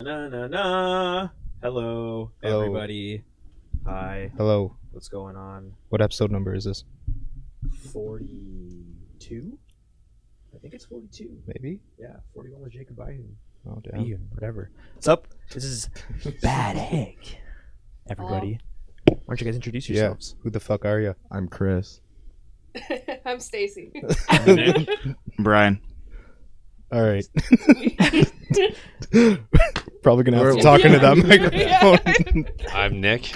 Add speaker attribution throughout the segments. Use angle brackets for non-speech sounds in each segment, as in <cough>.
Speaker 1: Na na na. Hello,
Speaker 2: Hello.
Speaker 1: everybody. Hi.
Speaker 2: Hello.
Speaker 1: What's going on?
Speaker 2: What episode number is this?
Speaker 1: Forty-two. I think it's forty-two.
Speaker 2: Maybe?
Speaker 1: Yeah, forty-one was Jacob Biden.
Speaker 2: Oh, damn. <laughs>
Speaker 1: Ian, whatever. What's up? This is Bad Egg. Everybody, why don't you guys introduce
Speaker 2: Yeah.
Speaker 1: yourselves?
Speaker 2: Who the fuck are you?
Speaker 3: I'm Chris.
Speaker 4: <laughs> I'm
Speaker 2: <laughs>
Speaker 4: Stacy. <laughs>
Speaker 3: Brian.
Speaker 2: All
Speaker 3: <laughs>
Speaker 2: right. <laughs> Probably going to have to
Speaker 3: We're-
Speaker 2: talk
Speaker 3: <laughs>
Speaker 2: into that
Speaker 4: <laughs> Yeah.
Speaker 2: microphone.
Speaker 5: I'm Nick.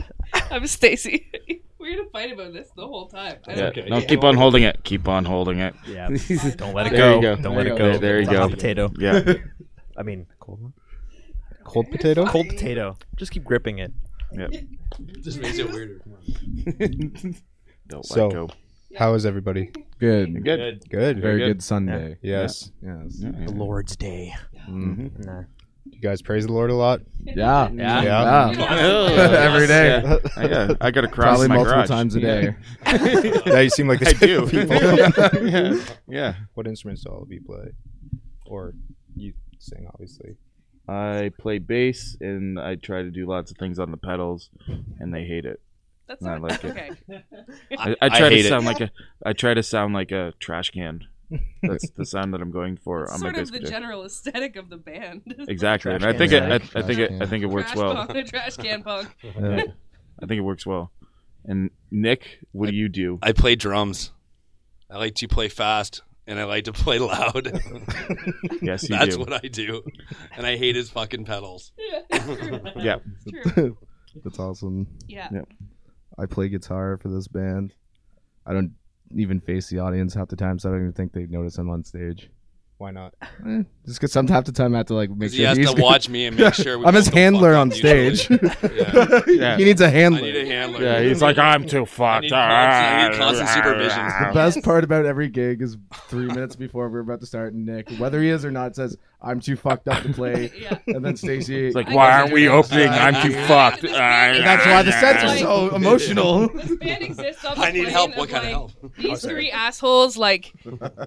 Speaker 4: <laughs> I'm Stacy. <laughs> We're gonna fight about this the whole time. I
Speaker 3: Yeah.
Speaker 4: don't
Speaker 3: No, keep on holding it. Keep on holding it.
Speaker 1: Yeah. <laughs> Don't let it
Speaker 3: There
Speaker 1: go.
Speaker 3: you go.
Speaker 1: Don't
Speaker 3: There
Speaker 1: let
Speaker 3: you
Speaker 1: it
Speaker 3: go.
Speaker 1: go.
Speaker 3: There you
Speaker 1: It's a hot
Speaker 3: go.
Speaker 1: Potato.
Speaker 3: Yeah.
Speaker 1: I mean, cold one.
Speaker 2: Cold potato?
Speaker 1: Cold potato. Just keep gripping it.
Speaker 2: Mm-hmm.
Speaker 5: Just makes it <laughs> weirder.
Speaker 3: Don't
Speaker 2: So-
Speaker 3: let go.
Speaker 4: <laughs>
Speaker 2: How is everybody?
Speaker 3: You're
Speaker 6: Good.
Speaker 3: good.
Speaker 2: Good.
Speaker 6: Very
Speaker 3: good.
Speaker 6: good. Sunday.
Speaker 2: Yes. Mm.
Speaker 6: Yeah. Yes.
Speaker 3: Yeah, Mm-hmm. yeah.
Speaker 1: The Lord's Day.
Speaker 6: Mhm.
Speaker 1: Nah.
Speaker 2: You guys praise the Lord a lot?
Speaker 6: Yeah.
Speaker 1: Yeah.
Speaker 2: Yeah.
Speaker 3: Oh, Every
Speaker 6: day.
Speaker 3: I got, Oh, I got a cross
Speaker 6: Probably
Speaker 3: in my
Speaker 6: multiple
Speaker 3: garage.
Speaker 6: times a day.
Speaker 2: <laughs> now you seem like
Speaker 3: <laughs>
Speaker 2: the
Speaker 3: I
Speaker 2: type
Speaker 6: <laughs>
Speaker 3: do. <laughs>
Speaker 2: of people.
Speaker 3: yeah. yeah.
Speaker 2: <laughs> what instruments do all of you play? Or you sing, obviously.
Speaker 3: I play bass and I try to do lots of things on the pedals, and they hate it.
Speaker 4: That's
Speaker 3: I
Speaker 4: not
Speaker 3: like it.
Speaker 4: okay.
Speaker 3: I, I try
Speaker 5: hate
Speaker 3: to
Speaker 5: it.
Speaker 3: sound like a. I try to sound like a trash can. That's the sound that I'm going for
Speaker 4: It's
Speaker 3: on my
Speaker 4: sort
Speaker 3: bass
Speaker 4: of the
Speaker 3: guitar.
Speaker 4: general aesthetic of the band.
Speaker 3: <laughs> Exactly, and
Speaker 1: Trash
Speaker 3: I think it.
Speaker 1: can.
Speaker 3: I, I think it. I think it works
Speaker 4: <laughs> trash
Speaker 3: well.
Speaker 4: punk, the trash can punk.
Speaker 2: Uh, <laughs>
Speaker 3: Yeah. I think it works well. And Nick, what do you do?
Speaker 5: I play drums. I like to play fast and I like to play loud. <laughs>
Speaker 3: Yes, you
Speaker 5: That's
Speaker 3: do.
Speaker 5: what I do. And I hate his fucking pedals.
Speaker 4: Yeah.
Speaker 3: <laughs> Yeah.
Speaker 4: It's <laughs> true.
Speaker 6: That's awesome.
Speaker 4: Yeah.
Speaker 6: I play guitar for this band. I don't even face the audience half the time, so I don't even think they notice I'm on stage.
Speaker 2: Why not?
Speaker 6: Eh, just because sometimes half the time I have to like make
Speaker 5: Because
Speaker 6: sure
Speaker 5: he has
Speaker 6: he's <laughs>
Speaker 5: to watch me and make sure we
Speaker 6: I'm
Speaker 5: both
Speaker 6: his
Speaker 5: go fuck
Speaker 6: handler
Speaker 5: up
Speaker 6: on
Speaker 5: mutually.
Speaker 6: stage.
Speaker 5: Yeah.
Speaker 3: Yeah.
Speaker 6: He needs a <laughs> handler.
Speaker 5: I need a handler.
Speaker 3: Yeah, he's like, I'm too
Speaker 5: <laughs> I
Speaker 3: fucked.
Speaker 5: need constant, I need constant supervision.
Speaker 6: The best part about every gig is three minutes before we're about to start, Nick, whether he is or not, says, I'm too fucked up to play.
Speaker 4: Yeah.
Speaker 6: And then Stacy.
Speaker 3: <laughs> It's like,
Speaker 4: I
Speaker 3: why
Speaker 4: guess
Speaker 3: aren't
Speaker 4: I
Speaker 3: we
Speaker 4: do.
Speaker 3: opening? I'm too
Speaker 4: Yeah.
Speaker 3: fucked. <laughs>
Speaker 4: And
Speaker 6: and that's why the sets are
Speaker 4: Like-
Speaker 6: so <laughs> emotional.
Speaker 4: This band exists on the
Speaker 5: I need
Speaker 4: plane
Speaker 5: help. What
Speaker 4: of,
Speaker 5: kind
Speaker 4: like,
Speaker 5: of help?
Speaker 4: These three assholes
Speaker 3: <laughs>
Speaker 4: like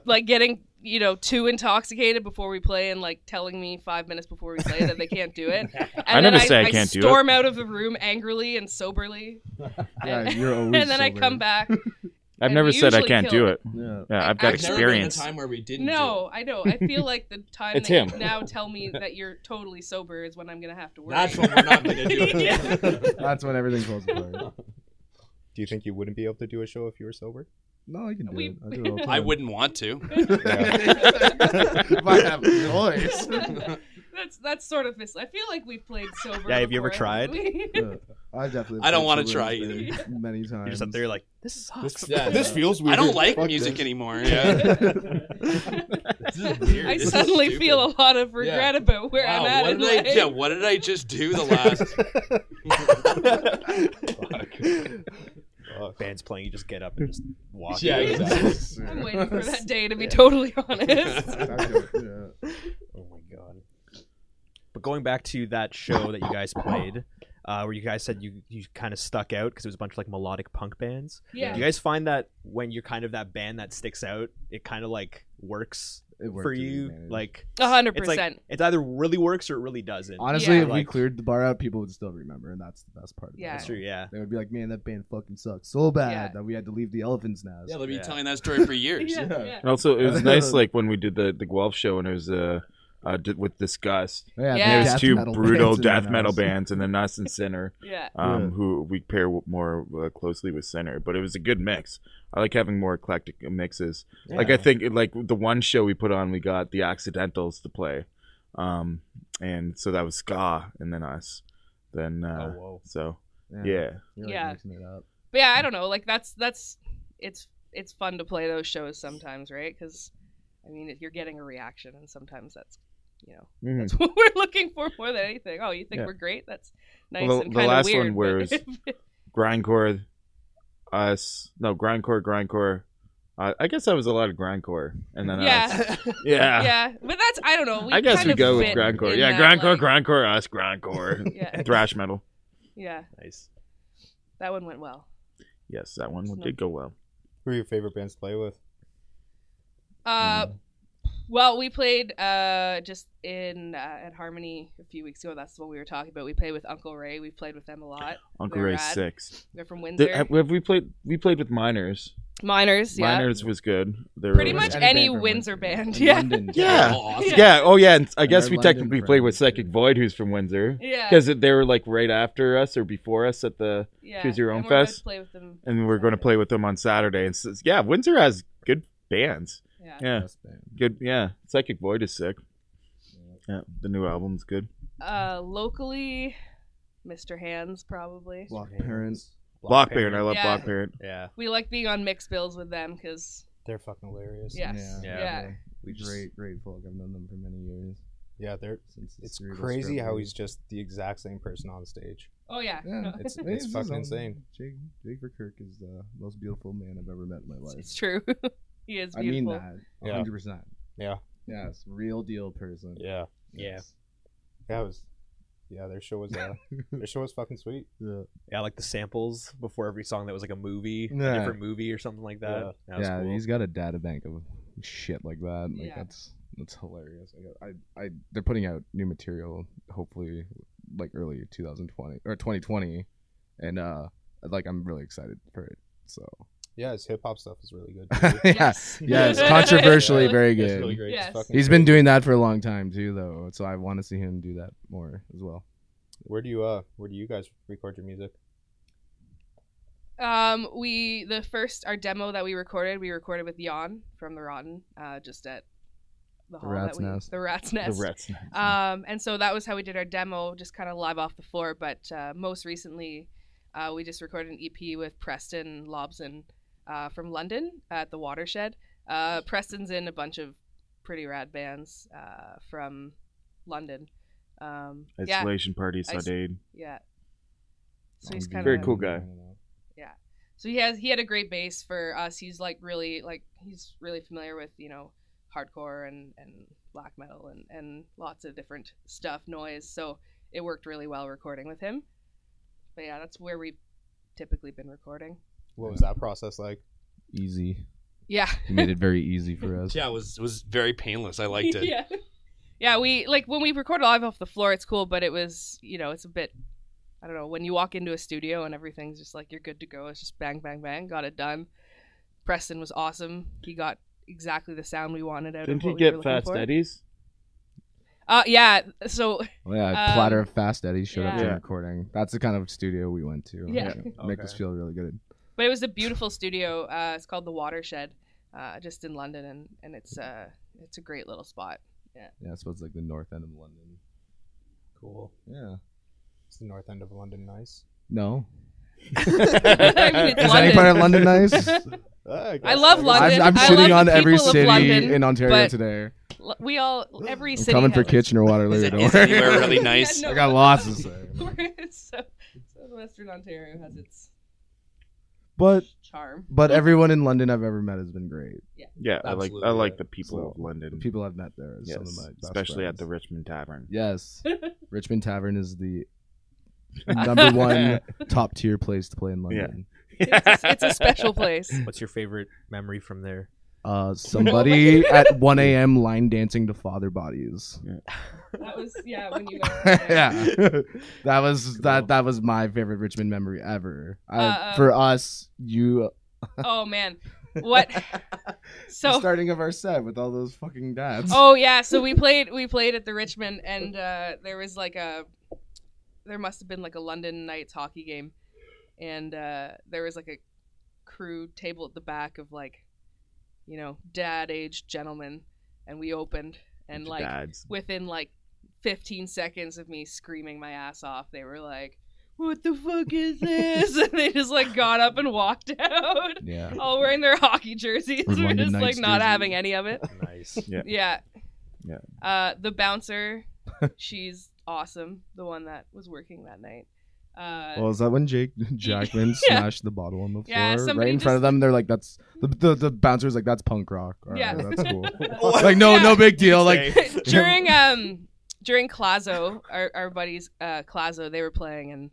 Speaker 4: like getting you know too intoxicated before we play and like telling me five minutes before we play that they can't do it. And
Speaker 3: I
Speaker 4: then
Speaker 3: never say I can't do it.
Speaker 4: Storm out of the room angrily and
Speaker 3: <laughs>
Speaker 4: soberly,
Speaker 6: yeah,
Speaker 4: and,
Speaker 6: you're always
Speaker 4: <laughs> and then I
Speaker 6: sober.
Speaker 4: come back.
Speaker 3: I've
Speaker 4: And
Speaker 3: never
Speaker 4: we
Speaker 3: said I
Speaker 4: usually
Speaker 3: can't
Speaker 4: kill
Speaker 3: do it.
Speaker 6: Yeah.
Speaker 3: Yeah, I've
Speaker 4: I've
Speaker 3: got
Speaker 4: never been
Speaker 3: experience.
Speaker 5: a time where we didn't
Speaker 4: No, I know. I feel like
Speaker 3: <laughs>
Speaker 4: the time
Speaker 3: It's
Speaker 4: that you
Speaker 3: him.
Speaker 4: now tell me that you're totally sober is when I'm gonna have to worry. <laughs>
Speaker 5: That's when we're not <laughs> going to do it.
Speaker 6: That's when everything falls apart.
Speaker 2: Do you think you wouldn't be able to do a show if you were sober?
Speaker 6: No, I can do
Speaker 4: We-
Speaker 6: it. I do it all the
Speaker 5: I
Speaker 6: time.
Speaker 5: wouldn't want to.
Speaker 4: <laughs>
Speaker 6: if I have a choice.
Speaker 4: that's that's sort of mis. I feel like we've played sober.
Speaker 1: Yeah, have you ever
Speaker 4: before,
Speaker 1: tried?
Speaker 4: haven't we?
Speaker 6: <laughs> Yeah, I definitely.
Speaker 5: I don't
Speaker 6: played
Speaker 5: wanna
Speaker 6: Super
Speaker 5: try
Speaker 6: Mario
Speaker 5: either.
Speaker 6: Brothers Many times.
Speaker 1: You're just
Speaker 6: <laughs>
Speaker 1: up there like, this is hot. <laughs>
Speaker 5: This
Speaker 2: feels
Speaker 5: I don't like music
Speaker 6: this.
Speaker 5: anymore. Yeah.
Speaker 3: <laughs>
Speaker 4: <laughs>
Speaker 5: This is weird.
Speaker 4: I
Speaker 5: This is
Speaker 4: suddenly
Speaker 5: stupid.
Speaker 4: feel a lot of regret about where I'm
Speaker 5: Wow,
Speaker 4: at.
Speaker 5: what
Speaker 4: in
Speaker 5: did I,
Speaker 4: life.
Speaker 5: yeah, what did I just do the last?
Speaker 1: Band's playing, you just get up and just walk.
Speaker 5: Yeah, exactly.
Speaker 4: I'm waiting for that day to be
Speaker 5: <laughs>
Speaker 4: totally honest.
Speaker 6: Yeah.
Speaker 1: Oh my god. But going back to that show that you guys played, uh, where you guys said you, you kind of stuck out because it was a bunch of like melodic punk bands.
Speaker 4: Yeah.
Speaker 1: Do you guys find that when you're kind of that band that sticks out, it kind of like works
Speaker 6: It worked
Speaker 1: for
Speaker 6: to the
Speaker 1: you?
Speaker 6: advantage.
Speaker 1: Like
Speaker 4: A hundred
Speaker 1: it's like
Speaker 4: percent.
Speaker 1: it either really works or it really doesn't.
Speaker 6: honestly,
Speaker 4: Yeah.
Speaker 6: if we
Speaker 1: Like-
Speaker 6: cleared the bar out, people would still remember, and that's the best part. Of
Speaker 4: Yeah.
Speaker 6: it.
Speaker 1: That's true. Yeah.
Speaker 6: They would be like, "Man, that band fucking sucks so bad
Speaker 4: Yeah.
Speaker 6: that we had to leave the elephant's nest."
Speaker 5: Yeah, they'll be
Speaker 1: Yeah.
Speaker 5: telling that story for years.
Speaker 4: Yeah,
Speaker 6: Yeah.
Speaker 4: yeah.
Speaker 3: Also, it was nice, like when we did the the Guelph show, and it was uh, uh d- with disgust.
Speaker 6: yeah,
Speaker 4: Yeah.
Speaker 3: There's
Speaker 6: death
Speaker 3: two
Speaker 6: metal
Speaker 3: brutal
Speaker 6: bands in
Speaker 3: death
Speaker 6: that
Speaker 3: metal
Speaker 6: house.
Speaker 3: bands, and then us and Sinner,
Speaker 4: yeah.
Speaker 3: um,
Speaker 6: Yeah.
Speaker 3: who we pair w- more uh, closely with Sinner. But it was a good mix. I like having more eclectic mixes. Like I think like the one show we put on, we got the Accidentals to play, um, and so that was ska, and then us, then uh,
Speaker 1: oh whoa.
Speaker 3: so yeah.
Speaker 6: You're, like,
Speaker 4: Yeah.
Speaker 6: mixing it up.
Speaker 4: But yeah, I don't know. Like that's that's it's it's fun to play those shows sometimes, right? Because I mean, if you're getting a reaction, and sometimes that's you know <laughs>
Speaker 3: Mhm.
Speaker 4: that's what we're looking for more than anything. Oh, you think
Speaker 3: Yeah.
Speaker 4: we're great? That's nice
Speaker 3: Well, the-
Speaker 4: and
Speaker 3: the
Speaker 4: kind of
Speaker 3: last
Speaker 4: weird.
Speaker 3: one where
Speaker 4: but-
Speaker 3: it grindcore, us no grindcore, grindcore. Uh, I guess that was a lot of grindcore, and then
Speaker 4: <laughs>
Speaker 3: us.
Speaker 4: yeah,
Speaker 3: Yeah.
Speaker 4: yeah. But that's I don't know. We
Speaker 3: uh, I guess
Speaker 4: kind
Speaker 3: we
Speaker 4: of
Speaker 3: go with
Speaker 4: fit
Speaker 3: grindcore.
Speaker 4: in
Speaker 3: Yeah,
Speaker 4: that,
Speaker 3: grindcore,
Speaker 4: like-
Speaker 3: grindcore,
Speaker 4: <laughs>
Speaker 3: us, grindcore,
Speaker 4: Yeah,
Speaker 3: thrash metal.
Speaker 4: yeah.
Speaker 1: Nice.
Speaker 4: That one went well.
Speaker 3: Yes, that one
Speaker 4: It's
Speaker 3: did go well. Mm.
Speaker 2: Who are your favorite bands to play with?
Speaker 4: Uh, Well, we played uh, just in uh, at Harmony a few weeks ago. That's what we were talking about. We played with Uncle Ray. We've played with them a lot.
Speaker 3: Uncle
Speaker 4: They're
Speaker 3: Ray
Speaker 4: rad.
Speaker 3: six.
Speaker 4: They're from
Speaker 3: Th-
Speaker 4: Windsor.
Speaker 3: have, have we played? We played with miners.
Speaker 4: Miners, yeah.
Speaker 3: Miners was good. They're
Speaker 4: Pretty
Speaker 3: really
Speaker 4: much
Speaker 3: good.
Speaker 2: Any
Speaker 4: any
Speaker 2: band from
Speaker 4: Windsor
Speaker 2: Windsor.
Speaker 4: band,
Speaker 6: In
Speaker 4: yeah.
Speaker 6: London,
Speaker 3: Yeah.
Speaker 5: Oh, awesome.
Speaker 4: Yeah.
Speaker 3: Yeah. Oh yeah. And I guess
Speaker 6: our
Speaker 3: we
Speaker 6: London
Speaker 3: technically played with
Speaker 6: friends.
Speaker 3: Psychic Void, who's from Windsor,
Speaker 4: Yeah.
Speaker 3: because they were like right after us or before us at the,
Speaker 4: yeah.
Speaker 3: Choose Your Own
Speaker 4: and we're about
Speaker 3: Fest.
Speaker 4: to play with them.
Speaker 3: and we we're going to play with them on Saturday. And so, yeah, Windsor has good bands.
Speaker 4: Yeah.
Speaker 3: Yeah.
Speaker 6: Best band.
Speaker 3: Good. Yeah. Psychic Void is sick. Yeah. The new album's good.
Speaker 4: Uh, locally, Mr. Hands probably.
Speaker 6: Block parents.
Speaker 3: Block Parent. I love
Speaker 4: Yeah.
Speaker 3: Block Parent.
Speaker 1: Yeah,
Speaker 4: We like being on mix bills with them because
Speaker 2: They're fucking hilarious.
Speaker 4: yes,
Speaker 1: Yeah.
Speaker 4: yeah.
Speaker 1: we just
Speaker 6: Great, great folk. I've known them for many years.
Speaker 2: Yeah, they're.
Speaker 6: Since the
Speaker 2: It's
Speaker 6: three of us
Speaker 2: crazy how
Speaker 6: graduated.
Speaker 2: he's just the exact same person on stage.
Speaker 4: Oh yeah.
Speaker 6: Yeah.
Speaker 4: No,
Speaker 2: It's
Speaker 6: Hey,
Speaker 2: it's
Speaker 6: this is
Speaker 2: fucking
Speaker 6: on-
Speaker 2: insane.
Speaker 6: Jake, Jake Verkirk is the most beautiful man I've ever met in my
Speaker 4: it's,
Speaker 6: life.
Speaker 4: <laughs> it's true. <laughs> he is
Speaker 6: I mean
Speaker 4: beautiful.
Speaker 6: that. a
Speaker 2: Yeah.
Speaker 6: 100%.
Speaker 2: Yeah.
Speaker 6: Yes, real deal person.
Speaker 2: Yeah,
Speaker 1: yeah,
Speaker 6: <laughs>
Speaker 2: that was. Yeah, their show was. Uh, their show was fucking sweet.
Speaker 6: Yeah.
Speaker 1: yeah. I Like the samples before every song that was like a movie, a
Speaker 6: Yeah.
Speaker 1: different movie or something like that. That was
Speaker 6: yeah,
Speaker 1: cool.
Speaker 6: he's got a data bank of shit like that. Like
Speaker 4: Yeah.
Speaker 6: that's that's hilarious. I, got- I I they're putting out new material hopefully like early 2020 or 2020 and uh like I'm really excited for it. So
Speaker 2: Yeah, his hip hop stuff is really good.
Speaker 6: <laughs> yeah.
Speaker 2: Too.
Speaker 6: <laughs> Yes,
Speaker 4: <laughs>
Speaker 6: controversially very
Speaker 2: It's
Speaker 6: good.
Speaker 2: really great. It's
Speaker 4: Yes.
Speaker 2: fucking
Speaker 6: He's
Speaker 2: great.
Speaker 6: been doing that for a long time too though, so I want to see him do that more as well.
Speaker 2: Where do you uh? Where do you guys record your music?
Speaker 4: Um, we the first our demo that we recorded, we recorded with Jan from the Rotten, uh, just at the, hall
Speaker 6: Rat's
Speaker 4: that we,
Speaker 6: Nest.
Speaker 4: The Rat's
Speaker 3: The
Speaker 4: Nest.
Speaker 3: Rats.
Speaker 4: Um, and so that was how we did our demo, just kind of live off the floor. But uh, most recently, uh, we just recorded an EP with Preston Lobson uh, from London at the Watershed. Uh, Preston's in a bunch of pretty rad bands uh, from London. Um, yeah,
Speaker 3: Isolation Party.
Speaker 4: I s-
Speaker 3: Sade.
Speaker 4: yeah. So he's
Speaker 6: Sounds
Speaker 4: kind
Speaker 3: Very
Speaker 4: of
Speaker 3: cool guy.
Speaker 4: so he has he had a great base for us. He's like really like he's really familiar with you know hardcore and and black metal and and lots of different stuff noise. So it worked really well recording with him. But yeah, that's where we've typically been recording.
Speaker 2: What was that process like?
Speaker 6: Easy.
Speaker 4: Yeah.
Speaker 6: He made it very easy for
Speaker 4: <laughs>
Speaker 6: us.
Speaker 5: Yeah, it was it was very painless. I liked it.
Speaker 4: yeah. Yeah, we like when we record live off the floor, it's cool, but it was you know it's a bit. I don't know when you walk into a studio and everything's just like you're good to go. It's just bang, bang, bang. Got it done. Preston was awesome. He got exactly the sound we wanted out of
Speaker 3: Didn't
Speaker 4: what
Speaker 3: you
Speaker 4: we were
Speaker 3: get
Speaker 4: looking
Speaker 3: Fast
Speaker 4: for.
Speaker 3: Eddie's?
Speaker 4: Uh, yeah. So <laughs>
Speaker 6: Well, Oh, yeah,
Speaker 4: Um,
Speaker 6: a platter of fast Eddie showed up to
Speaker 3: yeah.
Speaker 6: the recording. That's the kind of studio we went to.
Speaker 4: Yeah.
Speaker 6: Make
Speaker 1: Okay.
Speaker 6: us feel really good.
Speaker 4: But it was a beautiful studio. Uh, it's called the Watershed, uh, just in London, and and it's uh it's a great little spot. <laughs>
Speaker 6: Yeah, I suppose like the north end of London.
Speaker 2: Cool.
Speaker 6: Yeah.
Speaker 2: It's the north end of London, nice.
Speaker 6: No.
Speaker 4: <laughs> mean, it's
Speaker 6: Is
Speaker 4: London.
Speaker 6: any part of <laughs> London nice?
Speaker 4: I love London.
Speaker 6: I'm, I'm
Speaker 4: I
Speaker 6: shitting
Speaker 4: love
Speaker 6: on
Speaker 4: the
Speaker 6: every
Speaker 4: people of
Speaker 6: city
Speaker 4: London,
Speaker 6: in Ontario
Speaker 4: but
Speaker 6: today.
Speaker 4: L- We all every
Speaker 6: I'm
Speaker 4: city.
Speaker 6: coming for
Speaker 4: has-
Speaker 6: Kitchener
Speaker 5: Is
Speaker 6: Waterloo.
Speaker 5: it,
Speaker 6: Don't
Speaker 5: is
Speaker 6: worry. <laughs>
Speaker 4: <laughs>
Speaker 5: anywhere really
Speaker 4: Yeah,
Speaker 5: nice?
Speaker 4: no.
Speaker 6: I got lots to say.
Speaker 4: <laughs> so, Southwestern Ontario has its
Speaker 6: But
Speaker 4: charm.
Speaker 6: <laughs> but everyone in London I've ever met has been great.
Speaker 3: <laughs> Yeah, I like I
Speaker 5: Absolutely.
Speaker 3: like the people of London.
Speaker 6: The people I've met there are
Speaker 3: yes,
Speaker 6: some of my best
Speaker 3: especially at the
Speaker 6: friends.
Speaker 3: Richmond Tavern.
Speaker 6: <laughs> Yes. Richmond Tavern is <laughs> the number one top tier place to play in London. <laughs>
Speaker 4: It's, it's a special place.
Speaker 1: What's your favorite memory from there?
Speaker 6: <laughs> Uh, somebody at 1 a.m. line dancing to Father Bodies.
Speaker 1: <laughs>
Speaker 4: That was yeah when you got there.
Speaker 6: <laughs> yeah, that was
Speaker 1: Cool.
Speaker 6: that that was my favorite Richmond memory ever. I,
Speaker 4: Uh, um,
Speaker 6: for us, you
Speaker 4: Oh man, <laughs> what?
Speaker 6: <laughs> the
Speaker 4: So
Speaker 6: starting of our set with all those fucking dads.
Speaker 4: Oh yeah, so we played we played at the Richmond, and uh, there was like a there must have been like a London Knights hockey game, and uh, there was like a crew table at the back of like you know dad aged gentlemen, and we opened and like
Speaker 3: Bunch of dads.
Speaker 4: within like 15 seconds of me screaming my ass off, they were like, "What the fuck is this?" <laughs> and they just like got up and walked <laughs> out.
Speaker 6: yeah,
Speaker 4: All wearing their hockey jerseys,
Speaker 6: Or
Speaker 4: we we're
Speaker 6: London
Speaker 4: just like
Speaker 6: Knights
Speaker 4: not
Speaker 6: jersey.
Speaker 4: having any of it.
Speaker 1: Nice.
Speaker 4: <laughs> Yeah.
Speaker 3: Yeah.
Speaker 4: Uh, the bouncer, she's awesome. The one that was working that night. Uh,
Speaker 6: Well, is that when Jake <laughs> Jackman
Speaker 4: <laughs> Yeah.
Speaker 6: smashed the bottle on the floor
Speaker 4: Yeah,
Speaker 6: right
Speaker 4: somebody
Speaker 6: in front of
Speaker 4: just-
Speaker 6: them? They're like, "That's the the, the bouncer's like, that's punk rock. All right,
Speaker 4: Yeah.
Speaker 6: that's
Speaker 4: <laughs>
Speaker 6: cool.
Speaker 5: What?
Speaker 6: like, no,
Speaker 4: Yeah.
Speaker 6: no big deal. Like,
Speaker 1: <laughs> Oh.
Speaker 4: <laughs> during um during Clazo, our our buddies uh Clazo, they were playing and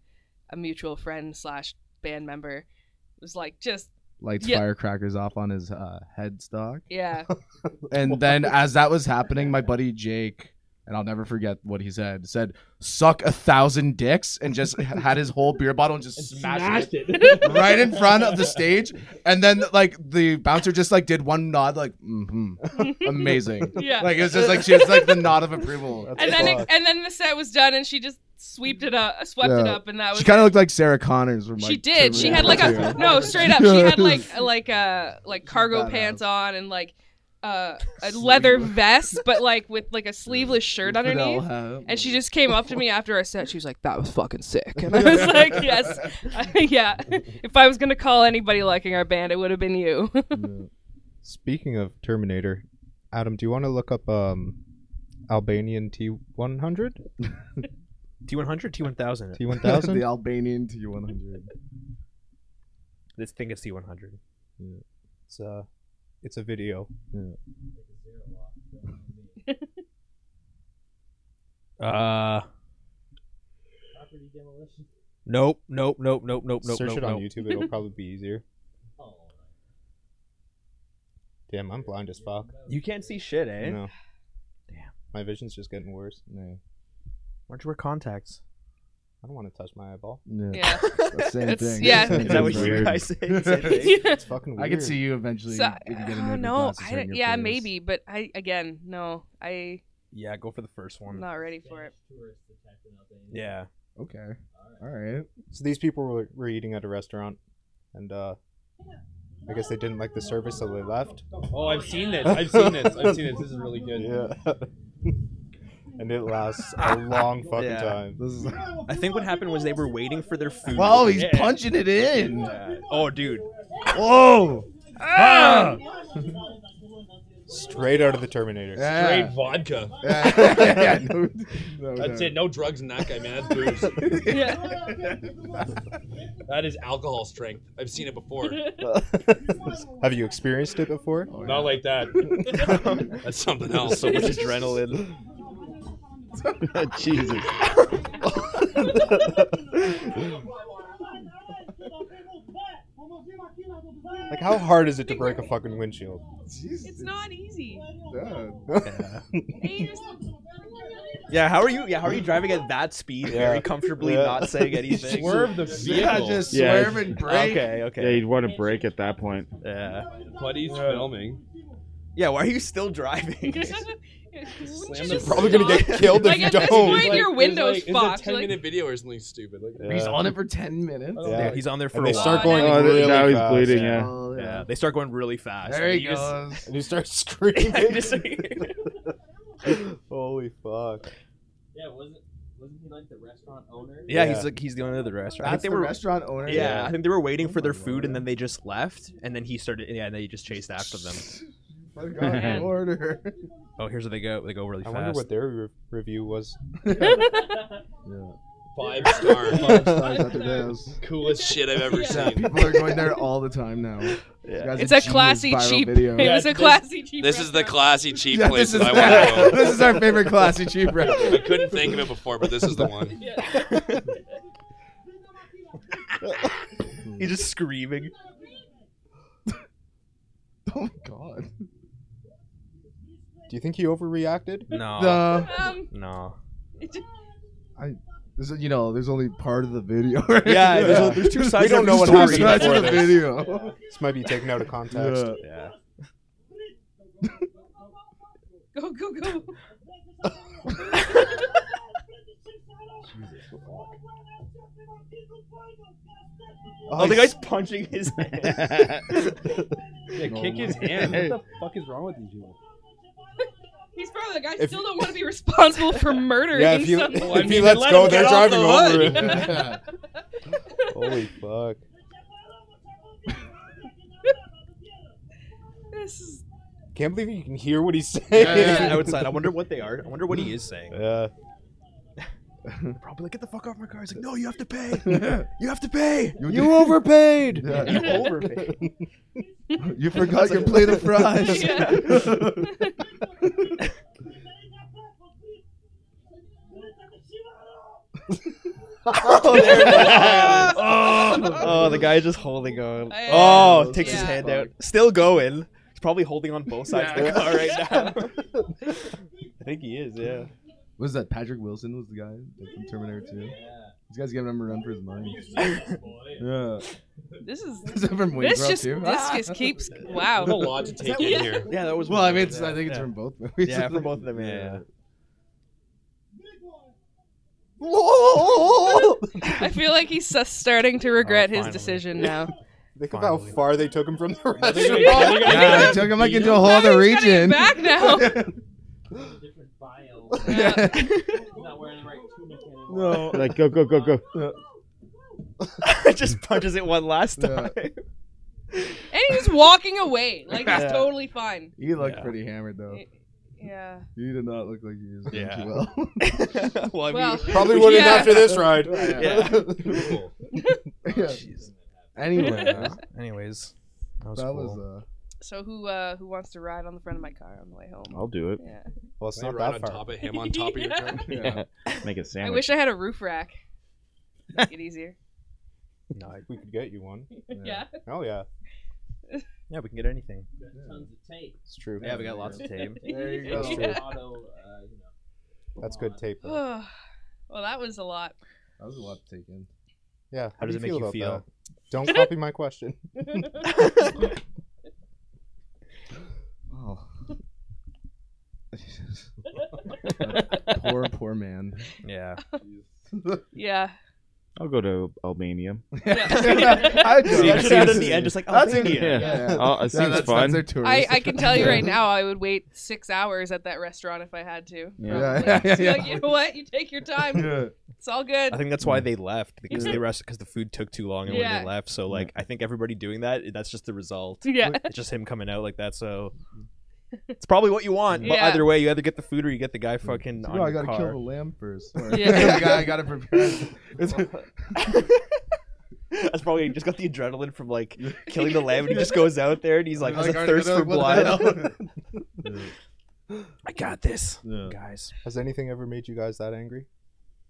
Speaker 4: a mutual friend slash band member was like just
Speaker 6: lights
Speaker 4: Yeah.
Speaker 6: firecrackers off on his uh, headstock. <laughs>
Speaker 4: Yeah.
Speaker 6: And then as that was happening, my buddy Jake, and I'll never forget what he said, said, suck a thousand dicks, and just had his whole beer bottle and just smashed, it. <laughs> right in front of the stage. And then like the bouncer just like did one nod, like, mm-hmm. Amazing.
Speaker 4: yeah.
Speaker 6: Like it was just like she was like the nod of approval.
Speaker 4: and then it, and then the set was done, and she just sweeped it up, swept it
Speaker 6: Yeah.
Speaker 4: up, and that was.
Speaker 6: She kind of looked like Sarah Connors from like
Speaker 4: she did. She had like
Speaker 6: Terminator
Speaker 4: a
Speaker 6: 2.
Speaker 4: no, straight up. She had like like uh like cargo
Speaker 6: Badass.
Speaker 4: pants on and like uh, a leather vest, but like with like a sleeveless shirt
Speaker 6: Fidel
Speaker 4: underneath.
Speaker 6: hat. <laughs>
Speaker 4: And she just came up to me after I said, she was like, that was fucking sick. And I was like, yes. <laughs> yeah. If I was going to call anybody liking our band, it would have
Speaker 6: <laughs>
Speaker 4: been you.
Speaker 2: Speaking of Terminator, Adam, do you want to look up um, Albanian T100?
Speaker 1: T100, T1000.
Speaker 6: the <laughs>
Speaker 2: T1000?
Speaker 6: Albanian T100.
Speaker 1: This thing is T100.
Speaker 2: it's, uh, it's a video.
Speaker 1: Mm. Uh. Nope, nope, nope, nope, nope, nope.
Speaker 2: Search
Speaker 1: nope,
Speaker 2: it on
Speaker 1: nope.
Speaker 2: YouTube. It'll probably be easier. Damn, I'm blind as fuck.
Speaker 1: You can't see shit, eh?
Speaker 2: You know.
Speaker 1: Damn.
Speaker 2: My vision's just getting worse. No.
Speaker 1: Why don't you wear contacts?
Speaker 2: I don't want to touch my eyeball.
Speaker 6: Yeah.
Speaker 4: yeah.
Speaker 6: That's the same
Speaker 4: It's-
Speaker 6: thing.
Speaker 4: yeah.
Speaker 6: Same
Speaker 1: Is that what
Speaker 6: thing.
Speaker 1: you
Speaker 3: Weird.
Speaker 1: guys say? Same thing?
Speaker 2: It's fucking weird.
Speaker 6: I could see you eventually.
Speaker 4: So,
Speaker 6: if you get
Speaker 4: I
Speaker 6: into
Speaker 4: don't know.
Speaker 6: glasses
Speaker 4: I
Speaker 6: wearing
Speaker 4: don't-
Speaker 6: your
Speaker 4: yeah,
Speaker 6: face.
Speaker 4: maybe, but I, again, no, I,
Speaker 1: yeah, go for the first
Speaker 4: I'm
Speaker 1: one.
Speaker 4: not ready for it.
Speaker 1: Yeah.
Speaker 6: Okay. All right.
Speaker 2: So these people were, were eating at a restaurant, and uh, I guess they didn't like the service, so they left.
Speaker 1: Oh, I've seen this.
Speaker 2: I've seen this. I've seen
Speaker 1: this. This is really good.
Speaker 2: Yeah. <laughs> and it lasts a long fucking
Speaker 1: Yeah.
Speaker 2: time.
Speaker 6: This is.
Speaker 1: I think what happened was they were waiting for their food.
Speaker 6: Whoa, he's
Speaker 1: Yeah.
Speaker 6: punching it in.
Speaker 1: Yeah. Oh, dude.
Speaker 6: Whoa.
Speaker 4: Ah!
Speaker 2: Straight out of the Terminator.
Speaker 5: Great vodka.
Speaker 6: <laughs> Yeah. yeah, no, no,
Speaker 5: That's
Speaker 6: no. <laughs>
Speaker 5: it. No drugs in that guy, man. That's booze.
Speaker 4: Yeah.
Speaker 5: that is alcohol strength. I've seen it before.
Speaker 2: <laughs> Have you experienced it before?
Speaker 5: Not like that. That's something else.
Speaker 1: So much
Speaker 5: <laughs>
Speaker 1: adrenaline.
Speaker 2: <laughs>
Speaker 3: Jesus.
Speaker 2: Like, how hard is it to break a fucking windshield?
Speaker 4: It's not easy. <laughs>
Speaker 1: Yeah, how are you? Yeah, how are you driving at that speed? Very comfortably,
Speaker 2: Yeah.
Speaker 1: not saying anything.
Speaker 5: Swerve the
Speaker 6: Yeah,
Speaker 5: vehicle.
Speaker 6: just
Speaker 3: Yeah.
Speaker 6: swerve and break.
Speaker 1: Okay,
Speaker 3: Yeah,
Speaker 1: okay.
Speaker 3: you'd want to break
Speaker 4: <laughs>
Speaker 3: at that point.
Speaker 1: Yeah.
Speaker 5: Buddy's filming.
Speaker 1: Yeah. Why are you still
Speaker 4: <laughs>
Speaker 1: driving?
Speaker 5: You're
Speaker 2: Probably gonna get killed if
Speaker 4: Like,
Speaker 2: you
Speaker 4: at this
Speaker 2: don't.
Speaker 4: point- Like, your windows
Speaker 5: like,
Speaker 4: fucked,
Speaker 5: It's a 10
Speaker 4: like-
Speaker 5: minute video or something stupid. Like,
Speaker 2: Yeah.
Speaker 6: He's on it for ten minutes.
Speaker 5: <laughs> Oh,
Speaker 1: Yeah, he's on there for
Speaker 2: and
Speaker 1: a
Speaker 2: they
Speaker 1: while.
Speaker 2: start going
Speaker 4: Oh,
Speaker 3: Oh,
Speaker 2: really
Speaker 3: now he's
Speaker 2: fast.
Speaker 3: bleeding.
Speaker 1: yeah.
Speaker 3: Yeah.
Speaker 6: Oh,
Speaker 1: Yeah, they start going really fast.
Speaker 6: There he
Speaker 1: You just-
Speaker 6: goes.
Speaker 2: And you start <laughs> screaming.
Speaker 1: I just-
Speaker 2: Holy fuck.
Speaker 7: Yeah, wasn't wasn't he like the restaurant owner?
Speaker 1: yeah,
Speaker 2: Yeah.
Speaker 1: he's like he's the owner of the restaurant. I
Speaker 6: That's
Speaker 1: think they
Speaker 6: the
Speaker 1: were
Speaker 6: restaurant owner.
Speaker 1: yeah,
Speaker 6: <laughs>
Speaker 1: I think they were waiting
Speaker 6: Oh
Speaker 1: for their
Speaker 6: my
Speaker 1: food
Speaker 6: Lord.
Speaker 1: and then they just left and then he started yeah, and they just chased after them.
Speaker 6: Fuck off,
Speaker 4: Man.
Speaker 6: order.
Speaker 1: Oh, here's where they go. They go really
Speaker 2: I
Speaker 1: fast.
Speaker 2: wonder what their re- review was.
Speaker 4: <laughs>
Speaker 5: Five star.
Speaker 2: <laughs>
Speaker 6: Five stars after this.
Speaker 5: Coolest shit I've ever
Speaker 4: Yeah.
Speaker 5: seen.
Speaker 6: <laughs> People are going there all the time now. This guy's
Speaker 4: It's a
Speaker 6: genius
Speaker 4: classy,
Speaker 6: viral
Speaker 4: cheap. <laughs>
Speaker 6: Video.
Speaker 4: It was a
Speaker 5: This-
Speaker 4: classy, cheap.
Speaker 5: This is the
Speaker 4: restaurant.
Speaker 5: classy cheap
Speaker 6: Yeah,
Speaker 5: place
Speaker 6: this is, <laughs>
Speaker 5: that I want to go.
Speaker 6: this is our favorite classy cheap
Speaker 5: I
Speaker 6: restaurant.
Speaker 5: couldn't think of it before, but this is the one.
Speaker 1: He's just screaming.
Speaker 6: Oh my god.
Speaker 2: Do you think he overreacted?
Speaker 1: No.
Speaker 6: Uh,
Speaker 4: Um,
Speaker 1: No.
Speaker 6: this is, you know, there's only part of the video.
Speaker 1: <laughs> Yeah, there's,
Speaker 2: Yeah.
Speaker 1: a- there's two sides.
Speaker 2: don't
Speaker 1: of-
Speaker 2: know
Speaker 1: there's
Speaker 2: what
Speaker 1: two sides
Speaker 2: happened before
Speaker 1: of
Speaker 6: of
Speaker 1: the
Speaker 6: the
Speaker 2: this.
Speaker 6: video.
Speaker 2: This might be taken out of context.
Speaker 6: Yeah.
Speaker 1: Yeah.
Speaker 4: go, go, go.
Speaker 1: Oh, the guy's punching his
Speaker 7: <laughs>
Speaker 1: hand.
Speaker 7: Yeah, kick his
Speaker 6: <laughs>
Speaker 7: hand. What the fuck is wrong with these people?
Speaker 4: He's probably like, I
Speaker 2: If-
Speaker 4: still don't want to be responsible for murdering
Speaker 2: Yeah, if you
Speaker 4: someone.
Speaker 5: I
Speaker 2: if he
Speaker 5: mean,
Speaker 2: lets
Speaker 5: let
Speaker 2: go,
Speaker 5: him
Speaker 2: they're
Speaker 5: get off
Speaker 2: driving over
Speaker 5: the
Speaker 2: him.
Speaker 6: Yeah.
Speaker 2: Holy fuck!
Speaker 4: <laughs> This is
Speaker 2: Can't believe you can hear what he's saying.
Speaker 1: <laughs>
Speaker 6: Yeah.
Speaker 1: outside. I wonder what they are. I wonder what he is saying.
Speaker 2: Yeah.
Speaker 1: <laughs> Probably like, get the fuck off my car. He's like, no, you have to <laughs> pay. You have to pay. <laughs>
Speaker 6: You overpaid.
Speaker 1: You overpaid.
Speaker 6: You forgot your plate
Speaker 1: <laughs>
Speaker 6: of fries.
Speaker 4: Yeah.
Speaker 1: <laughs> Oh, the guy just holding on.
Speaker 4: I-
Speaker 1: Oh, takes his
Speaker 4: Yeah.
Speaker 1: hand out. Still going. He's probably holding on both sides of the
Speaker 6: Yeah.
Speaker 1: car <laughs> right now. I think he is, yeah.
Speaker 6: Was that Patrick Wilson? Was the guy like, from Terminator Two? This guy's giving him a run for his money. <laughs> yeah. <laughs>
Speaker 4: This is
Speaker 6: Is that from Wayne's
Speaker 4: this
Speaker 6: World
Speaker 4: just
Speaker 6: too?
Speaker 4: this just keeps wow.
Speaker 5: a lot to take in here.
Speaker 1: Yeah, Ah, that was
Speaker 6: Well, I mean, it's, I think it's
Speaker 1: yeah.
Speaker 6: from both movies.
Speaker 1: Yeah, from both of them, yeah.
Speaker 6: Yeah.
Speaker 1: <laughs>
Speaker 4: I feel like he's sus- starting to
Speaker 6: Oh,
Speaker 4: regret his
Speaker 1: finally.
Speaker 4: decision
Speaker 6: <laughs>
Speaker 4: now.
Speaker 2: Think of how far they took him from the rest.
Speaker 6: yeah, they took him like into a whole
Speaker 4: Now
Speaker 6: other
Speaker 4: he's gotta get
Speaker 6: region. <laughs>
Speaker 4: Back now. Yeah.
Speaker 6: no.
Speaker 3: Like go go go go.
Speaker 1: just punches it one last
Speaker 6: Yeah.
Speaker 1: time.
Speaker 4: And he's walking away. Like he's
Speaker 1: Yeah.
Speaker 4: totally fine.
Speaker 6: He looked
Speaker 1: Yeah.
Speaker 6: pretty hammered though.
Speaker 4: Yeah.
Speaker 6: He did not look like he was doing
Speaker 1: Yeah.
Speaker 6: too
Speaker 1: well,
Speaker 6: <laughs> well.
Speaker 4: <laughs>
Speaker 1: I mean,
Speaker 4: Well,
Speaker 2: Probably wouldn't
Speaker 4: Yeah.
Speaker 2: after this
Speaker 6: <laughs>
Speaker 1: <laughs>
Speaker 4: <laughs>
Speaker 2: ride.
Speaker 1: Yeah. Oh,
Speaker 6: Yeah. Anyway, that
Speaker 4: <laughs>
Speaker 1: anyways, that was,
Speaker 6: was,
Speaker 1: cool.
Speaker 6: uh,
Speaker 4: so who uh who wants to ride on the front of my car on the way home?
Speaker 6: Oh,
Speaker 3: I'll do
Speaker 4: <laughs>
Speaker 3: it.
Speaker 4: Yeah.
Speaker 2: Well, it's
Speaker 5: Right
Speaker 2: not that
Speaker 5: on
Speaker 2: far.
Speaker 5: top of him, on top
Speaker 4: <laughs>
Speaker 5: of your car.
Speaker 6: yeah.
Speaker 3: <laughs> Make a
Speaker 4: I
Speaker 3: sandwich.
Speaker 4: wish I had a roof rack. Make it easier.
Speaker 1: no, I-
Speaker 2: We could get you one.
Speaker 4: yeah.
Speaker 2: Oh yeah,
Speaker 1: yeah, we can get anything.
Speaker 2: it's true.
Speaker 1: Yeah, we got lots of <laughs> tape.
Speaker 6: There you go.
Speaker 4: Yeah. <laughs>
Speaker 2: That's good tape.
Speaker 4: <sighs>
Speaker 2: Though.
Speaker 4: well, that was a lot.
Speaker 6: That was a lot to take in.
Speaker 2: Yeah.
Speaker 1: How does it make you
Speaker 2: about
Speaker 1: feel?
Speaker 2: that? Don't copy my question.
Speaker 6: Oh. <laughs> poor, poor man.
Speaker 1: Yeah.
Speaker 4: Yeah.
Speaker 3: I'll go to Albania.
Speaker 4: <laughs>
Speaker 6: I
Speaker 1: So you just out in the end, just like, oh,
Speaker 6: That's
Speaker 1: thank
Speaker 6: it.
Speaker 1: you.
Speaker 6: <laughs> Yeah, yeah.
Speaker 3: <laughs> Oh, it
Speaker 6: Yeah,
Speaker 3: seems
Speaker 6: that's,
Speaker 3: fun.
Speaker 6: That's their tourist.
Speaker 4: I, I can tell you
Speaker 6: <laughs>
Speaker 4: right now, I would wait six hours at that restaurant if I had to.
Speaker 6: <laughs>
Speaker 3: Yeah.
Speaker 6: Yeah,
Speaker 4: Like,
Speaker 6: yeah,
Speaker 4: just be
Speaker 6: yeah,
Speaker 4: like, you know what? You take your time.
Speaker 6: <laughs> Yeah.
Speaker 4: It's all good.
Speaker 1: I think that's why they left because they rest because the food took too long and when
Speaker 4: Yeah.
Speaker 1: they left. So like I think everybody doing that that's just the result.
Speaker 4: <laughs> yeah.
Speaker 1: It's just him coming out like that. So it's probably what you want. But
Speaker 4: Yeah.
Speaker 1: either way, you either get the food or you get the guy fucking
Speaker 6: So,
Speaker 1: <laughs> on
Speaker 6: no, I
Speaker 1: your
Speaker 6: gotta
Speaker 1: car.
Speaker 6: kill the lamb first.
Speaker 4: Yeah.
Speaker 6: I, gotta, I gotta prepare. It's,
Speaker 1: That's probably he just got the adrenaline from like killing the lamb, and he
Speaker 6: <laughs>
Speaker 1: just goes out there and he's like
Speaker 6: I
Speaker 1: has a
Speaker 6: gotta
Speaker 1: thirst
Speaker 6: go to-
Speaker 1: for
Speaker 6: what the <laughs>
Speaker 1: blood.
Speaker 6: hell?
Speaker 1: <laughs>
Speaker 6: <laughs>
Speaker 1: I got this,
Speaker 6: Yeah.
Speaker 1: guys.
Speaker 2: Has anything ever made you guys that angry?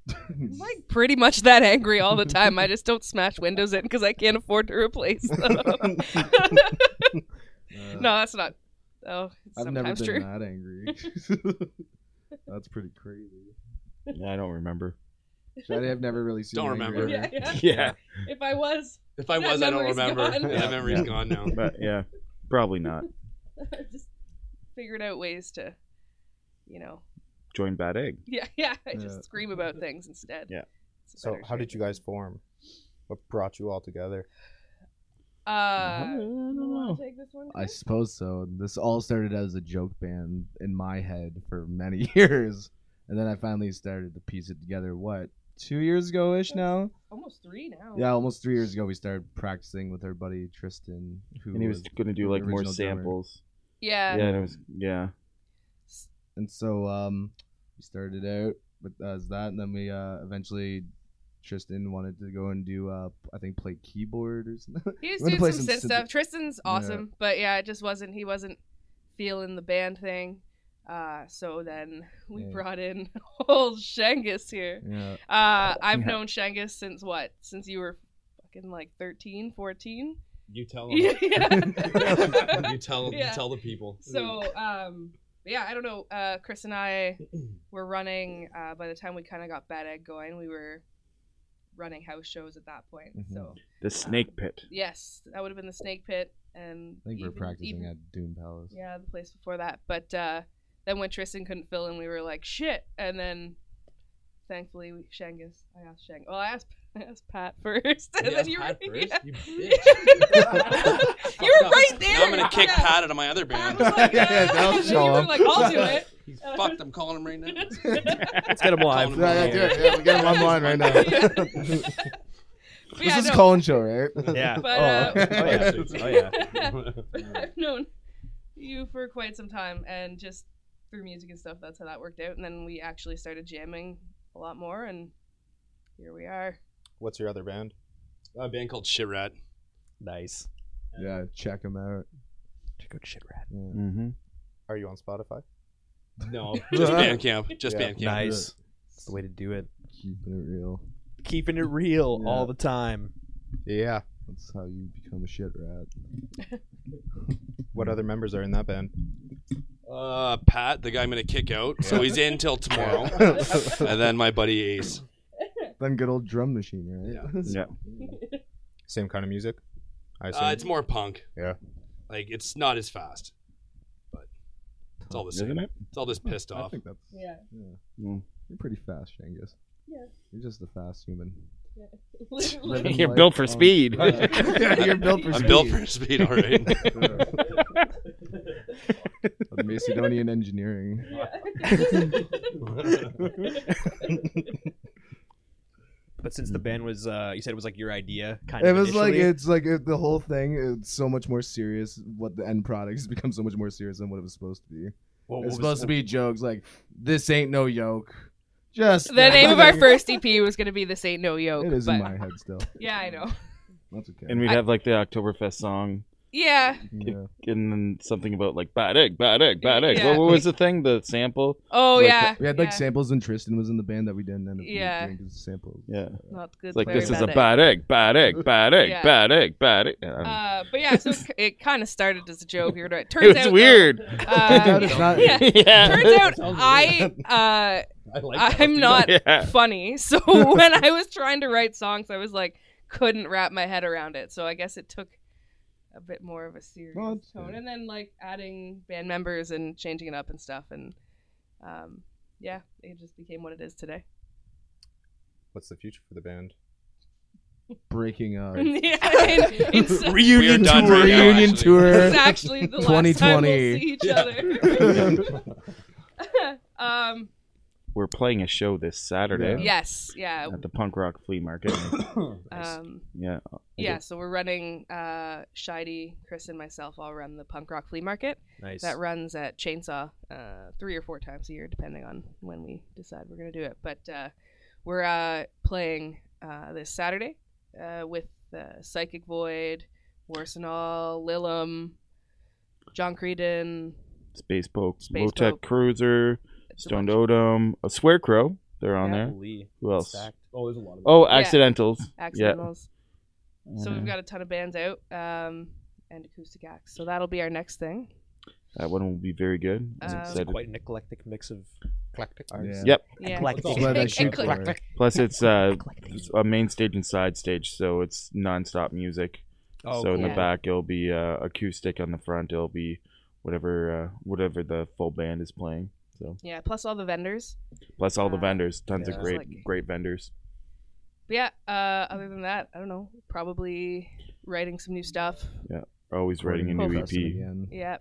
Speaker 6: <laughs>
Speaker 4: I'm like pretty much that angry all the time. I just don't smash windows in because I can't afford to replace
Speaker 6: <laughs>
Speaker 4: them. <laughs>
Speaker 6: Uh,
Speaker 4: no, that's not. Oh,
Speaker 6: <laughs>
Speaker 4: it's
Speaker 6: I've never been
Speaker 4: sometimes <laughs> true.
Speaker 6: that angry.
Speaker 4: <laughs>
Speaker 6: <laughs> That's pretty crazy.
Speaker 3: Yeah, I don't remember.
Speaker 6: Daddy, I've never really seen.
Speaker 5: Don't
Speaker 6: you angry
Speaker 5: remember.
Speaker 6: ever.
Speaker 4: <laughs> Yeah, yeah.
Speaker 3: Yeah,
Speaker 4: If I was, <laughs>
Speaker 5: If I
Speaker 4: That
Speaker 5: was, I don't
Speaker 4: memory's
Speaker 5: remember.
Speaker 4: gone.
Speaker 5: That memory's
Speaker 4: <laughs>
Speaker 5: gone now.
Speaker 3: but yeah, probably not.
Speaker 4: I just figured out ways to, you know, <laughs>
Speaker 3: Join Bad Egg.
Speaker 4: yeah, yeah. I just
Speaker 6: Yeah.
Speaker 4: scream about things instead.
Speaker 3: Yeah.
Speaker 4: It's a
Speaker 2: <laughs> So
Speaker 4: better
Speaker 2: how did you
Speaker 4: strategy.
Speaker 2: guys form? What brought you all together?
Speaker 4: Uh,
Speaker 3: don't
Speaker 4: you wanna
Speaker 3: know.
Speaker 4: take this one,
Speaker 6: I
Speaker 4: Chris?
Speaker 6: suppose so. This all started as a joke band in my head for many <laughs> years, and then I finally started to piece it together. What two years ago ish now?
Speaker 4: Almost three now.
Speaker 6: Yeah, almost three years ago. We started practicing with our buddy Tristan, who
Speaker 3: And he was gonna do like more
Speaker 6: Original drummer.
Speaker 3: samples.
Speaker 4: Yeah.
Speaker 3: Yeah, and it was yeah.
Speaker 6: and so um we started out with as that and then we uh eventually Tristan wanted to go and do uh I think play keyboard or something.
Speaker 4: He was
Speaker 6: We're gonna
Speaker 4: doing
Speaker 6: play
Speaker 4: some
Speaker 6: some
Speaker 4: sit
Speaker 6: sit-
Speaker 4: stuff. Tristan's
Speaker 6: Yeah.
Speaker 4: awesome, but yeah, it just wasn't. He wasn't feeling the band thing. Uh, so then we
Speaker 6: Yeah.
Speaker 4: brought in <laughs> old Shangus here.
Speaker 6: yeah. <laughs>
Speaker 4: Uh, I've
Speaker 3: Yeah.
Speaker 4: known Shangus since what? Since you were fucking like 13, 14? <laughs>
Speaker 5: You tell them.
Speaker 4: yeah.
Speaker 6: <laughs>
Speaker 4: <laughs>
Speaker 5: you tell
Speaker 4: Yeah.
Speaker 5: you tell the people.
Speaker 4: So, um, yeah, I don't know. Uh, Chris and I
Speaker 6: <clears throat>
Speaker 4: were running. Uh, by the time we kind of got Bad Egg going, we were running house shows at that point.
Speaker 6: Mhm.
Speaker 4: So,
Speaker 3: The Snake Pit.
Speaker 4: yes, that would have been the Snake Pit, and
Speaker 6: I think we were
Speaker 4: even-
Speaker 6: practicing
Speaker 4: even-
Speaker 6: at Dune Palace.
Speaker 4: yeah, the place before that. But uh, then when Tristan couldn't fill in, we were like, shit. And then thankfully, we, Shangus, I asked Shang. Well, I asked, <laughs> I asked Pat first. And
Speaker 5: You
Speaker 4: then
Speaker 5: asked
Speaker 4: you were, <laughs>
Speaker 5: Pat first?
Speaker 4: yeah.
Speaker 5: You
Speaker 4: You
Speaker 5: bitch.
Speaker 4: were
Speaker 5: up.
Speaker 4: right there.
Speaker 5: Now I'm gonna kick
Speaker 4: Yeah.
Speaker 5: Pat out of my other
Speaker 4: Pat
Speaker 5: band.
Speaker 4: was
Speaker 6: <laughs>
Speaker 4: like,
Speaker 6: Yeah,
Speaker 4: yeah.
Speaker 6: that'll
Speaker 4: And then
Speaker 6: show
Speaker 4: <laughs> you were
Speaker 6: him.
Speaker 4: like, I'll do
Speaker 5: <laughs>
Speaker 4: it. <laughs>
Speaker 5: He's fucked. I'm calling him right now.
Speaker 1: Let's get him live.
Speaker 5: Calling him
Speaker 6: Yeah, yeah, do it. Yeah, we get him online right <laughs> now.
Speaker 4: Yeah.
Speaker 6: this
Speaker 4: But yeah,
Speaker 6: is
Speaker 4: no,
Speaker 6: Colin show, right? <laughs>
Speaker 1: Yeah.
Speaker 4: But,
Speaker 1: oh,
Speaker 4: uh,
Speaker 1: okay. oh, yeah. Oh, yeah.
Speaker 4: <laughs> I've known you for quite some time, and just through music and stuff, that's how that worked out. And then we actually started jamming a lot more, and here we are.
Speaker 2: What's your other band?
Speaker 5: <laughs> A band called Shit Rat.
Speaker 1: Nice.
Speaker 6: yeah, check him out.
Speaker 1: Check out shit rat.
Speaker 6: Yeah.
Speaker 3: Mm-hmm.
Speaker 2: Are you on Spotify?
Speaker 1: <laughs>
Speaker 5: No, just Bandcamp. Just
Speaker 2: Yeah.
Speaker 5: Bandcamp.
Speaker 1: Nice. That's the way to do it.
Speaker 6: Keeping it real.
Speaker 1: keeping it real
Speaker 6: Yeah.
Speaker 1: all the time.
Speaker 2: Yeah.
Speaker 6: That's how you become a shit rat.
Speaker 2: <laughs> What other members are in that band?
Speaker 6: <laughs>
Speaker 5: Uh, Pat, the guy I'm gonna kick out, so he's in
Speaker 1: <laughs>
Speaker 5: till tomorrow, and then my buddy Ace.
Speaker 6: Then good old drum machine, right? <laughs>
Speaker 3: Yeah.
Speaker 2: Same kind of music. I assume.
Speaker 5: Uh, it's more punk.
Speaker 2: Yeah.
Speaker 5: like it's not as fast, but it's all the same.
Speaker 3: Isn't it?
Speaker 5: It's all this pissed
Speaker 6: I
Speaker 5: off.
Speaker 6: think that's
Speaker 4: Yeah.
Speaker 3: Mm.
Speaker 6: You're pretty fast, Shangus.
Speaker 4: Yeah.
Speaker 6: You're just a fast human. <laughs>
Speaker 4: <laughs> Literally.
Speaker 6: You're built for speed. <laughs> You're built for
Speaker 5: I'm
Speaker 6: speed.
Speaker 5: built for speed,
Speaker 6: <laughs>
Speaker 5: all right.
Speaker 6: Of Macedonian engineering.
Speaker 1: But since the band was, uh, you said it was like your idea, kind
Speaker 6: Mm. It
Speaker 1: of.
Speaker 6: was like
Speaker 1: initially.
Speaker 6: it's like it, the whole thing. It's so much more serious. What the end product has <laughs> become so much more serious than what it was supposed to be.
Speaker 1: What- what
Speaker 6: it's
Speaker 1: was-
Speaker 6: supposed to be jokes like this ain't no yoke. Just
Speaker 4: the name of our
Speaker 6: nothing."
Speaker 4: first EP was going to be This Ain't No Yoke.
Speaker 6: <laughs> It is
Speaker 4: but
Speaker 6: in my head still.
Speaker 4: <laughs> Yeah, I know.
Speaker 6: That's okay.
Speaker 3: And we'd have like the Oktoberfest song,
Speaker 4: Yeah.
Speaker 6: yeah.
Speaker 3: and then something about like bad egg, bad egg, bad egg.
Speaker 4: Yeah.
Speaker 3: What, what was the thing? The sample.
Speaker 4: Oh,
Speaker 3: Like,
Speaker 4: yeah.
Speaker 6: We had like
Speaker 4: yeah.
Speaker 6: samples, and Tristan was in the band that we didn't end up
Speaker 4: Yeah.
Speaker 6: doing 'cause samples.
Speaker 3: Yeah.
Speaker 4: Not good.
Speaker 3: It's like
Speaker 4: very
Speaker 3: this is a
Speaker 4: bad egg.
Speaker 3: bad egg, bad
Speaker 4: <laughs>
Speaker 3: egg, bad egg,
Speaker 4: Yeah.
Speaker 3: bad egg, bad egg. Yeah, I don't know.
Speaker 4: Uh, but yeah,
Speaker 3: <laughs>
Speaker 4: so c- it kind of started as a joke. You're right. Turns
Speaker 3: it was
Speaker 4: out,
Speaker 3: weird.
Speaker 4: though,
Speaker 3: <laughs>
Speaker 6: Turns out <laughs>
Speaker 4: uh, <laughs>
Speaker 6: it's not-
Speaker 4: yeah.
Speaker 3: yeah.
Speaker 4: Turns out I uh,
Speaker 1: <laughs>
Speaker 7: I like that.
Speaker 4: I'm not
Speaker 3: <laughs> Yeah.
Speaker 4: funny. So when I was trying to write songs, I was like couldn't wrap my head around it. So I guess it took a bit more of a serious
Speaker 6: Well, it's-
Speaker 4: tone, and then like adding band members and changing it up and stuff, and um, yeah, it just became what it is today. <laughs>
Speaker 2: What's the future for the band?
Speaker 6: Breaking
Speaker 4: <laughs>
Speaker 6: up.
Speaker 4: yeah, and it's,
Speaker 5: We are
Speaker 6: reunion
Speaker 5: done
Speaker 6: tour.
Speaker 5: right now,
Speaker 6: reunion
Speaker 5: actually.
Speaker 6: tour.
Speaker 4: it's <laughs> actually the last time we'll
Speaker 6: 2020.
Speaker 4: see each other. <laughs> um,
Speaker 3: We're playing a show this Saturday
Speaker 4: yes, yeah,
Speaker 3: at the punk rock flea <laughs> market.
Speaker 4: um,
Speaker 3: yeah.
Speaker 4: yeah. So we're running uh, Shidey, Chris, and myself all run the punk rock flea market.
Speaker 1: nice.
Speaker 4: that runs at Chainsaw uh, three or four times a year, depending on when we decide we're going to do it. But uh, we're uh, playing uh, this Saturday uh, with uh, Psychic Void, Warsenal, Lillum, John Creedon.
Speaker 3: Space Poke,
Speaker 4: Space
Speaker 3: Low Tech
Speaker 4: Poke. Cruiser,
Speaker 3: Cruiser,
Speaker 4: It's a
Speaker 3: Stoned
Speaker 4: bunch
Speaker 3: Odom, a Scarecrow. They're on
Speaker 4: Yeah.
Speaker 3: there.
Speaker 1: Holy
Speaker 3: Who else?
Speaker 1: sack. Oh, there's a lot of.
Speaker 3: Oh, Accidentals.
Speaker 4: of
Speaker 3: Yeah.
Speaker 4: Accidentals. So
Speaker 3: Mm-hmm.
Speaker 4: we've got a ton of bands out um, and acoustic acts. So that'll be our next thing.
Speaker 3: that one will be very good. I'm
Speaker 4: Um,
Speaker 1: It's
Speaker 3: excited.
Speaker 1: quite an eclectic mix of eclectic arts.
Speaker 6: Yeah.
Speaker 3: Yep.
Speaker 4: Yeah.
Speaker 1: Eclectic.
Speaker 7: That's
Speaker 6: That's what I
Speaker 4: <laughs> And-
Speaker 6: shoot
Speaker 4: and click.
Speaker 6: for.
Speaker 3: Plus,
Speaker 4: <laughs>
Speaker 3: it's uh,
Speaker 1: Eclectic.
Speaker 3: it's a main stage and side stage, so it's nonstop music.
Speaker 1: Oh,
Speaker 3: so in the
Speaker 4: cool.
Speaker 3: back it'll be uh, acoustic. On the front it'll be whatever uh, whatever the full band is playing. So
Speaker 4: Yeah, plus all the vendors.
Speaker 3: plus all the
Speaker 4: Uh,
Speaker 3: vendors, tons
Speaker 1: yeah.
Speaker 3: of great
Speaker 4: Like-
Speaker 3: great vendors.
Speaker 4: But yeah, uh, other than that, I don't know. Probably writing some new stuff.
Speaker 3: Always writing a
Speaker 6: Recording
Speaker 3: new
Speaker 6: with
Speaker 3: E
Speaker 6: Dustin
Speaker 3: EP.
Speaker 6: again.
Speaker 4: Yeah,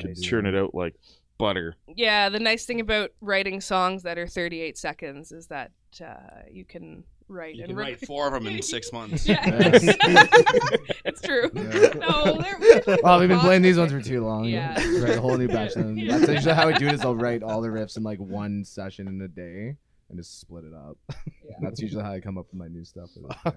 Speaker 3: Can
Speaker 6: Nice.
Speaker 3: churn it out like butter.
Speaker 4: yeah the nice thing about writing songs that are 38 seconds is that uh, you can write
Speaker 5: You
Speaker 4: and
Speaker 5: can
Speaker 4: rec-
Speaker 5: write four of them in
Speaker 6: <laughs>
Speaker 5: six
Speaker 4: <laughs>
Speaker 5: months.
Speaker 4: yeah.
Speaker 6: Yes.
Speaker 4: it's true
Speaker 6: Yeah.
Speaker 4: no they're, we
Speaker 6: <laughs> Oh, we've been playing these ones for too long. <laughs>
Speaker 4: Yeah.
Speaker 6: Write a whole new batch of them.
Speaker 4: <laughs> Yeah.
Speaker 6: That's usually how I do it is I'll write all the riffs in like one session in a day and just split it up. That's usually how I come up with my new stuff.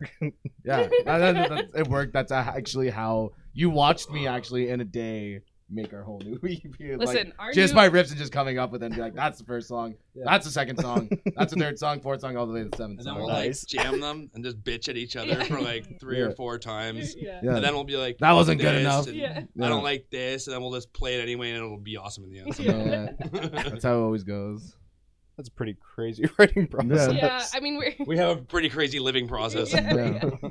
Speaker 6: <laughs> yeah, that- that- that- it worked. That's actually how you watched me actually in a day make our whole new <laughs> EP. Like,
Speaker 4: <laughs> listen our
Speaker 6: just
Speaker 4: new, <laughs>
Speaker 6: my riffs and just coming up with them. Be like, that's the first song. That's the second
Speaker 5: <laughs>
Speaker 6: song. That's the third song. Fourth song, all the way to the seventh
Speaker 5: And then
Speaker 6: song.
Speaker 5: we'll like jam them and just bitch at each other
Speaker 6: <laughs>
Speaker 5: for like three or
Speaker 6: Yeah.
Speaker 5: four times.
Speaker 4: yeah.
Speaker 6: yeah.
Speaker 5: And then we'll be like,
Speaker 6: That wasn't good
Speaker 5: this,
Speaker 6: enough.
Speaker 5: and
Speaker 4: Yeah.
Speaker 5: I
Speaker 6: Yeah.
Speaker 5: don't like this, and then we'll just play it anyway, and it'll be awesome in the end.
Speaker 6: <laughs>
Speaker 5: <laughs>
Speaker 6: Yeah. That's how it always goes.
Speaker 2: That's a pretty crazy <laughs> writing process.
Speaker 4: yeah i mean we're
Speaker 5: We have a pretty crazy living
Speaker 6: <laughs>
Speaker 5: process.
Speaker 4: <laughs> Yeah.
Speaker 2: <laughs>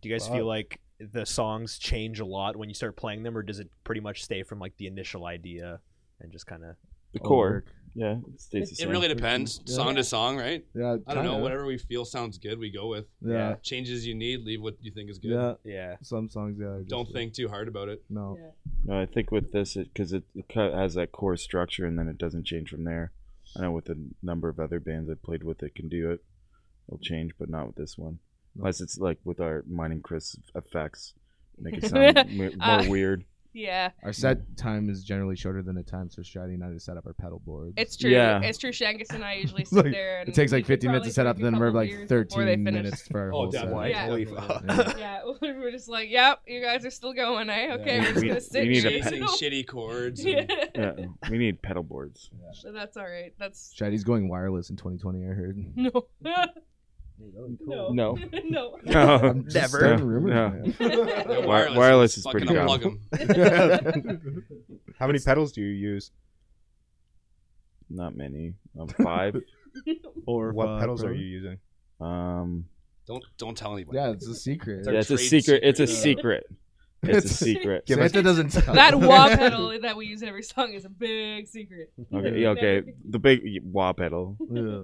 Speaker 1: Do you guys feel like the songs change a lot when you start playing them, or does it pretty much stay from like the initial idea and just kind of?
Speaker 3: The
Speaker 6: All
Speaker 3: core.
Speaker 6: work.
Speaker 3: Yeah, it stays the
Speaker 5: It
Speaker 3: same.
Speaker 5: really depends,
Speaker 6: Yeah.
Speaker 5: song to song, right?
Speaker 6: Yeah,
Speaker 5: I don't know.
Speaker 6: kinda.
Speaker 5: Whatever we feel sounds good, we go with.
Speaker 6: Yeah.
Speaker 5: Changes you need, leave what you think is good.
Speaker 6: Yeah,
Speaker 1: Yeah.
Speaker 6: some songs. Yeah, I just-
Speaker 5: Don't think too hard about it.
Speaker 6: No.
Speaker 3: No, I think with this, because it, it kind of has that core structure, and then it doesn't change from there. I know with a number of other bands I played with, it can do it. It'll change, but not with this one.
Speaker 6: No.
Speaker 3: Unless it's like with our mine and Chris effects, make it sound m- more
Speaker 4: Uh,
Speaker 3: weird.
Speaker 4: yeah
Speaker 6: Our set time is generally shorter than a time, so Shadi and I just set up our pedal boards.
Speaker 4: it's true
Speaker 3: Yeah.
Speaker 4: it's true shangus and i
Speaker 6: <laughs>
Speaker 4: usually
Speaker 6: It's
Speaker 4: sit
Speaker 6: like,
Speaker 4: there and
Speaker 6: it takes like
Speaker 4: we
Speaker 6: 15 minutes
Speaker 4: probably
Speaker 6: to set
Speaker 4: took
Speaker 6: up,
Speaker 4: a
Speaker 6: then
Speaker 4: couple
Speaker 6: we're
Speaker 4: years
Speaker 6: like
Speaker 4: before they
Speaker 6: 13
Speaker 4: finish.
Speaker 6: minutes for our
Speaker 5: Oh,
Speaker 6: whole set.
Speaker 5: definitely.
Speaker 4: Yeah.
Speaker 5: Holy
Speaker 6: Yeah.
Speaker 5: <laughs>
Speaker 4: <laughs>
Speaker 5: fuck.
Speaker 4: yeah <laughs> we're just like yep you guys are still going eh okay
Speaker 5: Yeah.
Speaker 4: we're just
Speaker 3: We-
Speaker 4: gonna sit
Speaker 3: we need a
Speaker 4: here.
Speaker 5: Chasing shitty
Speaker 4: <laughs>
Speaker 5: chords.
Speaker 4: yeah.
Speaker 5: and-
Speaker 3: Yeah, we need pedal boards.
Speaker 4: that's all right that's <laughs>
Speaker 6: Shadi's going wireless in 2020. I heard.
Speaker 4: no No.
Speaker 8: No.
Speaker 4: no. <laughs>
Speaker 3: No. <laughs>
Speaker 1: Never.
Speaker 3: No.
Speaker 8: Starting rumors,
Speaker 3: No.
Speaker 8: man.
Speaker 5: Yeah,
Speaker 3: Wireless, is
Speaker 5: Fucking
Speaker 3: pretty dumb.
Speaker 5: unplug 'em.
Speaker 4: <laughs>
Speaker 6: <laughs>
Speaker 2: How many pedals do you use?
Speaker 3: Not many. Um, five.
Speaker 1: Or
Speaker 2: What
Speaker 1: uh,
Speaker 2: pedals are
Speaker 1: bro-
Speaker 2: you using?
Speaker 3: Um,
Speaker 5: Don't don't tell anybody.
Speaker 6: Yeah, it's a secret.
Speaker 5: It's our
Speaker 3: yeah, it's a
Speaker 5: trade
Speaker 3: secret. It's a
Speaker 5: secret.
Speaker 3: secret. It's a secret.
Speaker 2: Give us-
Speaker 6: Santa <laughs> doesn't tell. <laughs>
Speaker 4: That wah pedal that we use in every song is a big secret.
Speaker 3: Okay. yeah, Okay. The big wah pedal.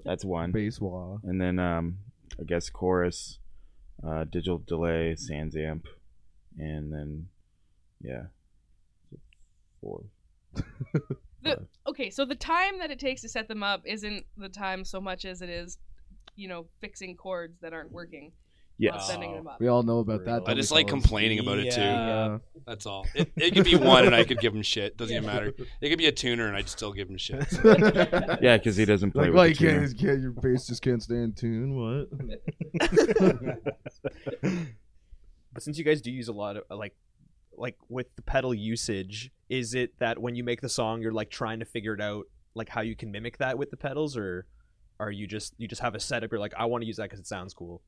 Speaker 3: That's one.
Speaker 6: Base wall.
Speaker 3: And then um, I guess chorus, uh, digital delay, sans amp, and then yeah, four.
Speaker 4: Okay, so the time that it takes to set them up isn't the time so much as it is, you know, fixing chords that aren't working while
Speaker 3: Yes.
Speaker 4: setting them up.
Speaker 6: We all know about that.
Speaker 5: I
Speaker 6: don't
Speaker 5: just
Speaker 6: we,
Speaker 5: like
Speaker 6: fellas?
Speaker 5: complaining about it too.
Speaker 4: Uh,
Speaker 6: Yeah.
Speaker 5: That's all. It,
Speaker 3: <laughs>
Speaker 5: it could be one, and I could give him shit. Doesn't even matter. It could be a tuner, and I'd still give
Speaker 3: <laughs>
Speaker 5: him shit.
Speaker 6: <laughs>
Speaker 3: Yeah, because he doesn't play
Speaker 6: Like,
Speaker 3: with
Speaker 6: well,
Speaker 3: the
Speaker 6: you can't,
Speaker 3: tuner.
Speaker 6: you can't, your bass just can't stay in tune. What?
Speaker 1: But since you guys do use a lot of uh, like, like with the pedal usage, is it that when you make the song, you're like trying to figure it out, like how you can mimic that with the pedals, or are you just you just have a setup? You're like, I want to use that because it sounds cool.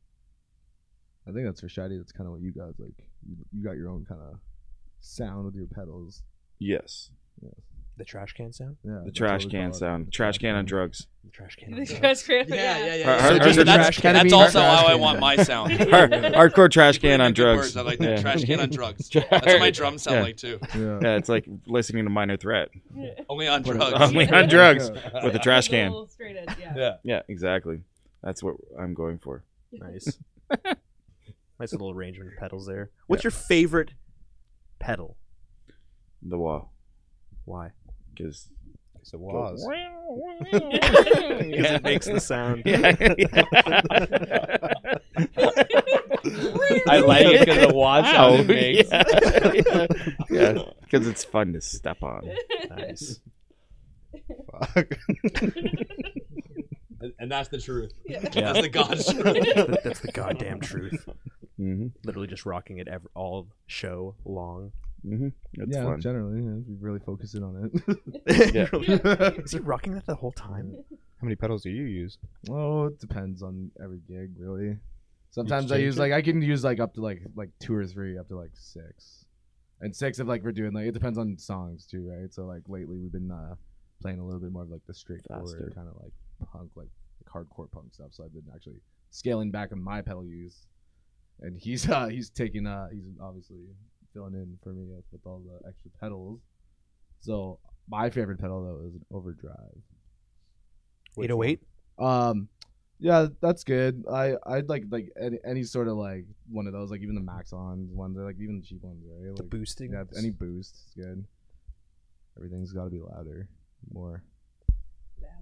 Speaker 6: <laughs> I think that's for Shadi. That's kind of what you guys like. You, you got your own kind of sound with your pedals.
Speaker 3: Yes.
Speaker 1: The trash can sound.
Speaker 6: Yeah,
Speaker 3: The trash can sound. Trash can on
Speaker 5: <laughs>
Speaker 3: drugs.
Speaker 1: The trash can.
Speaker 4: <laughs> The <laughs> trash can.
Speaker 3: yeah.
Speaker 5: So
Speaker 3: Our-
Speaker 5: just-
Speaker 3: our
Speaker 5: that's
Speaker 6: trash can
Speaker 5: that's
Speaker 6: being
Speaker 5: also
Speaker 6: trash
Speaker 5: how I
Speaker 6: can.
Speaker 5: want
Speaker 3: <laughs>
Speaker 5: my sound.
Speaker 3: Hard, hardcore trash can on
Speaker 5: Good
Speaker 3: drugs.
Speaker 5: words, I like that.
Speaker 3: Yeah.
Speaker 5: Trash can on drugs. That's what my drums sound
Speaker 3: Yeah.
Speaker 5: like too.
Speaker 6: Yeah.
Speaker 3: <laughs> Yeah, it's like listening to Minor Threat
Speaker 5: Only on
Speaker 6: What
Speaker 5: <laughs> drugs.
Speaker 6: else?
Speaker 3: Only on
Speaker 5: <laughs>
Speaker 3: drugs
Speaker 1: <laughs>
Speaker 3: with a trash
Speaker 4: The
Speaker 3: can.
Speaker 4: little straight edge, yeah. <laughs>
Speaker 3: Yeah, exactly. That's what I'm going for.
Speaker 1: Nice. nice little arrangement of pedals there. What's your favorite pedal?
Speaker 3: The wall.
Speaker 1: Why?
Speaker 5: <laughs>
Speaker 3: Because
Speaker 2: It's a Waz.
Speaker 1: Because it makes the sound.
Speaker 8: <laughs> <laughs> I like it because the watch
Speaker 3: Ow.
Speaker 8: sound it makes.
Speaker 3: Yeah.
Speaker 8: <laughs>
Speaker 3: yeah, because it's fun to step on.
Speaker 1: Nice.
Speaker 2: Fuck.
Speaker 5: And, and that's the truth.
Speaker 4: <laughs> Yeah. <laughs>
Speaker 5: That's the
Speaker 3: <laughs>
Speaker 5: God's truth.
Speaker 1: That- That's the goddamn truth.
Speaker 3: hmm
Speaker 1: Literally just rocking it ever, all show long.
Speaker 3: hmm It's
Speaker 6: yeah,
Speaker 3: fun.
Speaker 6: generally, yeah, we really focus in on it. <laughs>
Speaker 3: Yeah.
Speaker 1: <laughs>
Speaker 8: <laughs>
Speaker 1: Is he rocking that the whole time?
Speaker 2: How many pedals do you use?
Speaker 6: oh, it depends on every gig, really. Sometimes I
Speaker 2: change
Speaker 6: use
Speaker 2: it?
Speaker 6: like I can use like up to like like two or three, up to like six, and six if like we're doing like it depends on songs too, right? So like lately we've been uh, playing a little bit more of like the
Speaker 3: Faster.
Speaker 6: straightforward kind of like punk, like, like hardcore punk stuff. So I've been actually scaling back on my pedal use, and he's <laughs> uh he's taking uh he's obviously filling in for me with all the extra pedals. So my favorite pedal though is an overdrive.
Speaker 1: Eight oh eight.
Speaker 6: Um, yeah, that's good. I I'd like like any, any sort of like one of those, like even the Maxon ones, or like even the cheap ones, right?
Speaker 1: The
Speaker 6: Like,
Speaker 1: boosting.
Speaker 6: yeah, any boost is good. Everything's got to be louder, more,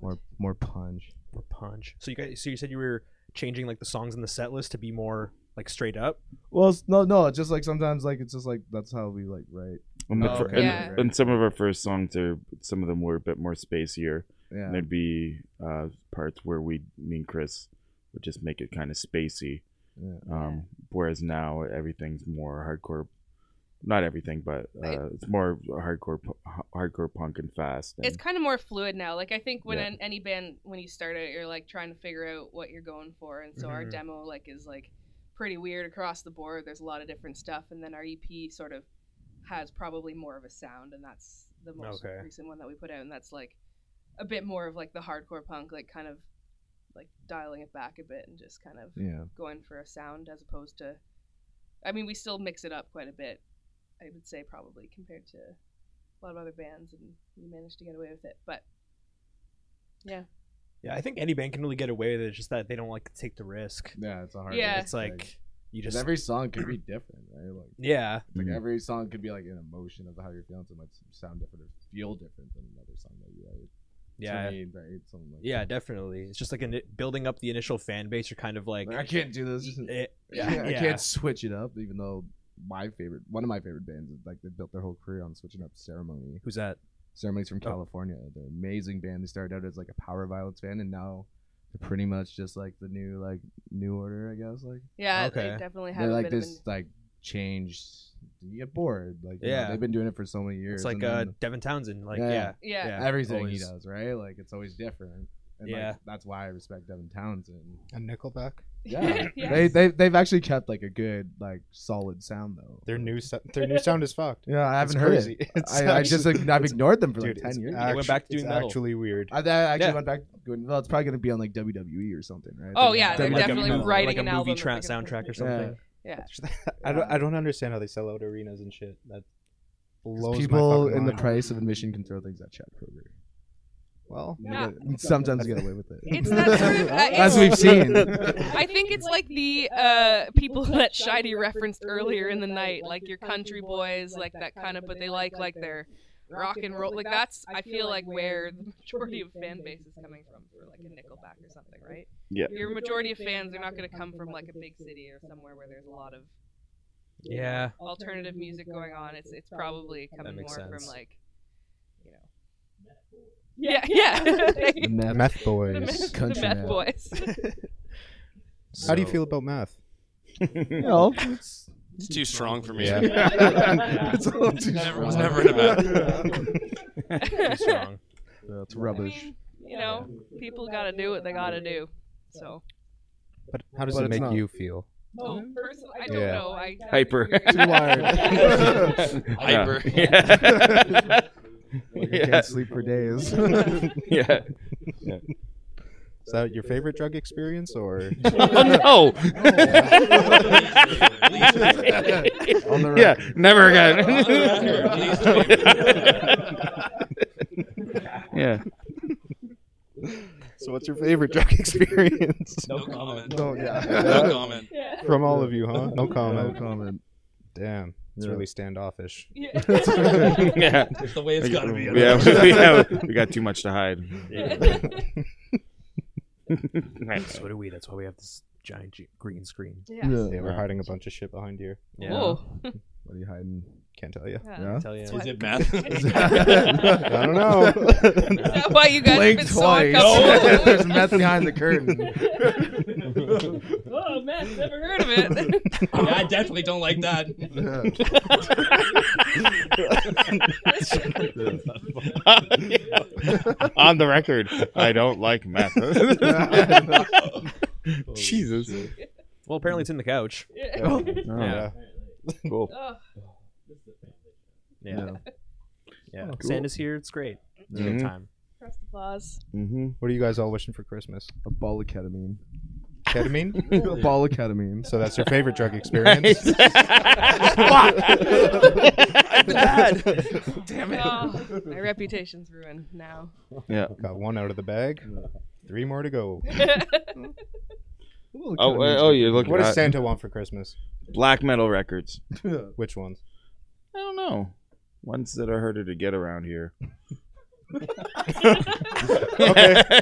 Speaker 6: more, more punch.
Speaker 1: or punch. So you guys, so you said you were changing like the songs in the set list to be more like straight up.
Speaker 6: Well, it's- no, no, it's just like sometimes like it's just like that's how we like write.
Speaker 3: And, the
Speaker 6: Oh,
Speaker 3: fir-
Speaker 6: okay.
Speaker 3: and,
Speaker 4: Yeah.
Speaker 3: and some of our first songs are some of them were a bit more spacier.
Speaker 6: Yeah,
Speaker 3: And there'd be uh, parts where we, me and Chris, would just make it kind of spacey.
Speaker 6: yeah.
Speaker 3: Um, whereas now everything's more hardcore. Not everything, but uh,
Speaker 4: Right.
Speaker 3: it's more hardcore, pu- h- hardcore punk and fast. And,
Speaker 4: It's
Speaker 3: <laughs>
Speaker 4: kind of more fluid now. Like I think when
Speaker 3: Yeah.
Speaker 4: an, any band when you start out, you're like trying to figure out what you're going for, and so our
Speaker 1: Mhm.
Speaker 4: demo like is like pretty weird across the board. There's a lot of different stuff, and then our EP sort of has probably more of a sound, and that's the most
Speaker 1: Okay.
Speaker 4: recent one that we put out, and that's like a bit more of like the hardcore punk, like kind of like dialing it back a bit and just kind of
Speaker 6: yeah.
Speaker 4: going for a sound as opposed to. I mean, we still mix it up quite a bit. I would say probably compared to a lot of other bands, and we managed to get away with it. But
Speaker 1: Yeah, I think any band can really get away with it. It's just that they don't like to take the risk.
Speaker 6: Yeah, it's a hard.
Speaker 4: Yeah.
Speaker 1: It's like you
Speaker 6: 'Cause
Speaker 1: just Mm-hmm.
Speaker 6: every song could be different, right? Like,
Speaker 1: yeah.
Speaker 6: like
Speaker 3: Mhm.
Speaker 6: every song could be like an emotion of how you're feeling. So it might sound different or feel different than another song that you write.
Speaker 1: Yeah,
Speaker 6: To me, right? Something like
Speaker 1: Yeah, definitely. It's just like in building up the initial fan base. You're kind of like,
Speaker 6: Like, I can't do this.
Speaker 1: eh,
Speaker 6: yeah, I
Speaker 1: <laughs> yeah.
Speaker 6: can't switch it up, even though my favorite, one of my favorite bands, is like they built their whole career on switching up Ceremony.
Speaker 1: who's that?
Speaker 6: Ceremony's from California. They're an amazing band. They started out as like a power violence band, and now they're pretty much just like the new like new order, I guess. Like
Speaker 4: yeah, they
Speaker 1: Okay.
Speaker 4: definitely have
Speaker 6: they're
Speaker 4: a
Speaker 6: like
Speaker 4: bit
Speaker 6: this like changed. You get bored. Like you know,
Speaker 1: Yeah.
Speaker 6: they've been doing it for so many years.
Speaker 1: It's like
Speaker 6: and
Speaker 1: uh,
Speaker 6: then
Speaker 1: Devin Townsend. Like
Speaker 6: Yeah,
Speaker 1: yeah, yeah.
Speaker 6: yeah.
Speaker 4: of yeah. <laughs>
Speaker 6: everything
Speaker 1: always.
Speaker 6: he does, right? Like it's always different. And
Speaker 1: Yeah.
Speaker 6: like, that's why I respect Devin Townsend.
Speaker 2: A Nickelback?
Speaker 4: <laughs>
Speaker 6: Yeah.
Speaker 4: Yeah.
Speaker 6: They they they've actually kept like a good like solid sound though.
Speaker 2: Their new so- their new sound is <laughs> fucked.
Speaker 6: Yeah, I haven't
Speaker 2: It's
Speaker 6: heard
Speaker 2: crazy.
Speaker 6: it.
Speaker 2: It's
Speaker 6: I, I just
Speaker 2: actually-
Speaker 6: like, I've
Speaker 2: it's-
Speaker 6: ignored them for
Speaker 2: dude,
Speaker 6: like
Speaker 2: it's
Speaker 6: ten years.
Speaker 1: act- went back to
Speaker 2: it's
Speaker 1: doing metal.
Speaker 2: actually weird.
Speaker 6: I, I actually
Speaker 1: Yeah.
Speaker 6: went back. Well, it's probably gonna be on like WWE or something, right?
Speaker 4: Oh,
Speaker 6: They're gonna-
Speaker 4: yeah, they're
Speaker 1: Like a
Speaker 4: definitely
Speaker 1: movie-
Speaker 4: writing
Speaker 1: like a
Speaker 4: an
Speaker 1: movie
Speaker 4: album
Speaker 1: tra-
Speaker 4: that they're gonna
Speaker 1: soundtrack or
Speaker 4: put-
Speaker 1: something.
Speaker 2: I don't I don't understand how they sell out arenas and shit. That blows my
Speaker 6: people
Speaker 2: fucking
Speaker 6: in the
Speaker 2: mind.
Speaker 6: price of admission can throw things at Chad Kroger.
Speaker 2: Well,
Speaker 4: Yeah.
Speaker 6: And Sometimes you get away with it.
Speaker 4: It's that sort
Speaker 6: <laughs>
Speaker 4: of- uh,
Speaker 6: As
Speaker 4: it's-
Speaker 6: we've seen.
Speaker 4: I think it's like the uh, people <laughs> that Shidey referenced earlier in the night, like your country boys, like that kind of, but they like like their rock and roll. Like that's, I feel like where the majority of fan base is coming from for like a Nickelback or something, right?
Speaker 3: Yeah.
Speaker 4: Your majority of fans, they're not going to come from like a big city or somewhere where there's a lot of
Speaker 1: Yeah.
Speaker 4: alternative music going on. It's it's probably coming more
Speaker 1: makes
Speaker 4: from
Speaker 1: sense.
Speaker 4: like, you know. Yeah, <laughs> yeah.
Speaker 6: The meth-
Speaker 2: meth
Speaker 4: the meth,
Speaker 2: boys.
Speaker 4: the
Speaker 6: Country
Speaker 4: meth
Speaker 6: man.
Speaker 4: boys.
Speaker 1: <laughs>
Speaker 2: How do you
Speaker 1: So-
Speaker 2: feel about meth?
Speaker 6: you know, <laughs> it's,
Speaker 5: It's too strong for me.
Speaker 2: Yeah.
Speaker 7: <laughs>
Speaker 6: it's a little too
Speaker 5: Never-
Speaker 6: strong.
Speaker 5: was never in a bad-
Speaker 4: <laughs>
Speaker 1: Pretty strong.
Speaker 6: Yeah, it's
Speaker 4: I
Speaker 6: rubbish.
Speaker 4: mean, you know, people got to do what they got to do. So,
Speaker 2: But how does
Speaker 6: But
Speaker 2: it
Speaker 6: it's
Speaker 2: make
Speaker 6: not-
Speaker 2: you feel?
Speaker 4: oh, personally, I don't
Speaker 2: Yeah.
Speaker 4: know. I I
Speaker 6: <laughs>
Speaker 3: Hyper.
Speaker 4: think
Speaker 6: Too wired.
Speaker 5: Hyper.
Speaker 7: <laughs>
Speaker 3: Yeah.
Speaker 6: Like, I
Speaker 3: yeah.
Speaker 6: can't sleep for days.
Speaker 3: <laughs> yeah.
Speaker 2: Is that your favorite drug experience <laughs> or
Speaker 4: <laughs>
Speaker 3: Oh <laughs>
Speaker 6: On the
Speaker 3: no! yeah, never
Speaker 7: <laughs>
Speaker 5: Yeah.
Speaker 3: again. yeah.
Speaker 2: so what's your favorite drug <laughs> experience?
Speaker 5: No comment.
Speaker 6: No, <laughs> yeah.
Speaker 5: No comment.
Speaker 4: Yeah.
Speaker 2: From all of you, huh? No comment.
Speaker 6: No comment.
Speaker 2: Damn. It's
Speaker 6: Yeah.
Speaker 2: really standoffish.
Speaker 4: <laughs> Yeah.
Speaker 3: Yeah.
Speaker 7: That's the way it's got to be.
Speaker 3: Yeah, we, we have, we got too much
Speaker 7: <laughs>
Speaker 3: to hide.
Speaker 1: So what do we? That's why we have this giant g- green screen.
Speaker 4: Yeah.
Speaker 2: Yeah,
Speaker 3: we're
Speaker 2: we're hiding a bunch of shit behind here.
Speaker 4: Oh.
Speaker 6: What are you hiding? <laughs>
Speaker 2: <laughs> Can't tell you.
Speaker 4: Yeah.
Speaker 6: Yeah.
Speaker 1: Tell you.
Speaker 7: Is it math? <laughs>
Speaker 2: I don't <laughs> know.
Speaker 4: Is that why you guys have
Speaker 6: Blink
Speaker 4: been so
Speaker 6: twice. <laughs>
Speaker 4: <laughs> uncomfortable?
Speaker 6: There's meth behind the <laughs>
Speaker 4: <laughs>
Speaker 2: <laughs>
Speaker 6: curtain.
Speaker 4: oh, man, never heard of it.
Speaker 7: yeah, I definitely don't like that. <laughs>
Speaker 4: <laughs>
Speaker 3: On the record, I don't like
Speaker 7: <laughs>
Speaker 3: math.
Speaker 2: Oh,
Speaker 3: Jesus.
Speaker 1: Well, apparently it's in the couch.
Speaker 4: yeah.
Speaker 6: Oh,
Speaker 2: yeah.
Speaker 3: Cool.
Speaker 4: Oh,
Speaker 1: Yeah. Yeah.
Speaker 2: Oh,
Speaker 1: Santa's here. It's great. It's a good
Speaker 3: Mhm.
Speaker 1: time.
Speaker 4: press the pause.
Speaker 3: Mm-hmm.
Speaker 2: What are you guys all wishing for Christmas?
Speaker 6: A ball of ketamine.
Speaker 2: Ketamine?
Speaker 6: <laughs> A ball of ketamine.
Speaker 2: So that's your favorite
Speaker 6: <laughs>
Speaker 3: <laughs>
Speaker 2: drug experience? <laughs> <laughs>
Speaker 6: Damn <laughs>
Speaker 4: Oh, my reputation's ruined <laughs> now.
Speaker 3: yeah.
Speaker 2: Got one out of the bag. Three more to go.
Speaker 3: Oh, uh, oh, you're looking
Speaker 2: What does
Speaker 3: at
Speaker 2: Santa want for Christmas?
Speaker 3: black metal records.
Speaker 2: Which ones?
Speaker 3: I don't know. Ones that are harder to get around here.
Speaker 2: Okay.
Speaker 3: <laughs>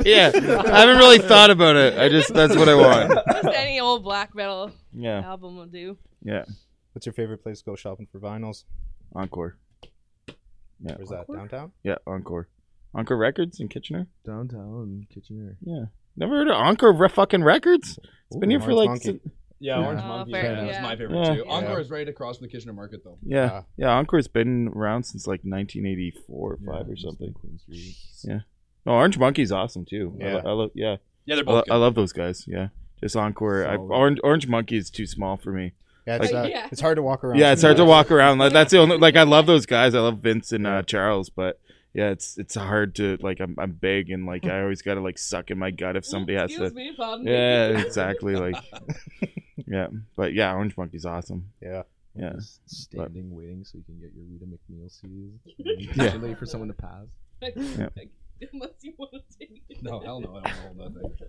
Speaker 3: yeah. I haven't really thought about it. I just that's what I want.
Speaker 4: Just any old black metal
Speaker 3: Yeah.
Speaker 4: album will do.
Speaker 3: Yeah.
Speaker 2: What's your favorite place to go shopping for vinyls?
Speaker 3: Encore. Yeah.
Speaker 2: Where's that? Downtown?
Speaker 3: Yeah, Encore. Encore Records in Kitchener?
Speaker 6: <laughs> Downtown Kitchener.
Speaker 3: Yeah. Never heard of Encore re- fucking Records? It's been
Speaker 2: Ooh,
Speaker 3: here for
Speaker 2: Orange
Speaker 3: like
Speaker 2: Monkey.
Speaker 3: si-
Speaker 7: Yeah,
Speaker 6: Yeah.
Speaker 7: Orange
Speaker 4: Oh,
Speaker 7: Monkey
Speaker 4: fair,
Speaker 7: yeah.
Speaker 4: yeah.
Speaker 7: was my favorite
Speaker 3: Yeah.
Speaker 7: too.
Speaker 2: Yeah.
Speaker 7: Encore is right across from the Kitchener Market though.
Speaker 3: Yeah.
Speaker 2: Yeah.
Speaker 3: Yeah, Encore's been around since like 1984 or 5 or something.
Speaker 6: Queen Street.
Speaker 3: No, Orange Monkey's awesome too. I
Speaker 2: Yeah.
Speaker 3: lo- I love yeah.
Speaker 5: Yeah, they're
Speaker 3: I, lo-
Speaker 5: both
Speaker 3: I
Speaker 5: good.
Speaker 3: love those guys. Yeah. Just Encore. I,
Speaker 6: Solid.
Speaker 3: Orange Orange Monkey is too small for me.
Speaker 2: Yeah, it's,
Speaker 4: Like-
Speaker 2: uh,
Speaker 4: Yeah.
Speaker 2: it's hard to walk around.
Speaker 3: Yeah, it's hard to walk around. Like that's the only like I love those guys. I love Vince and uh, Charles, but yeah, it's it's hard to like I'm I'm big and like I always gotta like suck in my gut if somebody has
Speaker 4: Excuse
Speaker 3: to.
Speaker 4: me, pardon me. <laughs>
Speaker 2: <laughs>
Speaker 3: Yeah, exactly. Like <laughs> yeah, but yeah, Orange Monkey's awesome.
Speaker 2: Yeah.
Speaker 3: Yeah.
Speaker 6: Just standing waiting so you can get your Rita McNeil
Speaker 4: <laughs>
Speaker 6: seeds. Just wait for someone to pass.
Speaker 4: Unless you want to take it. <laughs>
Speaker 7: No, hell no, I don't know that thing.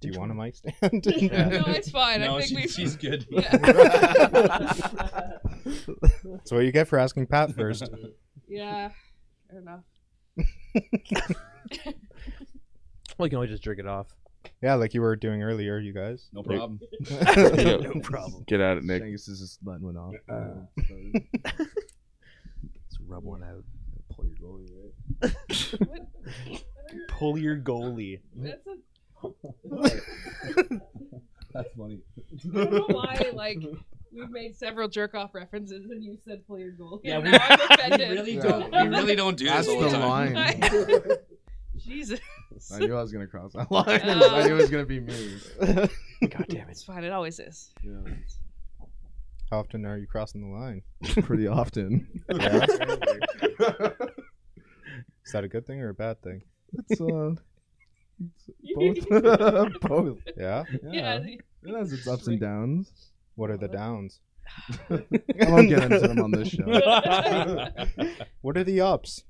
Speaker 2: Do you want a mic stand? <laughs>
Speaker 4: No, it's fine.
Speaker 7: no,
Speaker 4: I think
Speaker 7: she-
Speaker 4: we've.
Speaker 7: she's good.
Speaker 1: <laughs>
Speaker 2: That's what you get for asking
Speaker 3: <laughs>
Speaker 2: Pat first.
Speaker 4: Yeah.
Speaker 7: <laughs>
Speaker 4: Fair enough.
Speaker 1: Well, you can always just jerk it
Speaker 3: <laughs>
Speaker 1: off. <laughs>
Speaker 2: yeah, like you were doing earlier, you guys.
Speaker 7: <laughs> No problem.
Speaker 3: Yeah.
Speaker 1: No problem.
Speaker 3: Get at it, Nick.
Speaker 6: Shangus is just letting one off.
Speaker 1: Let's rub one out.
Speaker 6: Pull your goalie, right?
Speaker 4: What?
Speaker 1: Pull your goalie.
Speaker 4: That's a,
Speaker 6: <laughs>
Speaker 7: That's funny.
Speaker 4: I don't know why, like, we've made several jerk off references and you said pull your goal. <laughs>
Speaker 7: Yeah,
Speaker 4: Yeah,
Speaker 7: <laughs> we-
Speaker 4: now I'm offended.
Speaker 7: really
Speaker 6: Yeah.
Speaker 4: <laughs>
Speaker 7: don't.
Speaker 5: We really don't do
Speaker 6: That's
Speaker 5: this all
Speaker 6: the
Speaker 5: the time.
Speaker 6: line.
Speaker 4: Jesus.
Speaker 6: <laughs> I knew I was gonna cross that
Speaker 4: <laughs>
Speaker 6: line.
Speaker 4: Oh.
Speaker 6: I knew it was gonna be me.
Speaker 1: God damn it.
Speaker 4: <laughs> It's fine. It always is.
Speaker 2: How often are you crossing the line?
Speaker 6: <laughs> Pretty often.
Speaker 2: Is that a good thing or a bad thing?
Speaker 6: It's,
Speaker 4: <laughs>
Speaker 6: uh, it's <laughs> both. both.
Speaker 2: Yeah.
Speaker 4: Yeah.
Speaker 6: It has its ups and downs.
Speaker 2: What are the downs?
Speaker 6: I won't get into them on this
Speaker 4: <laughs>
Speaker 6: show.
Speaker 2: What are the ups?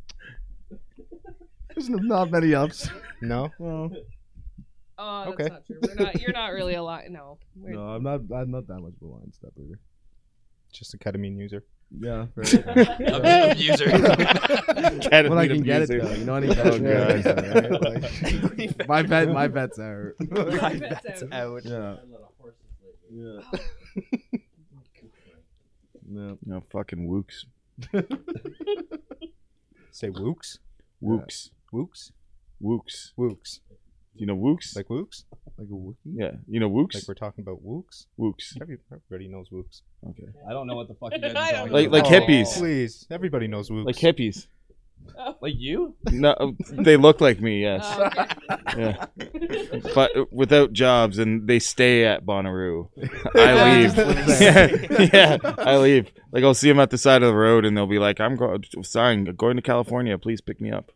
Speaker 6: There's not many ups.
Speaker 2: No.
Speaker 6: Well,
Speaker 4: Oh, that's
Speaker 2: Okay.
Speaker 4: not true. We're not, you're not really a lot. No. We're,
Speaker 6: no,
Speaker 4: <laughs>
Speaker 6: I'm not. I'm not that much of a line stepper.
Speaker 2: Just a ketamine user.
Speaker 6: <laughs> Yeah.
Speaker 5: Ab- abuser.
Speaker 6: when I can get it, though, you know what I mean.
Speaker 3: Oh,
Speaker 6: <laughs>
Speaker 3: God. <laughs>
Speaker 6: my bet, my bets
Speaker 2: <laughs>
Speaker 6: out.
Speaker 1: My
Speaker 4: That's
Speaker 1: bet's
Speaker 4: out.
Speaker 1: out.
Speaker 6: yeah. <laughs> Yeah. No.
Speaker 3: No fucking wooks.
Speaker 2: Say wooks.
Speaker 3: Wooks.
Speaker 2: Wooks.
Speaker 3: Wooks.
Speaker 2: Wooks.
Speaker 3: You know wooks?
Speaker 2: Like wooks.
Speaker 6: Like a Wookiee?
Speaker 3: yeah. You know wooks?
Speaker 2: Like we're talking about wooks.
Speaker 3: wooks.
Speaker 2: Every- Everybody knows wooks.
Speaker 3: Okay.
Speaker 7: I don't know what the fuck you guys
Speaker 4: I
Speaker 7: are
Speaker 4: don't
Speaker 7: talking
Speaker 3: Like
Speaker 7: about.
Speaker 3: like hippies.
Speaker 2: oh, Please, everybody knows wooks.
Speaker 3: Like hippies.
Speaker 7: Like you?
Speaker 3: No, they look like me. Yes.
Speaker 4: Oh, okay.
Speaker 3: yeah. But without jobs, and they stay at
Speaker 2: <laughs>
Speaker 3: Bonnaroo.
Speaker 4: Yeah,
Speaker 3: I leave.
Speaker 4: just live
Speaker 3: <laughs> yeah, yeah, I leave. Like I'll see them at the side of the road, and they'll be like, "I'm going, sign, going to California. Please pick me up."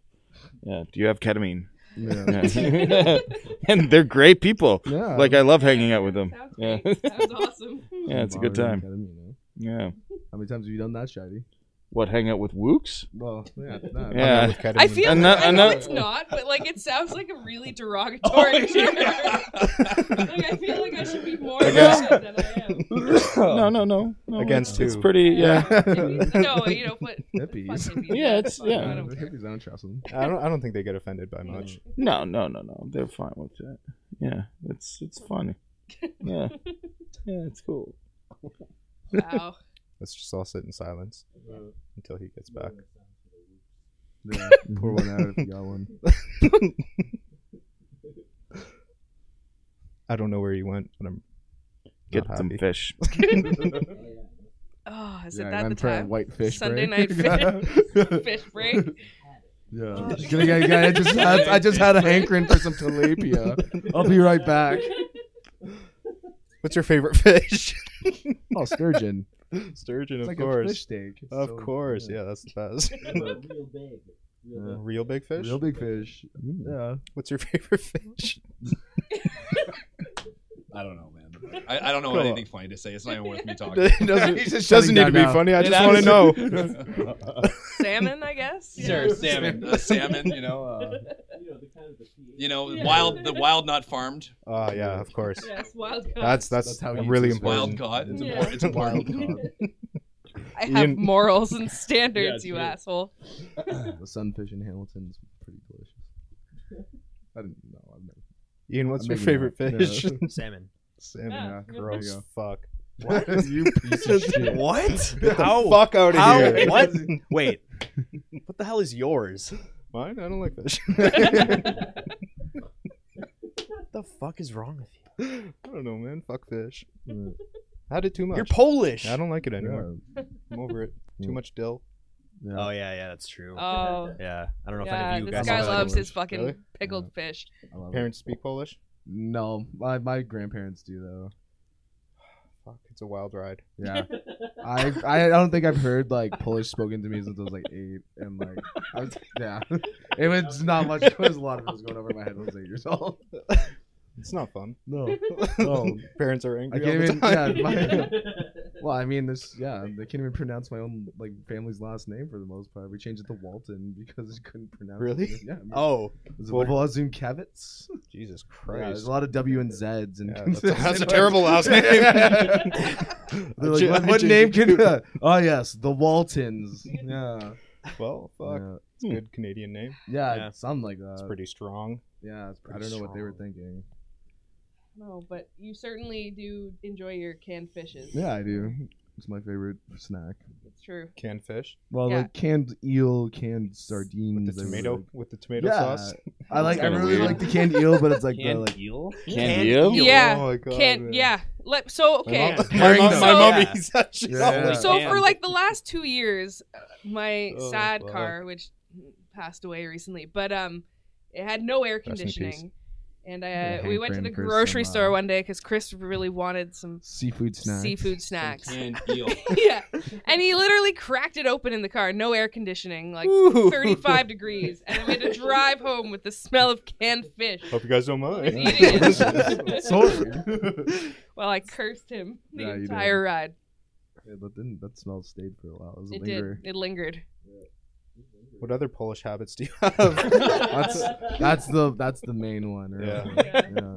Speaker 3: Yeah. Do you have ketamine?
Speaker 6: Yeah.
Speaker 3: Yeah. <laughs>
Speaker 4: <laughs>
Speaker 7: <laughs>
Speaker 3: and they're great people.
Speaker 6: Yeah.
Speaker 3: Like uh, I love hanging out with them.
Speaker 4: Sounds
Speaker 3: Yeah.
Speaker 4: great. Sounds awesome.
Speaker 3: <laughs> Yeah, it's a good
Speaker 6: Mario
Speaker 3: time.
Speaker 6: Academy, you know?
Speaker 3: Yeah.
Speaker 6: How many times have you done that, Shady?
Speaker 3: What? Hang out with Wooks?
Speaker 6: Well, yeah.
Speaker 2: I'm not
Speaker 3: Yeah.
Speaker 2: with ketamine.
Speaker 4: I feel
Speaker 3: And
Speaker 4: like,
Speaker 3: that-
Speaker 4: I
Speaker 3: and Oh,
Speaker 4: know
Speaker 3: that-
Speaker 4: it's not, but like it sounds like a really derogatory term. <laughs> like I feel like I should be more
Speaker 3: I guess-
Speaker 4: upset than I am.
Speaker 3: No, no, no. no
Speaker 2: Oh. Against
Speaker 3: it's, it's
Speaker 2: who?
Speaker 3: pretty. <laughs> Yeah.
Speaker 4: No, you know, but
Speaker 6: Hippies.
Speaker 4: fucking
Speaker 3: Yeah, it's-
Speaker 4: fine,
Speaker 3: yeah.
Speaker 4: I don't care.
Speaker 6: Hippies, I don't trust
Speaker 3: <laughs>
Speaker 6: them.
Speaker 2: I don't. I don't think they get offended by much.
Speaker 3: <laughs> No, no, no, no. They're fine with that. Yeah, it's it's funny. Yeah, yeah, it's cool.
Speaker 4: Wow.
Speaker 2: Let's just all sit in silence
Speaker 6: Mm-hmm.
Speaker 2: until he gets back.
Speaker 6: Yeah. Pour one out if you got one.
Speaker 2: I don't know where he went, but I'm
Speaker 3: Get
Speaker 2: not
Speaker 3: some
Speaker 2: happy.
Speaker 3: fish.
Speaker 4: Oh, is
Speaker 6: yeah,
Speaker 4: it that
Speaker 6: I'm
Speaker 4: the
Speaker 6: trying
Speaker 4: time?
Speaker 6: white fish
Speaker 4: Sunday
Speaker 6: break. <laughs>
Speaker 4: night Fish break. Oh,
Speaker 6: yeah. Just gonna get- I just had I just had a hankering for some
Speaker 4: <laughs>
Speaker 6: tilapia. I'll be right back.
Speaker 2: What's your favorite <laughs> fish?
Speaker 6: Oh, sturgeon.
Speaker 2: Sturgeon,
Speaker 6: It's
Speaker 2: <laughs> of
Speaker 6: like a fish
Speaker 2: course.
Speaker 6: steak. It's
Speaker 2: Of
Speaker 6: so
Speaker 2: course,
Speaker 6: good. <laughs>
Speaker 2: yeah, that's the best.
Speaker 6: Yeah.
Speaker 2: Real big fish.
Speaker 6: Real big fish. Mm. Yeah. <laughs>
Speaker 2: <laughs> What's your favorite fish?
Speaker 7: I don't know, man.
Speaker 5: I, I don't know
Speaker 2: Cool.
Speaker 5: anything funny to say. It's not even worth
Speaker 7: <laughs>
Speaker 5: me
Speaker 2: <laughs>
Speaker 5: talking.
Speaker 2: It doesn't
Speaker 6: He's just
Speaker 2: <laughs>
Speaker 6: shutting
Speaker 2: doesn't
Speaker 6: down
Speaker 2: need to be
Speaker 6: now.
Speaker 2: funny. I
Speaker 7: It
Speaker 2: just want to
Speaker 7: absolutely-
Speaker 6: <laughs>
Speaker 2: know. <laughs>
Speaker 4: Salmon, I guess. Yeah.
Speaker 7: Sure, salmon, uh, salmon. You know, uh,
Speaker 5: You know,
Speaker 4: Yeah.
Speaker 5: wild the wild not farmed,
Speaker 2: Oh yeah, of course.
Speaker 4: Yes, wild card.
Speaker 2: That's that's,
Speaker 6: That's how you
Speaker 2: really
Speaker 6: choose
Speaker 5: wild
Speaker 2: important.
Speaker 5: caught. It's
Speaker 4: Yeah.
Speaker 5: important. It's important.
Speaker 4: I have
Speaker 2: Ian-
Speaker 4: morals and standards,
Speaker 7: Yeah,
Speaker 4: you
Speaker 7: true.
Speaker 3: <laughs>
Speaker 4: asshole. Oh,
Speaker 6: <laughs> the sunfish in Hamilton is pretty delicious. I didn't know. I've never
Speaker 2: Ian, what's your
Speaker 6: Maybe
Speaker 2: favorite
Speaker 6: not.
Speaker 2: fish?
Speaker 6: Yeah.
Speaker 2: <laughs>
Speaker 1: Salmon.
Speaker 6: salmon.
Speaker 4: Yeah.
Speaker 6: yeah. There
Speaker 2: Gross.
Speaker 6: you <laughs>
Speaker 2: Fuck.
Speaker 6: go. you piece <laughs> of shit.
Speaker 1: What?
Speaker 2: Get the
Speaker 1: How?
Speaker 2: fuck out of
Speaker 1: How?
Speaker 2: here.
Speaker 1: What? Wait. What the hell is yours?
Speaker 2: Mine? I don't like fish. <laughs>
Speaker 1: What the fuck is wrong with you?
Speaker 2: I don't know, man. Fuck fish. Had it too much.
Speaker 1: You're Polish.
Speaker 2: I don't like it anymore.
Speaker 6: Yeah.
Speaker 2: I'm over it. Too
Speaker 6: Mm.
Speaker 2: much dill.
Speaker 6: Yeah.
Speaker 1: Oh yeah, yeah, that's true.
Speaker 4: Oh.
Speaker 1: yeah, I don't know if
Speaker 4: Yeah,
Speaker 1: any of you
Speaker 4: this
Speaker 1: guys.
Speaker 4: guy
Speaker 2: also
Speaker 4: loves
Speaker 2: like
Speaker 4: his fucking
Speaker 2: Really?
Speaker 4: pickled fish.
Speaker 6: I love it.
Speaker 2: Parents speak Polish.
Speaker 6: No, my, my grandparents do though.
Speaker 2: Fuck, it's a wild ride.
Speaker 6: Yeah, I I don't think I've heard like Polish spoken to me since I was like eight, and like I was yeah, <laughs> it was not much. It was a lot of it was going over my head. when I was eight years old.
Speaker 2: It's not fun.
Speaker 6: No, <laughs> no,
Speaker 2: Parents are
Speaker 6: I
Speaker 2: angry all
Speaker 6: can't
Speaker 2: the
Speaker 6: even. Yeah,
Speaker 2: time. <laughs>
Speaker 6: my, <laughs> well, I mean this. Yeah, I can't even pronounce my own like family's last name for the most part. We changed it to Walton because I couldn't pronounce.
Speaker 2: Really?
Speaker 6: It. Yeah. I mean,
Speaker 1: Oh,
Speaker 6: it was Volazunkevitz.
Speaker 2: Jesus
Speaker 6: Yeah, there's
Speaker 2: Christ.
Speaker 6: a lot of W and Z's and
Speaker 2: Yeah, that's- that's a
Speaker 6: <laughs>
Speaker 2: terrible last name. <laughs>
Speaker 6: They're like,
Speaker 2: Ju-
Speaker 6: what,
Speaker 2: I
Speaker 6: what
Speaker 2: ju-
Speaker 6: name can? Uh,
Speaker 2: <laughs>
Speaker 6: <laughs> oh yes, the Waltons. Yeah, Oh,
Speaker 2: well, fuck.
Speaker 6: yeah,
Speaker 2: It's a good Canadian name.
Speaker 6: yeah,
Speaker 1: Yeah.
Speaker 6: something like that.
Speaker 2: It's pretty strong.
Speaker 6: yeah, it's
Speaker 2: pretty
Speaker 6: I don't know what they were
Speaker 2: strong.
Speaker 6: thinking.
Speaker 4: No, but you certainly do enjoy your canned fishes.
Speaker 6: Yeah, I do. It's my favorite snack.
Speaker 4: It's true.
Speaker 2: Canned fish
Speaker 6: Well,
Speaker 4: Yeah.
Speaker 6: like canned eel, canned sardines,
Speaker 2: with the
Speaker 6: I really
Speaker 2: tomato
Speaker 6: like.
Speaker 2: with the tomato
Speaker 6: Yeah.
Speaker 2: sauce.
Speaker 6: I like. I
Speaker 3: kinda
Speaker 6: really
Speaker 3: weird.
Speaker 6: like the canned eel, but it's like the
Speaker 7: canned
Speaker 6: like.
Speaker 7: eel.
Speaker 3: Canned eel?
Speaker 4: Yeah.
Speaker 6: Oh my god.
Speaker 4: Can't, yeah. Let, so, okay.
Speaker 2: My mom,
Speaker 4: So-
Speaker 2: my mom
Speaker 3: <laughs>
Speaker 2: eats that shit.
Speaker 6: Yeah.
Speaker 2: all the
Speaker 4: So
Speaker 7: Damn.
Speaker 4: for like the last two years, uh, my
Speaker 2: Oh,
Speaker 4: sad
Speaker 2: fuck.
Speaker 4: car, which passed away recently, but um, It had no air
Speaker 2: in peace.
Speaker 4: conditioning. And
Speaker 6: Yeah,
Speaker 4: uh, we
Speaker 6: Hank
Speaker 4: went to the
Speaker 6: Green for
Speaker 4: grocery
Speaker 6: some, uh,
Speaker 4: store one day because Chris really wanted some
Speaker 6: Seafood snacks. <laughs>
Speaker 4: seafood snacks.
Speaker 5: Canned
Speaker 7: <laughs>
Speaker 5: eel.
Speaker 4: <laughs> yeah. And he literally cracked it open in the car. No air conditioning, like 35 degrees. And then we had to drive home with the smell of canned fish.
Speaker 2: Hope you guys
Speaker 4: He's
Speaker 2: don't
Speaker 6: <laughs>
Speaker 2: <laughs> mind.
Speaker 4: eating it. <laughs>
Speaker 6: Sorry.
Speaker 4: Well, I cursed him the
Speaker 6: Yeah, you did.
Speaker 4: entire ride.
Speaker 6: that didn't. That smell stayed for a while. It was
Speaker 4: It did. It lingered.
Speaker 2: What other Polish habits do you have?
Speaker 6: That's that's the that's the main one. Right?
Speaker 2: Yeah.
Speaker 6: Yeah.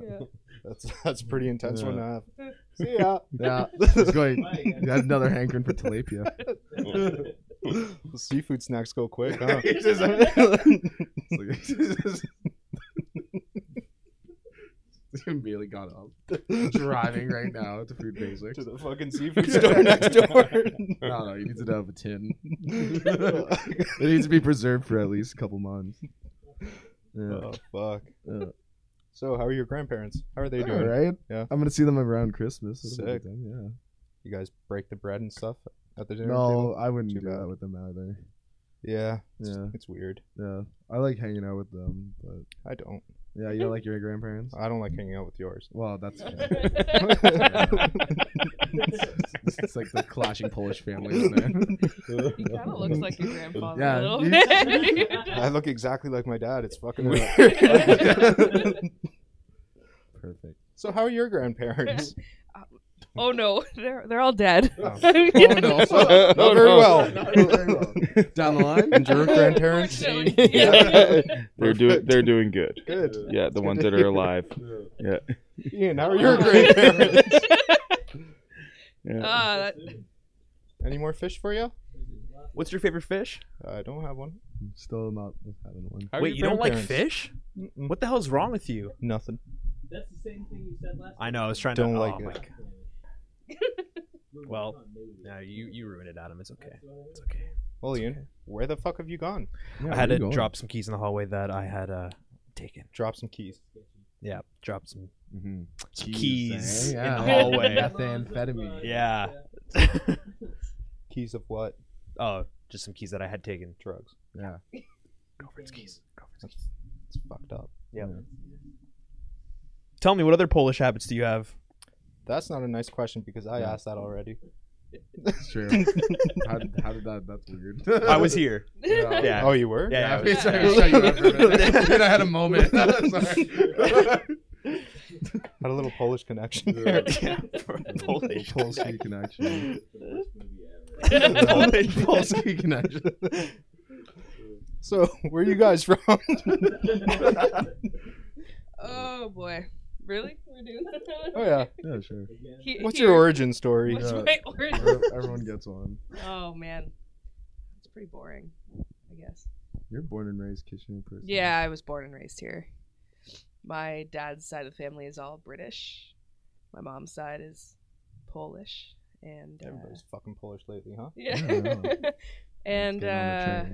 Speaker 2: that's <laughs> that's a pretty intense
Speaker 6: Yeah.
Speaker 2: one to have. See ya.
Speaker 6: Yeah. He's going. He had another hankering for tilapia.
Speaker 2: Seafood snacks go quick,
Speaker 6: <laughs>
Speaker 2: huh?
Speaker 6: It's like- He immediately got up, driving right now to Food <laughs> Basics.
Speaker 2: to
Speaker 3: <laughs>
Speaker 2: the fucking seafood store next door.
Speaker 6: No, no, he needs to have a <laughs> tin. it needs to be preserved for at least a couple months. Yeah.
Speaker 2: oh fuck.
Speaker 6: Yeah.
Speaker 2: So, how are your grandparents? How are they
Speaker 6: All
Speaker 2: doing?
Speaker 6: right.
Speaker 2: Yeah.
Speaker 6: I'm gonna see them around Christmas. It'll be
Speaker 2: Sick.
Speaker 6: good, Yeah.
Speaker 2: You guys break the bread and stuff at the dinner
Speaker 6: No,
Speaker 2: table?
Speaker 6: I wouldn't
Speaker 2: Too
Speaker 6: do
Speaker 2: bad.
Speaker 6: that with them either.
Speaker 2: Yeah. It's,
Speaker 6: Yeah.
Speaker 2: it's weird.
Speaker 6: Yeah. I like hanging out with them, but
Speaker 2: I don't.
Speaker 6: yeah, you don't like your grandparents.
Speaker 2: I don't like hanging out with yours.
Speaker 6: <laughs> Well, that's fair.
Speaker 2: It's-
Speaker 6: it's like the clashing Polish family. isn't <laughs> it?
Speaker 4: He kind of looks like
Speaker 2: <laughs>
Speaker 4: your grandfather
Speaker 6: Yeah,
Speaker 4: a little
Speaker 6: you-
Speaker 4: bit.
Speaker 2: I look exactly like my dad. It's fucking weird.
Speaker 6: Perfect.
Speaker 2: <laughs> So, how are your grandparents?
Speaker 4: <laughs> oh no, they're they're all dead. <laughs>
Speaker 2: Oh.
Speaker 6: <laughs> no.
Speaker 2: Not
Speaker 3: No,
Speaker 2: very
Speaker 3: no.
Speaker 2: well.
Speaker 6: <laughs> Down the line.
Speaker 2: And your grandparents?
Speaker 4: Unfortunately.
Speaker 3: they're doing
Speaker 2: Perfect.
Speaker 3: they're doing good.
Speaker 2: Good.
Speaker 3: Yeah, the ones that are
Speaker 2: <laughs>
Speaker 3: alive.
Speaker 2: Ian, how are
Speaker 6: <laughs>
Speaker 2: your grandparents?
Speaker 3: Yeah.
Speaker 4: <laughs>
Speaker 2: Uh,
Speaker 4: Ah, that-
Speaker 2: Any more fish for you?
Speaker 1: <laughs> What's your favorite fish?
Speaker 2: I don't have one.
Speaker 6: Still not having one.
Speaker 2: How are
Speaker 1: Wait, you
Speaker 2: your
Speaker 1: don't like
Speaker 2: grandparents?
Speaker 1: fish?
Speaker 2: Mm-mm.
Speaker 1: What the hell's wrong with you?
Speaker 2: Nothing.
Speaker 7: That's the same thing you said last
Speaker 1: I know. I was trying
Speaker 2: Don't
Speaker 1: to.
Speaker 2: like
Speaker 1: oh,
Speaker 2: it.
Speaker 1: my God. Well, no, you you ruined it, Adam. It's okay. It's okay.
Speaker 2: Well, Ian, where the fuck have you gone?
Speaker 1: I had to drop some keys in the hallway that I had uh taken.
Speaker 2: Drop some keys.
Speaker 1: Yeah, dropped some,
Speaker 6: mm
Speaker 1: some keys,
Speaker 6: eh?
Speaker 1: in the
Speaker 6: Yeah.
Speaker 1: <laughs>
Speaker 6: <laughs>
Speaker 1: hallway.
Speaker 6: Methamphetamine.
Speaker 1: yeah.
Speaker 2: Keys of what?
Speaker 1: oh, just some keys that I had taken.
Speaker 2: Drugs.
Speaker 6: Yeah.
Speaker 1: Girlfriend's keys. Girlfriend's keys.
Speaker 2: That's, it's fucked up. Mm.
Speaker 1: Tell me, what other Polish habits do you have?
Speaker 2: That's not a nice question because I
Speaker 6: Yeah.
Speaker 2: asked that already.
Speaker 1: <laughs>
Speaker 6: It's true. how, did, how did that? That's weird.
Speaker 1: I was here. Yeah.
Speaker 2: <laughs> Oh, you were?
Speaker 1: Yeah. I
Speaker 6: <laughs> Yeah, yeah,
Speaker 1: was-
Speaker 6: sorry, <laughs> sorry, you were for a
Speaker 1: <laughs>
Speaker 6: minute. Dude, I had a moment. <laughs> Sorry.
Speaker 2: <laughs> Had a little Polish connection there.
Speaker 6: <laughs>
Speaker 1: yeah. Polish.
Speaker 6: Polsky connection. <laughs>
Speaker 1: Polish. Polish.
Speaker 6: Polsky connection.
Speaker 2: So, where are you guys
Speaker 6: <laughs>
Speaker 2: from?
Speaker 4: <laughs>
Speaker 2: <laughs>
Speaker 4: oh boy, really? We're doing that?
Speaker 2: oh, yeah.
Speaker 6: Yeah, sure.
Speaker 4: He-
Speaker 2: What's
Speaker 4: he-
Speaker 2: your origin Uh, story?
Speaker 4: What's
Speaker 6: Yeah.
Speaker 4: my origin?
Speaker 6: Everyone- Everyone gets one.
Speaker 4: Oh man, it's pretty boring. I guess.
Speaker 6: You're born and raised Kitchener person.
Speaker 4: Yeah, I was born and raised here. My dad's side of the family is all British. My mom's side is Polish, and uh,
Speaker 2: Everybody's fucking Polish lately,
Speaker 1: <laughs>
Speaker 2: huh?
Speaker 4: yeah,
Speaker 6: Yeah, I know.
Speaker 4: <laughs> and uh,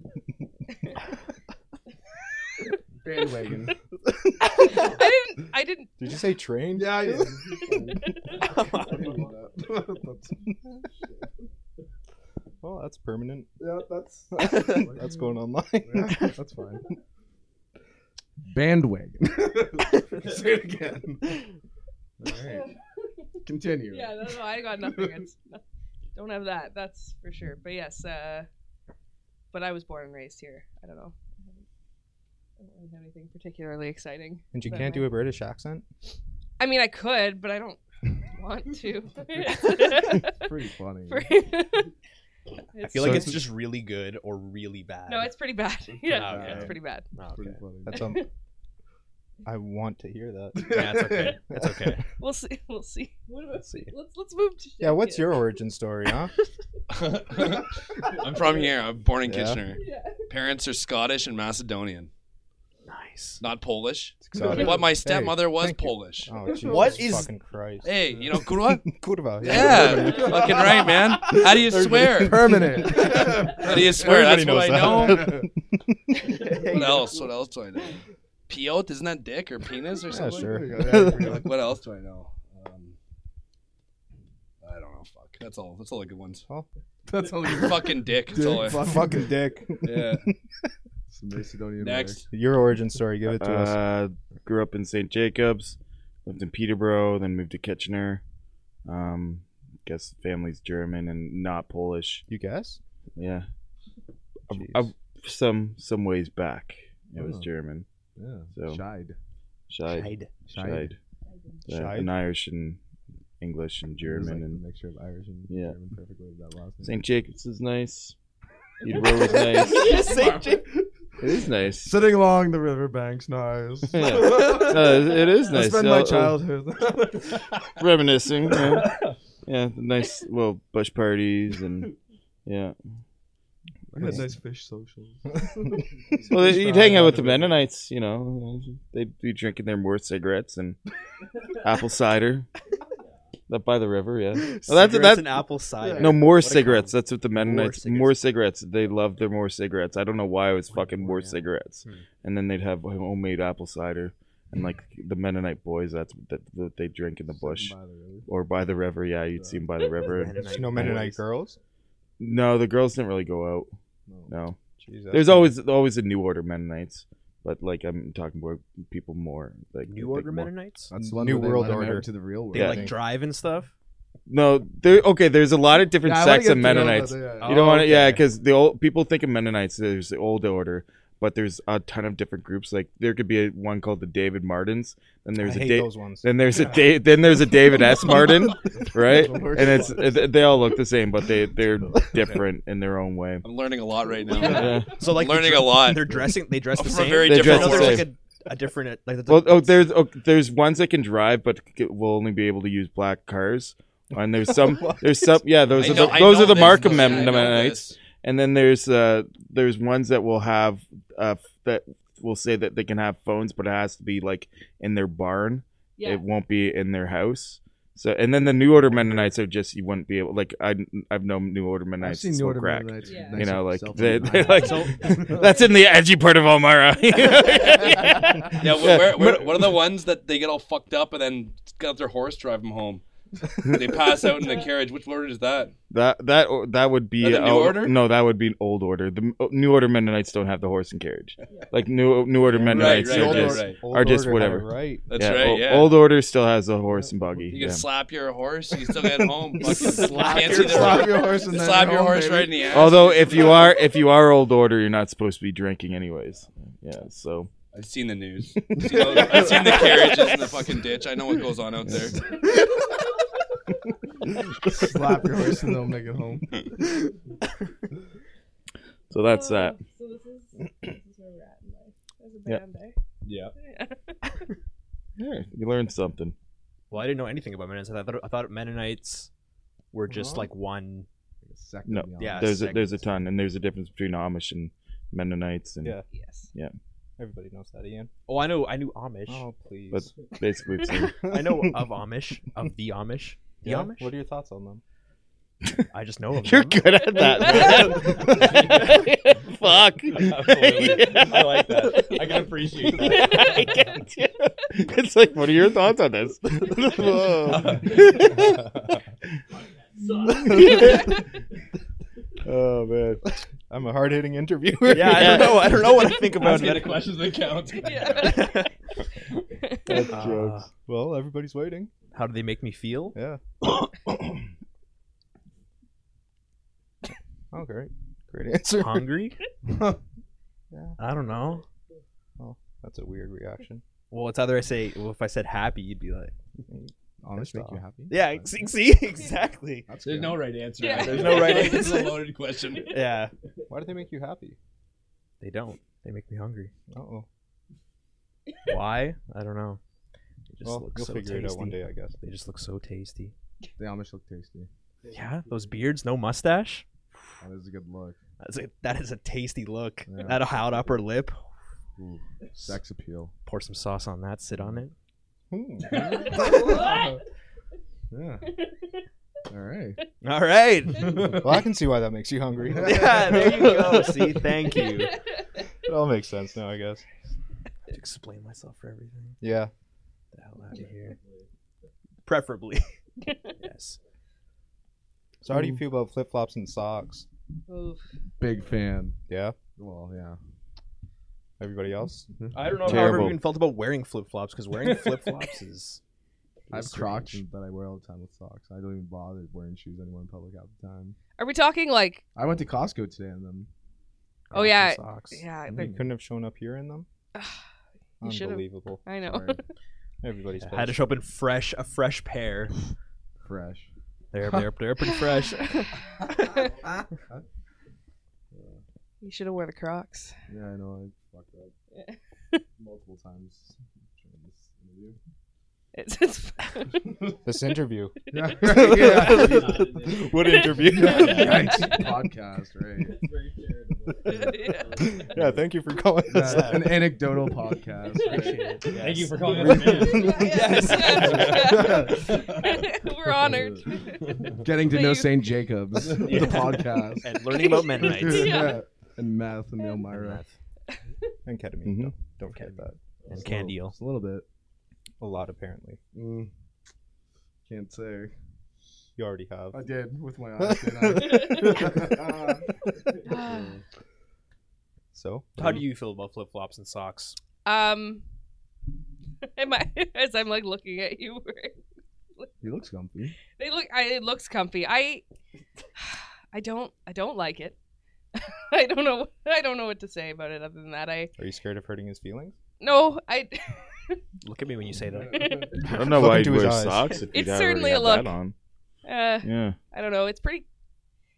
Speaker 4: <laughs>
Speaker 6: bandwagon.
Speaker 4: I didn't.
Speaker 6: <laughs>
Speaker 4: I didn't.
Speaker 2: Did you say train?
Speaker 6: Yeah, I did. <laughs>
Speaker 2: Well, that's permanent.
Speaker 6: yeah, Oh, <laughs> that's
Speaker 2: that's going online.
Speaker 6: Yeah, that's fine. Bandwagon. <laughs> Say it again. All right. Continue.
Speaker 4: Yeah, no, no, I got nothing. It's, don't have that. That's for sure. But yes, uh, but I was born and raised here. I don't know. I don't really have anything particularly exciting.
Speaker 2: And you
Speaker 4: about
Speaker 2: can't
Speaker 4: my-
Speaker 2: do a British accent?
Speaker 4: I mean, I could, but I
Speaker 2: <laughs>
Speaker 4: don't want <laughs> to.
Speaker 6: Pretty funny.
Speaker 4: For- <laughs>
Speaker 1: I feel
Speaker 2: So
Speaker 1: like
Speaker 2: it's-
Speaker 1: it's just really good or really bad.
Speaker 4: no, it's pretty bad. <laughs> Yeah,
Speaker 1: Okay.
Speaker 4: it's pretty bad.
Speaker 6: <laughs>
Speaker 1: Oh, okay.
Speaker 6: Pretty funny.
Speaker 1: <laughs>
Speaker 2: That's um. I want to hear that.
Speaker 1: Yeah, it's okay. It's okay.
Speaker 4: We'll see. <laughs> We'll see. What about
Speaker 1: See.
Speaker 4: Let's let's move to.
Speaker 2: Yeah, what's your origin story,
Speaker 1: <laughs>
Speaker 2: huh?
Speaker 5: I'm from here. I'm born in
Speaker 2: Yeah.
Speaker 5: Kitchener.
Speaker 4: Yeah.
Speaker 2: <laughs>
Speaker 5: Parents are Scottish and Macedonian,
Speaker 1: Nice.
Speaker 5: not Polish.
Speaker 2: exotic.
Speaker 5: But my
Speaker 2: Hey,
Speaker 5: stepmother was
Speaker 2: thank you.
Speaker 5: Polish.
Speaker 2: Oh, Jesus
Speaker 1: What is-
Speaker 2: fucking
Speaker 1: <laughs>
Speaker 2: Christ?
Speaker 5: Hey, you
Speaker 7: <laughs>
Speaker 5: know kurwa?
Speaker 2: Kurva.
Speaker 5: Yeah, fucking right, man. How do you swear?
Speaker 6: Permanent.
Speaker 5: How do you swear? That's what
Speaker 6: <laughs>
Speaker 5: I know.
Speaker 2: know.
Speaker 5: What else? What else do I know? Peot? Isn't that dick or penis or
Speaker 2: yeah,
Speaker 5: something?
Speaker 2: sure.
Speaker 5: Like, what else do I know? Um, I don't know. Fuck. That's all. That's all the good ones.
Speaker 6: <laughs> That's all you
Speaker 5: <laughs>
Speaker 2: <laughs>
Speaker 5: Fucking dick. That's all I.
Speaker 2: Fucking dick.
Speaker 5: Yeah.
Speaker 6: Macy don't even
Speaker 5: Next.
Speaker 2: Your origin story. Give it to us.
Speaker 3: Uh, grew up in St. Jacobs, lived in Peterborough, then moved to Kitchener. Um, guess family's German and not Polish.
Speaker 2: You guess?
Speaker 3: Yeah, I've-
Speaker 2: Jeez.
Speaker 3: I've- some some ways back it was
Speaker 2: Oh.
Speaker 3: German.
Speaker 2: Yeah.
Speaker 3: So
Speaker 6: Shied.
Speaker 3: Scheid, Scheid, Yeah,
Speaker 2: Scheid.
Speaker 3: and Irish and English and
Speaker 6: It was
Speaker 3: German
Speaker 6: like
Speaker 3: and
Speaker 6: a mixture of Irish and
Speaker 3: Yeah.
Speaker 6: German perfectly with that last name.
Speaker 3: St. Jacobs is nice. Peterborough was nice.
Speaker 4: <laughs>
Speaker 3: It is nice.
Speaker 6: Sitting along the riverbanks, nice. <laughs>
Speaker 3: <laughs> Yeah. No, it- it is nice.
Speaker 6: I spent my
Speaker 3: Uh, uh,
Speaker 6: childhood. <laughs>
Speaker 3: reminiscing. Yeah. yeah, the nice little bush parties and yeah.
Speaker 6: I had nice fish socials.
Speaker 3: <laughs>
Speaker 6: <laughs>
Speaker 3: Well, they, you'd hang out with the Mennonites, you know. They'd be drinking their more cigarettes and apple cider. Up by the river, yeah. Well, that's
Speaker 1: Cigarettes
Speaker 3: that's
Speaker 1: and apple cider.
Speaker 3: no more
Speaker 1: What a
Speaker 3: cigarettes.
Speaker 1: combo.
Speaker 3: That's what the Mennonites
Speaker 1: cigarettes.
Speaker 3: more cigarettes. They loved their more cigarettes. I don't know why it was fucking more
Speaker 1: yeah.
Speaker 3: cigarettes.
Speaker 1: Hmm.
Speaker 3: And then they'd have homemade apple cider and like the Mennonite boys. That's what that, that they drink in the bush or by the river. Yeah, you'd see them by the river.
Speaker 1: Mennonite
Speaker 2: no Mennonite
Speaker 1: boys.
Speaker 2: girls.
Speaker 3: No, the girls didn't really go out. No,
Speaker 2: Jeez, that's-
Speaker 3: there's always always a new order Mennonites, but like I'm talking about people more like
Speaker 1: New
Speaker 3: like
Speaker 1: Order
Speaker 3: more-
Speaker 1: Mennonites?
Speaker 6: That's the one
Speaker 2: New
Speaker 6: where they
Speaker 2: World
Speaker 6: let 'em out
Speaker 2: Order.
Speaker 6: to the real world.
Speaker 1: They
Speaker 3: Yeah.
Speaker 1: like drive and stuff.
Speaker 5: <laughs>
Speaker 3: No, there. Okay, there's a lot of different sects of Mennonites. You
Speaker 2: Oh,
Speaker 3: don't want to, yeah, because the old people think of Mennonites. There's the old order, but there's a ton of different groups. Like there could be a, one called the David Martins, then
Speaker 2: I
Speaker 3: there's a
Speaker 2: hate
Speaker 3: da-
Speaker 2: those ones.
Speaker 3: then
Speaker 2: <laughs>
Speaker 3: there's a da- then there's a David S. Martin, right? And it's they all look the same, but they
Speaker 2: <laughs>
Speaker 3: they're different in their own way.
Speaker 5: I'm learning a lot right now.
Speaker 3: <laughs> Yeah.
Speaker 1: So like
Speaker 5: learning
Speaker 1: they're,
Speaker 5: a lot.
Speaker 1: They're dressing. They
Speaker 5: <laughs>
Speaker 1: dress the
Speaker 5: From a
Speaker 1: same.
Speaker 5: very
Speaker 3: They
Speaker 5: different
Speaker 1: No,
Speaker 3: dress the
Speaker 1: there's
Speaker 5: world.
Speaker 1: like a, a different like the,
Speaker 3: Well, oh, there's oh, there's ones that can drive, but c- will only be able to use black cars. And there's
Speaker 2: <laughs>
Speaker 3: some, there's some, yeah. Those
Speaker 5: I
Speaker 3: are
Speaker 5: know-
Speaker 3: the,
Speaker 5: I
Speaker 3: those
Speaker 5: know
Speaker 3: are the
Speaker 5: this,
Speaker 3: Markham
Speaker 5: though.
Speaker 3: Men-
Speaker 5: I know
Speaker 3: Mennonites.
Speaker 5: this.
Speaker 3: And then there's uh, there's ones that will have uh, f- that will say that they can have phones, but it has to be like in their barn.
Speaker 4: Yeah.
Speaker 3: It won't be in their house. So, and then the New Order Mennonites are just you wouldn't be able like I <laughs> I've known New Order
Speaker 6: I've
Speaker 3: Mennonites.
Speaker 6: seen
Speaker 3: smoke
Speaker 6: New Order
Speaker 3: crack.
Speaker 6: Mennonites.
Speaker 4: Yeah.
Speaker 6: with
Speaker 3: You know, like
Speaker 6: nicer
Speaker 3: they,
Speaker 6: self-
Speaker 3: they're like <laughs> that's in the edgy part of <laughs> Elmira.
Speaker 5: Yeah, where, where, where, what are the ones that they get all fucked up and then get out their horse, drive them home? they pass out in the carriage. Which order is that?
Speaker 3: That that or- that would be
Speaker 5: Are they New
Speaker 3: oh,
Speaker 5: Order?
Speaker 3: No, that would be an old order. The m- new order Mennonites don't have the horse and carriage. Like new new order <laughs> Mennonites
Speaker 5: right,
Speaker 3: are
Speaker 5: old
Speaker 3: just
Speaker 5: order. right.
Speaker 2: Old
Speaker 3: are just
Speaker 2: Order had it
Speaker 3: whatever.
Speaker 2: Right.
Speaker 5: That's
Speaker 3: yeah,
Speaker 5: right.
Speaker 3: o-
Speaker 5: Yeah.
Speaker 3: Old order still has a horse and buggy.
Speaker 5: you can
Speaker 3: yeah.
Speaker 5: slap your horse. You still get home. Fucking
Speaker 1: Slap
Speaker 5: can't
Speaker 1: your-
Speaker 5: see the
Speaker 6: Slap
Speaker 5: road.
Speaker 6: your horse and then
Speaker 5: Slap your
Speaker 6: home,
Speaker 5: horse
Speaker 6: baby.
Speaker 5: right in the ass.
Speaker 3: Although if you are if you are old order, you're not supposed to be drinking anyways. Yeah, so
Speaker 5: I've seen
Speaker 1: <laughs>
Speaker 5: the news. I've seen, those- I've seen the carriages in the fucking ditch. I know what goes on out there.
Speaker 6: <laughs>
Speaker 5: <laughs>
Speaker 6: Slap your horse and they'll make it home.
Speaker 3: so that's that.
Speaker 4: So this is,
Speaker 2: <clears throat>
Speaker 4: this is where we're at in life. There's a
Speaker 3: Yeah.
Speaker 4: band there.
Speaker 7: Yeah.
Speaker 4: <laughs> Yeah.
Speaker 3: Yeah, you learned something.
Speaker 1: Well, I didn't know anything about Mennonites. I thought I thought Mennonites were just
Speaker 6: Uh-huh.
Speaker 1: like one.
Speaker 6: Second
Speaker 3: No,
Speaker 6: beyond. <laughs>
Speaker 1: yeah.
Speaker 3: There's a,
Speaker 1: sick.
Speaker 3: there's a ton, and there's a difference between Amish and Mennonites, and
Speaker 2: Yeah.
Speaker 4: Yes. <laughs>
Speaker 2: Everybody knows that, Ian.
Speaker 1: Oh, I know. I knew Amish.
Speaker 2: Oh please.
Speaker 3: But- basically the same.
Speaker 7: <laughs>
Speaker 1: I know of Amish, of the Amish, the
Speaker 2: Yeah?
Speaker 1: Amish.
Speaker 2: What are your thoughts
Speaker 1: <laughs>
Speaker 2: on them?
Speaker 1: I just know of
Speaker 3: You're
Speaker 1: them.
Speaker 3: good at
Speaker 7: <laughs>
Speaker 3: that. man. Fuck.
Speaker 7: Absolutely. I like that. I can appreciate that.
Speaker 3: I can't
Speaker 4: <laughs>
Speaker 3: do it. <laughs> It's like, what are your thoughts on
Speaker 7: <laughs>
Speaker 3: this? <laughs>
Speaker 2: Oh man, I'm a hard-hitting interviewer.
Speaker 1: Yeah, I don't know. I don't know what I think about
Speaker 7: Ask me the
Speaker 1: it.
Speaker 7: questions that
Speaker 1: <laughs>
Speaker 7: count.
Speaker 4: Yeah.
Speaker 2: That's
Speaker 1: Uh,
Speaker 2: jokes. Well, everybody's waiting.
Speaker 1: How do they make me feel?
Speaker 2: Yeah. oh, great, great answer.
Speaker 1: Hungry?
Speaker 2: Yeah.
Speaker 1: I don't know.
Speaker 2: That's a weird reaction.
Speaker 1: Well, it's either I say, well, if I said happy, you'd be like,
Speaker 6: Honest make you
Speaker 2: off.
Speaker 6: happy.
Speaker 1: yeah, see, see? <laughs> exactly.
Speaker 6: That's
Speaker 7: There's
Speaker 6: good.
Speaker 7: no right answer.
Speaker 4: Yeah.
Speaker 1: There's no
Speaker 5: <laughs>
Speaker 1: right
Speaker 7: This is a
Speaker 1: answer.
Speaker 7: loaded question.
Speaker 1: Yeah,
Speaker 2: Why do they make you happy?
Speaker 1: they don't. They make me hungry.
Speaker 2: Uh oh.
Speaker 1: Why? I don't know. They just
Speaker 2: Well,
Speaker 1: look
Speaker 2: you'll
Speaker 1: so
Speaker 2: figure
Speaker 1: tasty.
Speaker 2: it out one day, I guess.
Speaker 1: They just look so tasty.
Speaker 6: The Amish look tasty.
Speaker 1: Yeah, those beards, no mustache.
Speaker 6: That is a good look.
Speaker 1: That's a, that is a tasty look.
Speaker 6: Yeah.
Speaker 1: That hot upper lip.
Speaker 6: Ooh, sex appeal.
Speaker 1: Pour some sauce on that. Sit on it.
Speaker 2: Hmm.
Speaker 1: <laughs>
Speaker 6: Yeah. All right. <laughs>
Speaker 1: All right.
Speaker 2: Well, I can see why that makes you <laughs> hungry.
Speaker 1: <laughs> yeah, there you
Speaker 2: <laughs>
Speaker 1: go. See, thank you.
Speaker 2: It all makes sense now, I guess.
Speaker 1: To explain myself for everything.
Speaker 2: Yeah.
Speaker 1: The hell out of here. Preferably. <laughs> yes.
Speaker 2: So, how do you feel about flip flops and socks?
Speaker 4: Oof.
Speaker 6: Big fan.
Speaker 2: Yeah.
Speaker 6: Well, yeah.
Speaker 2: Everybody else?
Speaker 1: I don't know how I've
Speaker 3: Terrible.
Speaker 1: ever even felt about wearing flip flops because
Speaker 2: <laughs>
Speaker 1: wearing flip flops is.
Speaker 6: I have
Speaker 1: is
Speaker 6: Crocs
Speaker 1: strange.
Speaker 6: that I wear all the time with socks. I don't even bother wearing shoes anymore in public half the time.
Speaker 4: Are we talking like
Speaker 6: I went to Costco today in them.
Speaker 4: Oh, yeah.
Speaker 6: and Socks.
Speaker 4: yeah?
Speaker 2: You
Speaker 4: they're-
Speaker 2: couldn't have shown up here in them.
Speaker 4: <sighs> You should've.
Speaker 2: Unbelievable.
Speaker 4: I know.
Speaker 6: Sorry.
Speaker 2: Everybody's
Speaker 1: I had to show up in fresh, a fresh pair.
Speaker 6: Fresh.
Speaker 1: They're <laughs> they're, they're pretty fresh.
Speaker 4: <laughs>
Speaker 6: Ah.
Speaker 4: you should have worn the Crocs.
Speaker 6: Yeah, I know. I fucked up <laughs> multiple times during this interview.
Speaker 4: It's,
Speaker 2: <laughs>
Speaker 4: it's
Speaker 2: this interview.
Speaker 6: Yeah.
Speaker 7: <laughs>
Speaker 2: what interview?
Speaker 6: Yikes. Podcast, right?
Speaker 4: Yeah.
Speaker 2: <laughs> yeah, thank you for calling us
Speaker 6: Yeah,
Speaker 2: that.
Speaker 6: an anecdotal podcast. right?
Speaker 7: Thank you for calling us a man.
Speaker 4: Yes. We're
Speaker 2: <laughs>
Speaker 4: honored.
Speaker 6: Getting to
Speaker 4: But
Speaker 6: know
Speaker 4: you-
Speaker 6: St. <laughs> Jacob's, the <laughs> podcast.
Speaker 1: <laughs> and learning about <laughs> Mennonites
Speaker 6: <laughs> Yeah. And math and Elmira.
Speaker 2: <laughs> And ketamine.
Speaker 3: Mhm.
Speaker 2: Don't, don't care that.
Speaker 1: and Candiel.
Speaker 6: Just a little bit.
Speaker 2: A lot, apparently.
Speaker 6: Mm. Can't say.
Speaker 2: You already have.
Speaker 6: I did with my eyes. <laughs> didn't I? Uh,
Speaker 2: So?
Speaker 1: How do you feel about flip flops and socks?
Speaker 4: <sighs> um, am I, as I'm like looking at you,
Speaker 6: he looks <laughs> comfy.
Speaker 4: they look. I, it looks comfy. I, I don't. I don't like it. <laughs> I don't know. I don't know what to say about it other than that. I
Speaker 2: Are you scared of hurting his feelings?
Speaker 4: no. I. <laughs>
Speaker 1: Look at me when you say that.
Speaker 3: I
Speaker 2: <laughs>
Speaker 3: don't know
Speaker 2: Look
Speaker 3: why
Speaker 2: into
Speaker 3: you
Speaker 2: his
Speaker 3: wear
Speaker 2: eyes.
Speaker 3: socks. If
Speaker 4: It's
Speaker 3: you'd already
Speaker 4: certainly a
Speaker 3: had
Speaker 4: look.
Speaker 3: That on.
Speaker 4: Uh,
Speaker 3: Yeah.
Speaker 4: I don't know. It's pretty.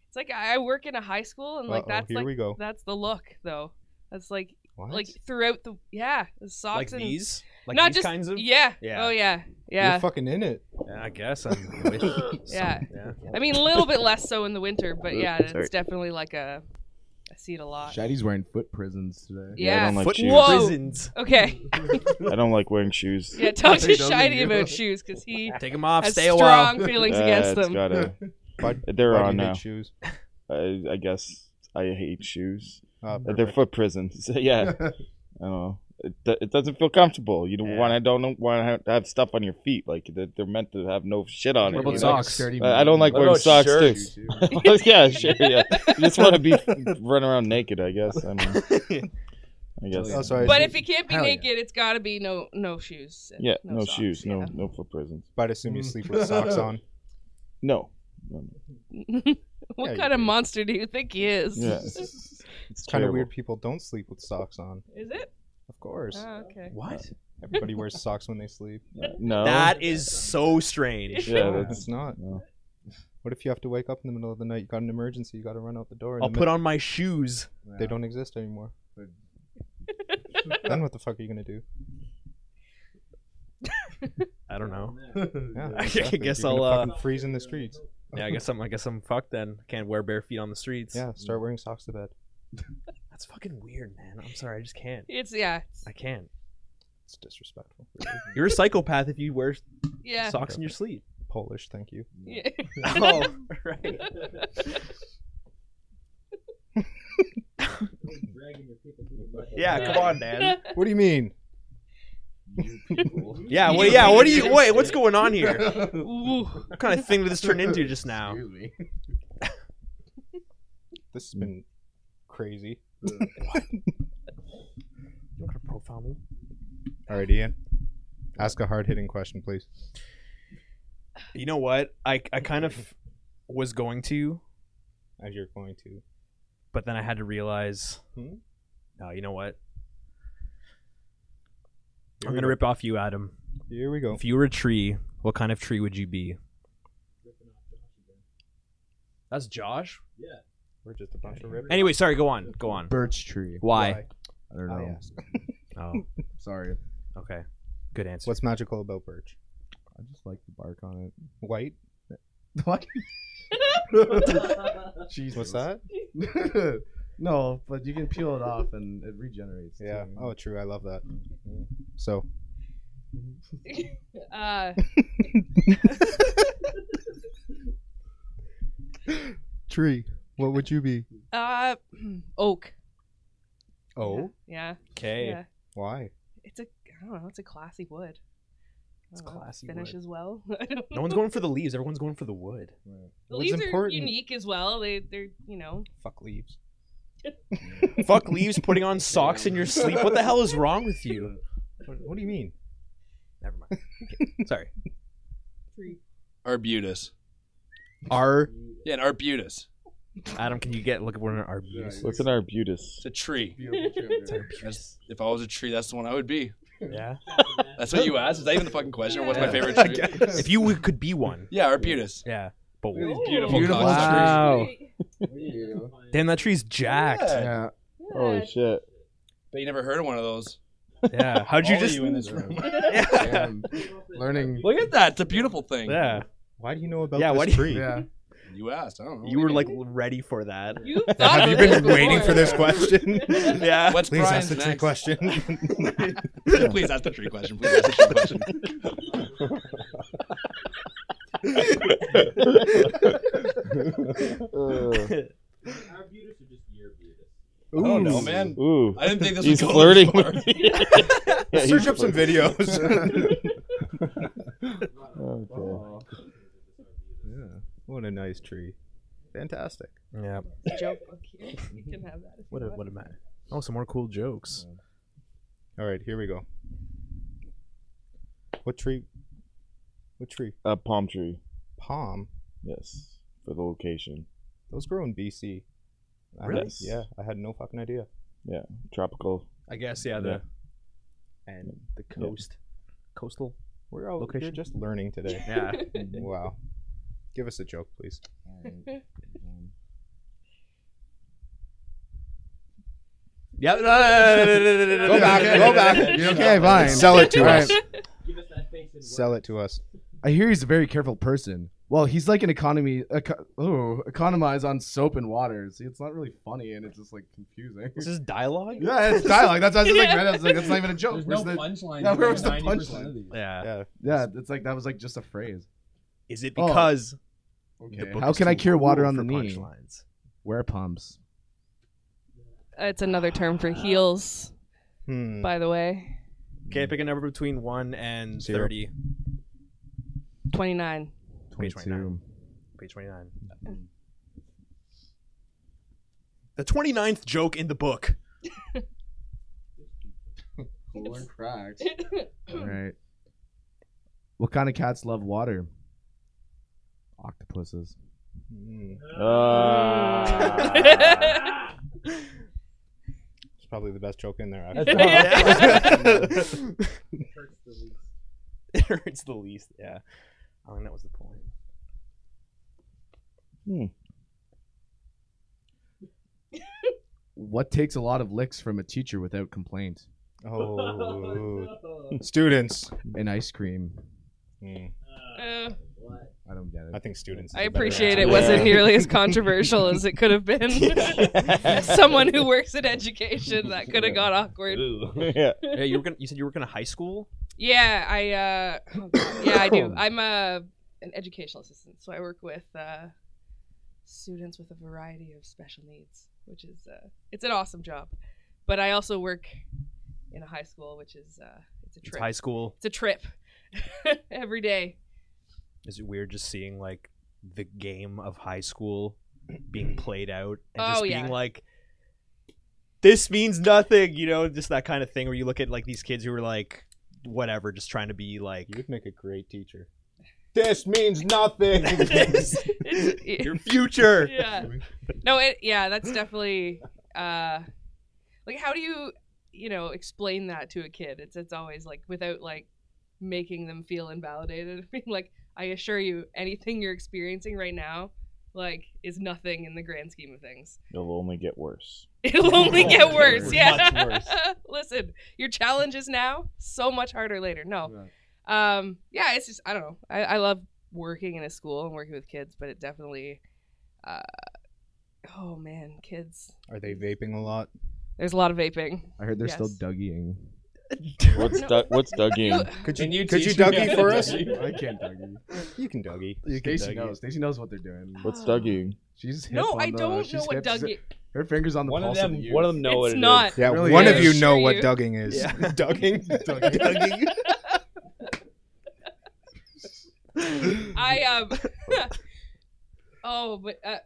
Speaker 4: It's like I I work in a high school, and like
Speaker 2: Uh-oh,
Speaker 4: that's
Speaker 2: here
Speaker 4: like
Speaker 2: we go.
Speaker 4: that's the look though. That's like
Speaker 2: What?
Speaker 4: like throughout the yeah the
Speaker 1: Like
Speaker 4: socks and
Speaker 1: these, like
Speaker 4: not
Speaker 1: these
Speaker 4: just
Speaker 1: kinds of.
Speaker 4: yeah.
Speaker 1: Yeah.
Speaker 4: oh yeah
Speaker 2: You're
Speaker 4: yeah
Speaker 2: fucking in it.
Speaker 1: Yeah, I guess I'm
Speaker 4: <laughs>
Speaker 1: with some-
Speaker 4: Yeah.
Speaker 1: yeah.
Speaker 4: I mean a little bit less so in the winter, but yeah,
Speaker 3: Sorry.
Speaker 4: it's definitely like a I see it a lot.
Speaker 6: Shaddy's wearing foot prisons today.
Speaker 3: Yeah, I
Speaker 4: Yeah.
Speaker 3: don't like
Speaker 1: Foot
Speaker 3: shoes.
Speaker 4: Whoa.
Speaker 1: prisons.
Speaker 4: Okay.
Speaker 3: I don't like wearing shoes.
Speaker 4: Yeah. Talk
Speaker 6: He
Speaker 4: to
Speaker 6: doesn't
Speaker 4: Shiny
Speaker 6: do.
Speaker 4: about shoes because he
Speaker 1: Take them off.
Speaker 4: has
Speaker 1: Stay a while.
Speaker 4: strong feelings
Speaker 3: Uh,
Speaker 4: against
Speaker 3: it's
Speaker 4: them.
Speaker 2: <laughs>
Speaker 3: gotta-
Speaker 2: Why-
Speaker 3: <laughs> they're
Speaker 2: why do
Speaker 3: on
Speaker 2: you hate
Speaker 3: now.
Speaker 2: shoes?
Speaker 3: I, I guess I hate shoes.
Speaker 2: Uh,
Speaker 3: They're foot prisons. <laughs>
Speaker 2: <laughs>
Speaker 3: yeah. I don't know. It, do- it doesn't feel comfortable. You don't
Speaker 1: Yeah.
Speaker 3: want to don't want to have stuff on your feet. Like they're, they're meant to have no shit on
Speaker 1: What
Speaker 3: it.
Speaker 1: about
Speaker 3: you know?
Speaker 1: socks?
Speaker 3: I I don't like
Speaker 5: What
Speaker 3: wearing
Speaker 5: about
Speaker 3: socks
Speaker 5: shirts?
Speaker 2: <laughs>
Speaker 3: too. Oh, <laughs> yeah, sure. Yeah, you just want to be <laughs> run around naked. I guess. I, mean,
Speaker 2: <laughs>
Speaker 3: I guess.
Speaker 2: Oh, sorry.
Speaker 4: But if you can't be
Speaker 6: Hell yeah.
Speaker 4: naked, it's got to be no no shoes. and
Speaker 3: yeah, no,
Speaker 4: socks,
Speaker 3: shoes. No,
Speaker 4: yeah.
Speaker 3: no foot prisons.
Speaker 2: I'd assume you sleep with socks on. <laughs>
Speaker 3: No. No, no.
Speaker 4: <laughs> what
Speaker 2: Yeah, you
Speaker 4: kind of
Speaker 2: do.
Speaker 4: monster do you think he is?
Speaker 3: Yeah.
Speaker 4: is
Speaker 2: It's kind of weird people don't sleep with socks on.
Speaker 4: it?
Speaker 2: Of course.
Speaker 4: Oh, okay.
Speaker 1: What?
Speaker 2: Everybody
Speaker 4: <laughs>
Speaker 2: wears socks when they sleep.
Speaker 3: No.
Speaker 2: Oh.
Speaker 1: That is so strange.
Speaker 3: Yeah,
Speaker 2: <laughs> No,
Speaker 3: that's
Speaker 2: it's not.
Speaker 3: no.
Speaker 2: What if you have to wake up in the middle of the night? You got an emergency. You got to run out the door. in
Speaker 1: I'll
Speaker 2: the
Speaker 1: put on my shoes.
Speaker 2: mid- They don't exist anymore. then what the fuck are you gonna do?
Speaker 1: <laughs> I don't know.
Speaker 2: <laughs> Yeah,
Speaker 1: I guess
Speaker 2: You're gonna
Speaker 1: I'll, uh,
Speaker 2: fucking freeze in the streets.
Speaker 1: Yeah, I guess I'm. I guess I'm fucked. Then can't wear bare feet on the streets.
Speaker 2: Yeah, start wearing socks to bed.
Speaker 1: that's fucking weird, man. I'm sorry, I just can't.
Speaker 4: It's yeah, it's-
Speaker 1: I can't.
Speaker 2: It's disrespectful.
Speaker 1: You're a psychopath if you wear
Speaker 4: yeah.
Speaker 1: socks in your <laughs> sleep.
Speaker 2: Polish, thank you.
Speaker 4: yeah.
Speaker 1: oh, <laughs> right. yeah, come on, man.
Speaker 2: What do you mean?
Speaker 1: Yeah, well, yeah. What do you? Wait, what's going on <laughs>
Speaker 6: <laughs>
Speaker 1: here?
Speaker 4: Ooh.
Speaker 1: What kind of thing did this turn into just now?
Speaker 6: Excuse me.
Speaker 2: This has been crazy.
Speaker 1: You want to profile me?
Speaker 2: All right, Ian. Ask a hard hitting question, please.
Speaker 1: You know what? I I kind of was going to,
Speaker 2: As you're going to.
Speaker 1: but then I had to realize.
Speaker 2: Hmm?
Speaker 1: No, you know what?
Speaker 2: Here
Speaker 1: I'm
Speaker 2: we
Speaker 1: gonna
Speaker 2: go.
Speaker 1: rip off you, Adam.
Speaker 2: Here we go.
Speaker 1: If you were a tree, what kind of tree would you be? That's Josh.
Speaker 2: We're just a bunch of rippers.
Speaker 1: Anyway, sorry. Go on. Go on.
Speaker 6: Birch tree.
Speaker 1: Why?
Speaker 6: I don't know.
Speaker 2: I asked.
Speaker 1: Oh,
Speaker 2: <laughs>
Speaker 6: Sorry.
Speaker 1: okay. Good answer.
Speaker 2: What's magical about birch?
Speaker 6: I just like the bark on
Speaker 2: White?
Speaker 6: it. What? Jesus.
Speaker 2: What's that?
Speaker 6: <laughs> no, but you can peel it off and it regenerates.
Speaker 2: Yeah.
Speaker 6: too.
Speaker 2: Oh, true. I love that. So,
Speaker 4: <laughs> Uh,
Speaker 2: tree, what would
Speaker 6: <laughs>
Speaker 2: you be?
Speaker 4: uh, <clears throat> oak.
Speaker 2: Oh,
Speaker 4: Yeah.
Speaker 1: Okay.
Speaker 4: Yeah.
Speaker 2: why?
Speaker 4: It's a I don't know. It's a classy wood. It's
Speaker 1: classy wood.
Speaker 4: Finishes well. <laughs> I don't
Speaker 1: No one's
Speaker 4: know.
Speaker 1: going for the leaves. Everyone's going for the wood.
Speaker 4: The
Speaker 2: Wood's
Speaker 4: leaves are
Speaker 2: important.
Speaker 4: unique as well. They they're you know
Speaker 2: Fuck leaves.
Speaker 1: Fuck leaves putting on socks in your sleep. What the hell is wrong with you?
Speaker 2: What, what do you mean?
Speaker 1: Never mind. <laughs> Okay, Sorry.
Speaker 5: Arbutus.
Speaker 1: R.
Speaker 5: Yeah, an arbutus.
Speaker 1: Adam, can you get look at one of our views?
Speaker 3: What's an arbutus?
Speaker 5: It's a tree.
Speaker 7: Beautiful trip.
Speaker 5: That's, if I was a tree, that's the one I would be.
Speaker 1: Yeah.
Speaker 5: That's what you asked. Is that even the fucking question? Or what's my
Speaker 1: <laughs>
Speaker 5: <laughs> favorite tree?
Speaker 1: If you would- could be one.
Speaker 5: Yeah, arbutus.
Speaker 1: Yeah. But
Speaker 7: Really?
Speaker 5: Beautiful,
Speaker 6: Beautiful
Speaker 5: cock
Speaker 6: tree.
Speaker 5: tree.
Speaker 1: wow.
Speaker 7: there you go.
Speaker 1: Damn, that tree's jacked. Yeah.
Speaker 6: Yeah.
Speaker 3: Holy
Speaker 2: <laughs>
Speaker 3: shit.
Speaker 5: But you never heard of one of those.
Speaker 1: How'd you
Speaker 5: All of
Speaker 1: just? <laughs>
Speaker 5: you in this room?
Speaker 1: yeah.
Speaker 6: Damn. Learning.
Speaker 5: Look at that. It's a beautiful thing.
Speaker 1: yeah.
Speaker 2: Why do you know about
Speaker 1: Yeah,
Speaker 2: this
Speaker 1: why do you-
Speaker 2: tree?
Speaker 6: Yeah.
Speaker 5: You asked. I don't know.
Speaker 1: You were like ready for that.
Speaker 4: You
Speaker 2: <laughs> Have you been waiting for this question?
Speaker 5: <laughs>
Speaker 1: Yeah.
Speaker 5: What's
Speaker 2: Please
Speaker 5: Brian's
Speaker 2: ask the tree
Speaker 5: next?
Speaker 2: question.
Speaker 5: <laughs>
Speaker 2: <laughs>
Speaker 5: Please ask the tree question. Please ask the tree question. I don't know, man.
Speaker 3: Ooh.
Speaker 5: I didn't think this
Speaker 3: He's
Speaker 5: was going
Speaker 3: flirting
Speaker 5: this far.
Speaker 3: with
Speaker 5: <laughs>
Speaker 2: <laughs>
Speaker 3: me. Yeah, he's
Speaker 2: Search up some
Speaker 3: flirting.
Speaker 2: videos.
Speaker 3: <laughs>
Speaker 2: <laughs>
Speaker 3: Okay.
Speaker 2: yeah. What a nice tree. Fantastic.
Speaker 1: Yeah.
Speaker 4: <laughs> joke book here. You can have that. If
Speaker 1: What
Speaker 4: you
Speaker 1: a
Speaker 4: want.
Speaker 1: what a man. Oh, some more cool jokes.
Speaker 2: All right, here we go. What tree? What tree?
Speaker 3: A palm tree.
Speaker 2: Palm.
Speaker 3: Yes. For the location.
Speaker 2: Those grow in BC. I
Speaker 1: Really?
Speaker 2: had- yeah, I had no fucking idea.
Speaker 3: Tropical.
Speaker 1: I guess yeah. The
Speaker 3: Yeah.
Speaker 1: and the coast, coastal.
Speaker 2: We're
Speaker 3: Oh,
Speaker 2: all
Speaker 1: Location?
Speaker 2: we're just learning today.
Speaker 4: <laughs>
Speaker 1: Yeah.
Speaker 2: wow. Give us a joke, please.
Speaker 1: Yep.
Speaker 6: Go back.
Speaker 1: <laughs>
Speaker 6: Go back. You're okay, fine.
Speaker 2: Sell it to
Speaker 6: All
Speaker 2: us.
Speaker 6: right.
Speaker 2: Sell it to us.
Speaker 6: I hear he's a very careful person. Well, he's like an economy. Eco- oh, economize on soap and water. See, it's not really funny, and it's just like confusing. <laughs>
Speaker 1: This is dialogue.
Speaker 6: Yeah, it's dialogue. That's why I was just like, man, I was like, that's not even a joke.
Speaker 7: There's
Speaker 6: Where's
Speaker 7: no
Speaker 6: the-
Speaker 7: punchline.
Speaker 6: Yeah,
Speaker 7: to
Speaker 6: where was the
Speaker 7: 90% of
Speaker 6: punchline?
Speaker 7: these.
Speaker 1: Yeah.
Speaker 2: Yeah.
Speaker 6: yeah, it's like that was like just a phrase.
Speaker 1: Is it
Speaker 6: Oh.
Speaker 1: because the
Speaker 6: Okay.
Speaker 1: book
Speaker 6: How
Speaker 1: is
Speaker 6: can I
Speaker 1: too
Speaker 6: cure water
Speaker 1: cool
Speaker 6: on the
Speaker 1: for
Speaker 6: knee?
Speaker 1: punchlines?
Speaker 6: Wear pumps.
Speaker 4: It's another term for heels,
Speaker 2: Hmm.
Speaker 4: by the way.
Speaker 1: Okay, pick a number between one and
Speaker 2: Zero.
Speaker 1: thirty.
Speaker 4: 29.
Speaker 1: Page
Speaker 6: 22.
Speaker 1: Page twenty-nine. The 29th joke in the book. <laughs>
Speaker 6: All right. <clears throat> What kind of cats love water? Octopuses.
Speaker 2: Hmm.
Speaker 4: <laughs> Uh,
Speaker 3: Ah.
Speaker 2: It's probably the best joke in there.
Speaker 7: That's
Speaker 2: Actually.
Speaker 7: not-
Speaker 1: <laughs> it hurts the least. Yeah. I mean, that was the point.
Speaker 6: What takes a lot of licks from a teacher without complaint?
Speaker 2: <laughs> Oh, students.
Speaker 6: An ice cream.
Speaker 2: Hmm.
Speaker 4: Uh,
Speaker 6: I don't get
Speaker 2: I think students. is
Speaker 4: I
Speaker 2: a better
Speaker 4: appreciate it
Speaker 2: answer.
Speaker 4: wasn't nearly as controversial as it could have been. Someone who works in education, that could have got awkward.
Speaker 3: <laughs> yeah.
Speaker 1: Yeah, you were gonna, you said you work in a high school?
Speaker 4: Yeah, I uh, yeah, I do. I'm a an educational assistant, so I work with uh, students with a variety of special needs, which is uh, it's an awesome job. But I also work in a high school, which is uh, it's a
Speaker 1: It's
Speaker 4: trip.
Speaker 1: high school.
Speaker 4: It's a trip <laughs> every day.
Speaker 1: Is it weird just seeing like the game of high school being played out and
Speaker 4: Oh,
Speaker 1: just
Speaker 4: yeah.
Speaker 1: being like this means nothing, you know, just that kind of thing where you look at like these kids who are like whatever, just trying to be like <laughs>
Speaker 2: You'd make a great teacher. This means nothing.
Speaker 4: <laughs>
Speaker 1: your future.
Speaker 4: yeah. No, it yeah, that's definitely uh like how do you you know explain that to a kid? It's it's always like without like making them feel invalidated. <laughs> Being like, I assure you, anything you're experiencing right now, like, is nothing in the grand scheme of things. <laughs>
Speaker 3: It'll only get worse.
Speaker 4: It'll only get worse.
Speaker 2: Much
Speaker 4: Yeah.
Speaker 2: worse.
Speaker 4: <laughs> Listen, your challenge is now so much harder later. No. Um, yeah, it's just I don't know. I, I love working in a school and working with kids, but it definitely uh, oh man, kids.
Speaker 2: Are they vaping a lot?
Speaker 4: The's a lot of vaping.
Speaker 6: I heard they're still
Speaker 4: Yes.
Speaker 6: dougieing.
Speaker 3: What's
Speaker 4: No.
Speaker 3: du- what's dugging?
Speaker 2: Could
Speaker 5: Can you
Speaker 2: could you
Speaker 5: teach me how
Speaker 2: Dougie
Speaker 5: to
Speaker 2: for
Speaker 4: <laughs>
Speaker 2: us?
Speaker 5: <laughs> Dougie?
Speaker 6: I can't dougie.
Speaker 2: You can Dougie.
Speaker 6: Stacy knows. Stacy knows what they're doing.
Speaker 3: What's dugging?
Speaker 6: She's hip
Speaker 4: Um, No,
Speaker 6: on
Speaker 4: I
Speaker 6: the-
Speaker 4: don't know
Speaker 6: she's
Speaker 4: what
Speaker 6: hip.
Speaker 4: Doug
Speaker 6: She's- Her fingers on the
Speaker 7: One of
Speaker 6: pulse
Speaker 7: them.
Speaker 6: the youth.
Speaker 7: One of them
Speaker 2: <laughs>
Speaker 7: know what
Speaker 4: It's
Speaker 7: it is.
Speaker 4: not.
Speaker 2: Yeah,
Speaker 6: Really
Speaker 2: one
Speaker 6: is.
Speaker 2: of you know
Speaker 4: Sure
Speaker 2: what
Speaker 4: you-
Speaker 2: dugging is.
Speaker 1: Yeah.
Speaker 2: Dugging.
Speaker 6: <laughs>
Speaker 3: <laughs>
Speaker 4: <laughs>
Speaker 6: Dougie.
Speaker 4: I um. <laughs> oh, but uh,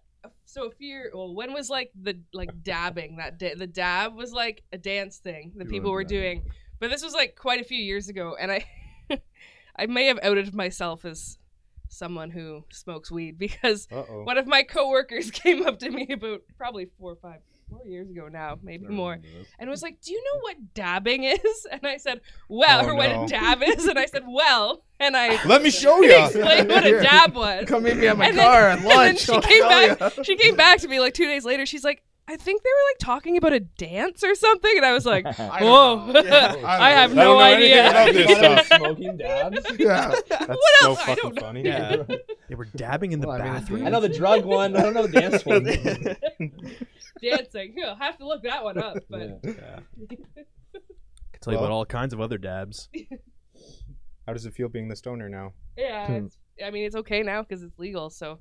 Speaker 4: So if you're, well, when was like the like dabbing that day? The dab was like a dance thing that
Speaker 6: You
Speaker 4: people
Speaker 6: were
Speaker 4: were
Speaker 6: dabbing.
Speaker 4: doing, but this was like quite a few years ago, and I, <laughs> I may have outed myself as someone who smokes weed because
Speaker 2: Uh oh.
Speaker 4: one of my coworkers <laughs> came up to me about probably four or five, four years ago now, maybe more, and was like, "Do you know what dabbing <laughs> is?" And I said, "Well,"
Speaker 2: Oh,
Speaker 4: or what
Speaker 2: no.
Speaker 4: a dab is, and I said, "Well," and I
Speaker 6: Let me show you.
Speaker 4: <laughs> explained
Speaker 2: uh,
Speaker 4: what a dab was.
Speaker 6: Come meet me at my
Speaker 4: And then-
Speaker 6: car at
Speaker 4: <laughs> and then
Speaker 6: lunch.
Speaker 4: she
Speaker 6: I'll
Speaker 4: came
Speaker 6: show
Speaker 4: back-
Speaker 6: ya.
Speaker 4: she came back to me like two days later. She's like, I think they were like talking about a dance or something, and I was like,
Speaker 6: I don't
Speaker 4: Whoa,
Speaker 6: know. Yeah.
Speaker 4: <laughs> I have
Speaker 6: I don't
Speaker 4: no
Speaker 6: know anything
Speaker 4: idea.
Speaker 6: about this stuff.
Speaker 4: <laughs>
Speaker 7: smoking dabs.
Speaker 6: Yeah.
Speaker 2: That's
Speaker 4: what
Speaker 2: so
Speaker 4: else? I
Speaker 2: fucking
Speaker 4: don't know.
Speaker 2: funny.
Speaker 1: Yeah. <laughs> They were dabbing in the
Speaker 6: Well, I mean, it's
Speaker 1: bathroom.
Speaker 7: I know the drug one. I don't know the
Speaker 1: <laughs>
Speaker 7: dance one.
Speaker 4: <laughs> Dancing, you'll have to look that one up. But
Speaker 7: Yeah.
Speaker 1: Could tell you about
Speaker 2: Well.
Speaker 1: all kinds of other dabs.
Speaker 2: How does it feel being the stoner now?
Speaker 4: yeah,
Speaker 2: Hmm.
Speaker 4: it's, I mean, it's okay now because it's legal. So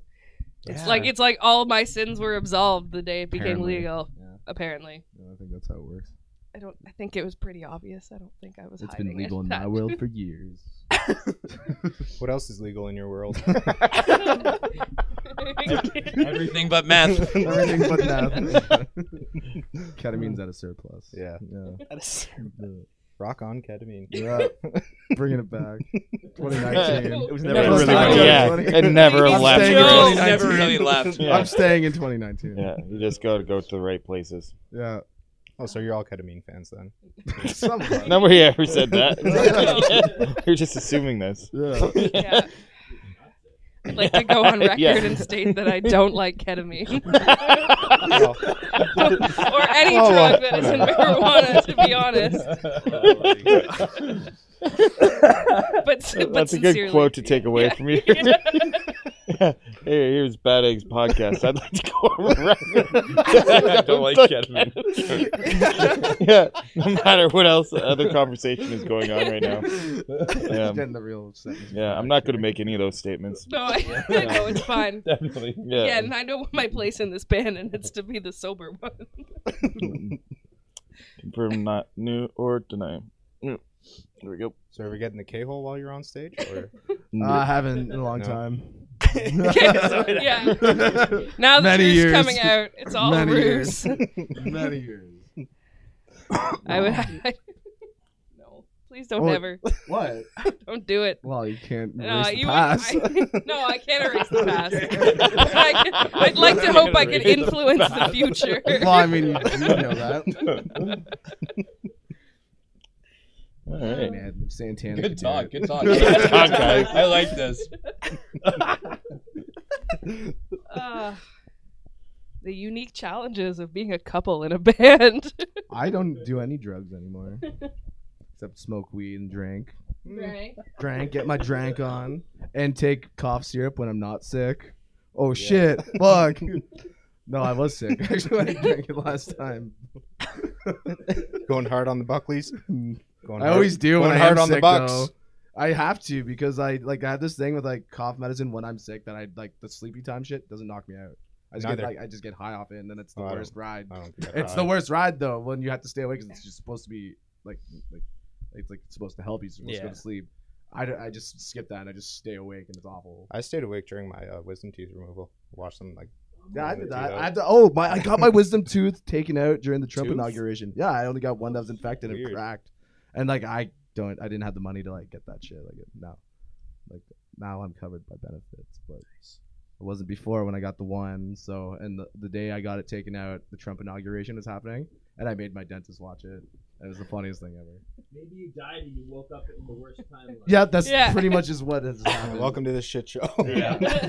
Speaker 4: it's
Speaker 1: Yeah.
Speaker 4: like it's like all my sins were absolved the day it became
Speaker 6: Apparently,
Speaker 4: legal.
Speaker 6: <laughs> yeah.
Speaker 4: Apparently,
Speaker 6: I think that's how it works.
Speaker 4: I don't. I think it was pretty obvious. I don't think I was.
Speaker 6: It's
Speaker 4: hiding
Speaker 6: been legal <laughs>
Speaker 4: it.
Speaker 6: in
Speaker 4: <laughs>
Speaker 6: my world for years.
Speaker 2: What else is legal in your world?
Speaker 8: Everything but meth.
Speaker 6: <laughs> <laughs> Everything but <laughs> that. Ketamine's at a surplus.
Speaker 2: yeah.
Speaker 6: <laughs> Yeah.
Speaker 2: Rock on ketamine.
Speaker 6: Yeah. Bringing it <laughs> back. 2019.
Speaker 1: It was
Speaker 7: Never really
Speaker 1: never really
Speaker 6: stopped.
Speaker 1: real.
Speaker 6: Yeah,
Speaker 8: yeah,
Speaker 6: it
Speaker 8: it
Speaker 6: never
Speaker 8: never
Speaker 4: He's
Speaker 8: left.
Speaker 4: left.
Speaker 6: staying
Speaker 4: Yo,
Speaker 6: in 2019.
Speaker 8: never really left.
Speaker 3: Yeah.
Speaker 6: I'm staying in 2019.
Speaker 3: Yeah, you just gotta go to the right places.
Speaker 6: Yeah. <laughs>
Speaker 2: Oh, so you're all ketamine fans then?
Speaker 6: Some
Speaker 3: <laughs>
Speaker 6: of us.
Speaker 3: No, we ever said that. <laughs> You're just assuming this.
Speaker 6: Yeah.
Speaker 4: Yeah. I'd like to go on record
Speaker 3: Yeah.
Speaker 4: and state that I don't like ketamine
Speaker 2: Well,
Speaker 4: or any
Speaker 6: Oh, well,
Speaker 4: drug that isn't marijuana, to be
Speaker 3: <laughs>
Speaker 4: honest. But, but
Speaker 3: <laughs> That's a
Speaker 4: sincerely.
Speaker 3: good quote to take away
Speaker 4: Yeah.
Speaker 3: from you.
Speaker 4: <laughs> Yeah.
Speaker 3: <laughs> hey, here's Bad Eggs podcast. I'd like to go on record.
Speaker 8: I don't like
Speaker 3: <laughs>
Speaker 8: ketamine.
Speaker 3: yeah, no matter what else the other conversation is going on right now. Yeah,
Speaker 6: Getting the real sentence.
Speaker 3: yeah I'm not going to make any of those statements.
Speaker 4: No, I, I know it's fine.
Speaker 7: Definitely.
Speaker 3: Yeah.
Speaker 4: Yeah. and I know my place in this band, and it's to be the sober
Speaker 6: <laughs>
Speaker 4: one. <laughs>
Speaker 3: Confirm not new or deny. There we go.
Speaker 2: so are we getting the K hole while you're on stage?
Speaker 3: <laughs>
Speaker 2: Or
Speaker 6: Uh, I haven't in a long <laughs>
Speaker 2: No.
Speaker 6: time.
Speaker 4: yeah. Now the
Speaker 6: Many
Speaker 4: truth's
Speaker 6: years.
Speaker 4: coming out. It's all
Speaker 6: Many
Speaker 4: a ruse.
Speaker 6: Many years.
Speaker 4: <laughs> I would. <laughs> I, no, please don't
Speaker 6: Oh.
Speaker 4: ever.
Speaker 6: What?
Speaker 4: Don't do it.
Speaker 6: Well, you can't erase
Speaker 4: No,
Speaker 6: the
Speaker 4: you would-
Speaker 6: past.
Speaker 4: I- no, I can't erase
Speaker 6: <laughs>
Speaker 4: the past. <laughs> I can, I'd like to hope I can influence the future.
Speaker 6: <laughs> well, I mean, you do know that.
Speaker 3: All right.
Speaker 6: Man, Santana.
Speaker 5: <laughs> Good talk. Good talk.
Speaker 3: Good
Speaker 5: <laughs>
Speaker 3: talk, guys.
Speaker 5: I like this.
Speaker 4: Uh, the unique challenges of being a couple in a <laughs> band.
Speaker 6: I don't do any drugs anymore, except smoke weed and drink.
Speaker 4: Right.
Speaker 6: Drank, get my drank on, and take cough syrup when I'm not sick. Oh
Speaker 2: <laughs>
Speaker 6: shit! Fuck. No, I was sick. <laughs> Actually, I drank it last time.
Speaker 2: going hard on the Buckleys? Going
Speaker 6: I always do when
Speaker 2: going
Speaker 6: I
Speaker 2: hard
Speaker 6: am
Speaker 2: on the
Speaker 6: sick,
Speaker 2: Bucks.
Speaker 6: though. I have to because I like I have this thing with like cough medicine when I'm sick that I like the sleepy time shit doesn't knock me out. I just get
Speaker 2: Neither.
Speaker 6: like I just get high off it and then it's the
Speaker 2: Oh, I
Speaker 6: worst ride.
Speaker 2: I don't think I
Speaker 6: It's
Speaker 2: tried.
Speaker 6: the worst ride though when you have to stay awake because it's just supposed to be like like it's like supposed to help you. You're supposed to go
Speaker 1: Yeah.
Speaker 6: to sleep. I, d- I just skip that and I just stay awake and it's awful.
Speaker 2: I stayed awake during my uh, wisdom teeth removal. Watched them like.
Speaker 6: Yeah, I
Speaker 2: pulling
Speaker 6: did
Speaker 2: the
Speaker 6: that.
Speaker 2: teeth
Speaker 6: I
Speaker 2: out.
Speaker 6: had to, oh my! I got my wisdom tooth <laughs> taken out during the Trump
Speaker 2: Tooth?
Speaker 6: inauguration. Yeah, I only got one that was infected and
Speaker 2: Weird.
Speaker 6: cracked, and like I don't, I didn't have the money to like get that shit. Like now, like now I'm covered by benefits, but it wasn't before when I got the one. So and the, the day I got it taken out, the Trump inauguration was happening, and I made my dentist watch it. It was the funniest thing ever.
Speaker 7: Maybe you died and you woke up in the worst
Speaker 6: <laughs>
Speaker 7: time.
Speaker 6: Yeah, that's
Speaker 4: Yeah.
Speaker 6: pretty much is what
Speaker 2: <laughs>
Speaker 6: has happened.
Speaker 2: Welcome to this shit show. <laughs>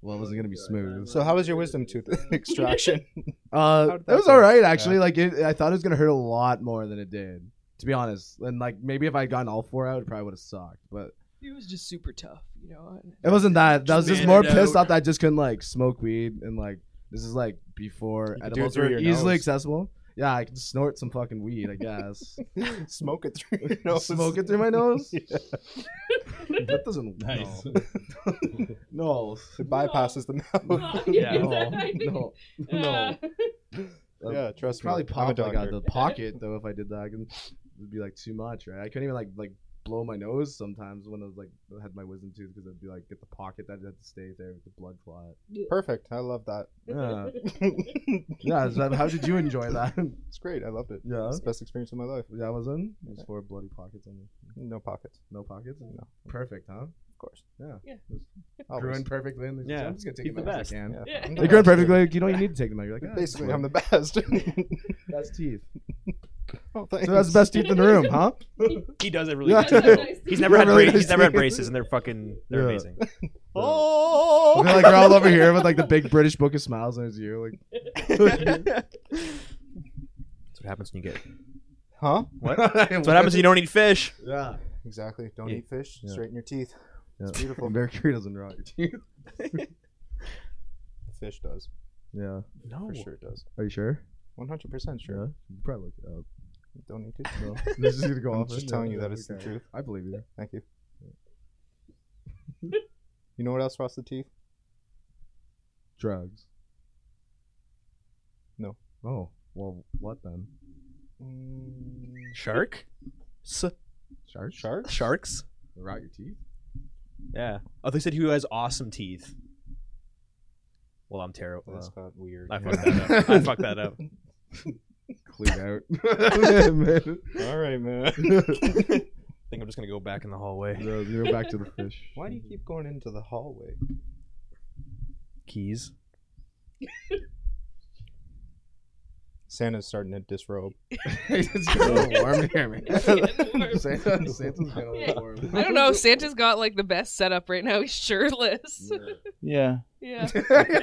Speaker 6: Well, it wasn't gonna be
Speaker 7: "Oh,
Speaker 6: smooth.
Speaker 2: So how was your wisdom tooth <laughs>
Speaker 6: <laughs>
Speaker 2: extraction?
Speaker 6: Uh,
Speaker 2: How
Speaker 6: it
Speaker 2: did that
Speaker 6: was
Speaker 2: go?
Speaker 6: all right actually. Like it, I thought it was gonna hurt a lot more than it did, to be honest. And like maybe if I had gotten all four out, it probably would have sucked. But
Speaker 4: It was just super tough, you know.
Speaker 6: it wasn't that. That was
Speaker 8: Just
Speaker 6: just more
Speaker 8: manned
Speaker 6: pissed
Speaker 8: out.
Speaker 6: off that I just couldn't like smoke weed and like this is like before
Speaker 2: You could do it
Speaker 6: edibles
Speaker 2: through
Speaker 6: were
Speaker 2: your
Speaker 6: easily
Speaker 2: nose.
Speaker 6: accessible. Yeah, I could snort some fucking weed, I
Speaker 2: <laughs>
Speaker 6: guess.
Speaker 2: Smoke it through your nose.
Speaker 6: Smoke it through my nose. That doesn't
Speaker 5: Nice.
Speaker 6: <laughs>
Speaker 2: <laughs>
Speaker 6: No,
Speaker 2: It <laughs> bypasses the mouth.
Speaker 4: Yeah. <laughs>
Speaker 6: no,
Speaker 2: <laughs>
Speaker 6: no, no.
Speaker 4: Uh,
Speaker 6: Uh,
Speaker 2: yeah, trust
Speaker 6: Probably
Speaker 2: me. I'm a
Speaker 6: pop like out
Speaker 2: doctor.
Speaker 6: of the pocket though if I did that. I can- It'd be like too much, right? I couldn't even like like blow my nose sometimes when I was like I had my wisdom tooth because I'd be like get the pocket that had to stay there with the blood clot.
Speaker 2: Perfect. I love that.
Speaker 6: Yeah, yeah. So how did you enjoy that? <laughs>
Speaker 2: It's great. I loved it.
Speaker 6: Yeah.
Speaker 2: It's the best experience of my life.
Speaker 6: That was in. There's four bloody pockets on me.
Speaker 2: No pockets,
Speaker 6: No pockets.
Speaker 2: No.
Speaker 6: Perfect, huh?
Speaker 2: of course.
Speaker 6: Yeah.
Speaker 4: Yeah.
Speaker 2: Always.
Speaker 6: Grew in perfectly. And
Speaker 1: Yeah.
Speaker 6: yeah. I'm just gonna take
Speaker 1: He's
Speaker 6: them
Speaker 1: the
Speaker 6: out
Speaker 1: best.
Speaker 6: as I can.
Speaker 2: Yeah.
Speaker 4: Yeah.
Speaker 2: I'm the
Speaker 6: They grew in
Speaker 2: best.
Speaker 6: perfectly. Like, you don't even need to take them out. You're like "Ah, it's
Speaker 2: Basically,
Speaker 6: fine."
Speaker 2: I'm the best. <laughs>
Speaker 6: That's teeth.
Speaker 2: oh, thanks.
Speaker 6: So that's the best teeth in the room, huh?
Speaker 1: He does it really <laughs>
Speaker 6: Yeah.
Speaker 1: good. though. He's
Speaker 4: <laughs>
Speaker 1: never had
Speaker 2: Really
Speaker 1: bra- he's never had
Speaker 2: nice.
Speaker 1: braces, and they're fucking they're
Speaker 6: Yeah.
Speaker 1: amazing.
Speaker 6: Oh, like we're all over here with like the big British Book of Smiles, and it's you. Like, <laughs>
Speaker 1: That's what happens when you get.
Speaker 2: Huh?
Speaker 1: <laughs> That's <laughs> what happens when you don't eat fish.
Speaker 6: Yeah.
Speaker 2: Exactly. Don't
Speaker 1: Yeah.
Speaker 2: eat fish.
Speaker 6: Yeah.
Speaker 2: Straighten your teeth.
Speaker 6: It's <laughs>
Speaker 2: beautiful.
Speaker 6: Mercury doesn't rot your teeth.
Speaker 2: Fish does.
Speaker 6: Yeah.
Speaker 1: No.
Speaker 2: For sure it does.
Speaker 6: Are you sure?
Speaker 2: 100% sure.
Speaker 6: Oh. Yeah. You can probably look it up.
Speaker 2: <laughs> Don't eat it. <laughs>
Speaker 6: No. this is gonna go
Speaker 2: I'm
Speaker 6: off.
Speaker 2: just
Speaker 6: it?
Speaker 2: telling
Speaker 6: Yeah,
Speaker 2: you
Speaker 6: yeah,
Speaker 2: that is the
Speaker 6: okay.
Speaker 2: truth.
Speaker 6: I believe you.
Speaker 2: Thank you.
Speaker 6: <laughs>
Speaker 2: you know what else rots the teeth?
Speaker 6: Drugs.
Speaker 2: No.
Speaker 6: Oh. Well, what then?
Speaker 1: Shark. S-
Speaker 6: Sharks.
Speaker 2: Mm. Sharks?
Speaker 1: sharks.
Speaker 6: They Rot your teeth.
Speaker 1: Yeah. Oh, they said who has awesome teeth. Well, I'm terrible.
Speaker 2: That's got weird.
Speaker 1: I fucked that up. <laughs> I fucked that up.
Speaker 2: <laughs>
Speaker 6: Clean out. Man.
Speaker 2: All
Speaker 6: <laughs>
Speaker 2: right, man.
Speaker 1: I think I'm just gonna go back in the hallway.
Speaker 6: No, you go back to the fish.
Speaker 2: <laughs> Why do you keep going into the hallway?
Speaker 1: Keys.
Speaker 2: Santa's starting to disrobe.
Speaker 6: <laughs> it's getting a little warm in
Speaker 2: <laughs>
Speaker 6: here, man. <laughs>
Speaker 4: getting warm.
Speaker 6: Santa, Santa's getting a little
Speaker 4: Yeah.
Speaker 6: warm.
Speaker 4: I don't know. Santa's got like the best setup right now. He's
Speaker 6: Mm.
Speaker 4: shirtless.
Speaker 3: <laughs> Yeah,
Speaker 4: <laughs> Yeah.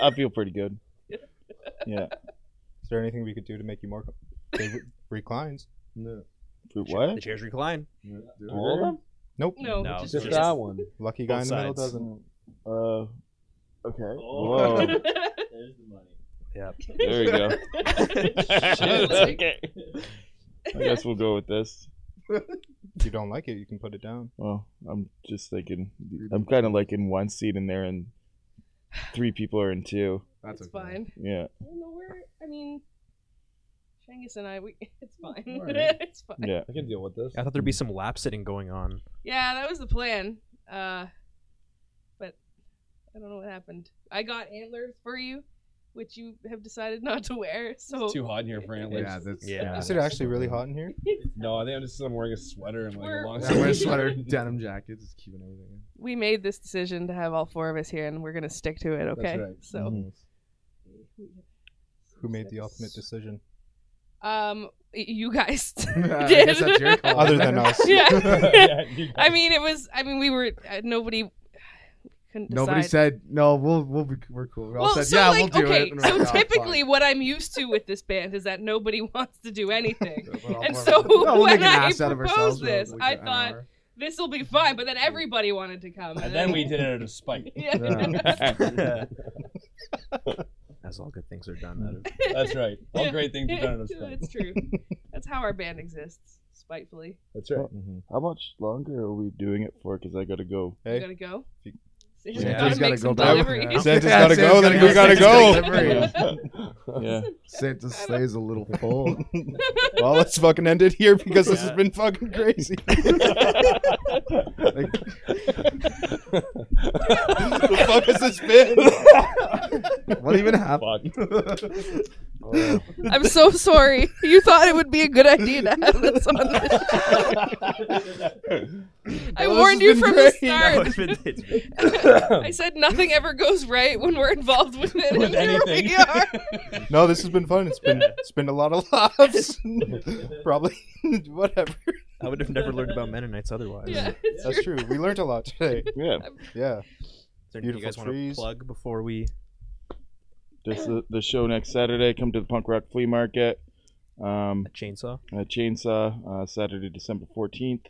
Speaker 3: I feel pretty good.
Speaker 2: Is there anything we could do to make you
Speaker 6: <laughs>
Speaker 2: more? Com- they re- reclines.
Speaker 6: No.
Speaker 1: The
Speaker 3: What?
Speaker 1: chairs recline.
Speaker 3: All of them?
Speaker 2: Nope.
Speaker 4: No.
Speaker 1: No,
Speaker 4: just-
Speaker 1: just
Speaker 4: just-
Speaker 1: that
Speaker 7: one.
Speaker 2: Lucky guy
Speaker 1: Both
Speaker 2: in the middle
Speaker 1: sides.
Speaker 2: doesn't.
Speaker 3: Uh,
Speaker 4: <laughs>
Speaker 3: okay. Whoa. <laughs>
Speaker 7: There's the money.
Speaker 3: There we go. okay. I guess we'll go with this.
Speaker 2: If you don't like it, you can put it down.
Speaker 3: Well, I'm just thinking. I'm kind of like in one seat in there, and three people are in two.
Speaker 6: That's
Speaker 4: it's
Speaker 6: okay.
Speaker 4: fine.
Speaker 3: Yeah.
Speaker 4: I don't know where. I mean, Shangus and I. We. <laughs> It's fine.
Speaker 7: Alright.
Speaker 4: it's fine.
Speaker 3: Yeah.
Speaker 7: I can deal with this.
Speaker 1: I thought there'd be some lap sitting going on.
Speaker 4: Yeah, that was the plan. Uh, but I don't know what happened. I got antlers for you, which you have decided not to wear. So
Speaker 5: It's too hot in here for antlers.
Speaker 6: Yeah, that's,
Speaker 1: Yeah.
Speaker 2: Is it actually really hot in here?
Speaker 5: No, I think I'm just I'm wearing a sweater and like
Speaker 4: We're-
Speaker 5: a long
Speaker 6: Yeah, I wear a <laughs>
Speaker 5: <laughs> sleeve.
Speaker 6: sweater, denim jacket, just keeping everything. in.
Speaker 4: <laughs> we made this decision to have all four of us here, and we're gonna stick to it. Okay.
Speaker 5: right.
Speaker 4: So.
Speaker 2: Who made the ultimate decision?
Speaker 4: Um, y- you guys
Speaker 6: <laughs>
Speaker 4: <laughs>
Speaker 6: I
Speaker 4: did.
Speaker 6: guess that's your call.
Speaker 2: Other than us.
Speaker 5: <laughs>
Speaker 4: yeah.
Speaker 7: Yeah, you-
Speaker 4: I mean, it was. I mean, we were. Uh, nobody couldn't decide.
Speaker 6: Nobody said no. We'll we'll be, we're cool. We all
Speaker 4: Well,
Speaker 6: said
Speaker 4: so
Speaker 6: yeah,
Speaker 4: like,
Speaker 6: we'll do
Speaker 4: okay,
Speaker 6: it. And we're
Speaker 4: so
Speaker 6: like, "Oh,
Speaker 4: typically,
Speaker 6: fuck."
Speaker 4: what I'm used to with this band is that nobody <laughs> wants to do anything.
Speaker 6: <laughs> But I'll-
Speaker 4: and
Speaker 6: we'll-
Speaker 4: <laughs> so
Speaker 6: we'll make
Speaker 4: when
Speaker 6: an
Speaker 4: I
Speaker 6: ass out of
Speaker 4: proposed
Speaker 6: ourselves, we'll-
Speaker 4: this,
Speaker 6: we'll
Speaker 4: I
Speaker 6: get an
Speaker 4: thought-
Speaker 6: hour.
Speaker 4: This will be fine, but then everybody wanted to come,
Speaker 5: And then
Speaker 4: <laughs>
Speaker 5: we did it out of spite.
Speaker 4: Yeah. <laughs>
Speaker 1: As all good things are done out <laughs> of.
Speaker 5: That's right. All great things are
Speaker 4: <laughs>
Speaker 5: done out of spite.
Speaker 4: That's true. That's how our band exists, spitefully.
Speaker 5: That's
Speaker 6: <laughs>
Speaker 5: right.
Speaker 3: How much longer are we doing it for? Because I gotta go.
Speaker 4: You
Speaker 2: Hey,
Speaker 4: gotta go.
Speaker 2: You-
Speaker 4: So you
Speaker 6: Yeah.
Speaker 4: gotta
Speaker 6: Santa's
Speaker 4: make
Speaker 6: gotta go
Speaker 4: some
Speaker 6: back.
Speaker 4: deliveries.
Speaker 6: Yeah.
Speaker 2: Santa's
Speaker 6: Yeah,
Speaker 2: gotta go,
Speaker 6: Santa's
Speaker 2: then we gotta
Speaker 6: gotta go, Santa's gotta
Speaker 2: go.
Speaker 6: deliver.
Speaker 3: <laughs> yeah.
Speaker 6: Santa stays a little full.
Speaker 4: <laughs>
Speaker 2: well, let's fucking end it here because this
Speaker 1: Yeah.
Speaker 2: has been fucking crazy. the fuck has this
Speaker 3: <laughs>
Speaker 2: been?
Speaker 6: what even happened?
Speaker 4: I'm so sorry. You thought it would be a good idea to have this on this
Speaker 6: <laughs>
Speaker 4: show. I warned you from the
Speaker 1: No,
Speaker 4: start.
Speaker 1: it's been, it's been-
Speaker 4: I said nothing ever goes right when we're involved with it.
Speaker 5: With
Speaker 4: and here
Speaker 5: anything.
Speaker 4: we
Speaker 5: <laughs>
Speaker 4: are.
Speaker 2: No, this has been fun. It's been it's been a lot of laughs. <laughs> Probably <laughs> whatever.
Speaker 1: I would have never learned about Mennonites otherwise.
Speaker 4: Yeah,
Speaker 1: Is
Speaker 4: it's
Speaker 2: That's true. We learned a lot today.
Speaker 3: Yeah.
Speaker 2: <laughs> Yeah.
Speaker 1: there anything you
Speaker 2: Beautiful
Speaker 1: guys want to
Speaker 2: trees.
Speaker 1: plug before we?
Speaker 3: Just the, the show next Saturday. Come to the punk rock flea market. Um,
Speaker 1: A chainsaw.
Speaker 3: uh, Chainsaw, uh, Saturday, December 14th.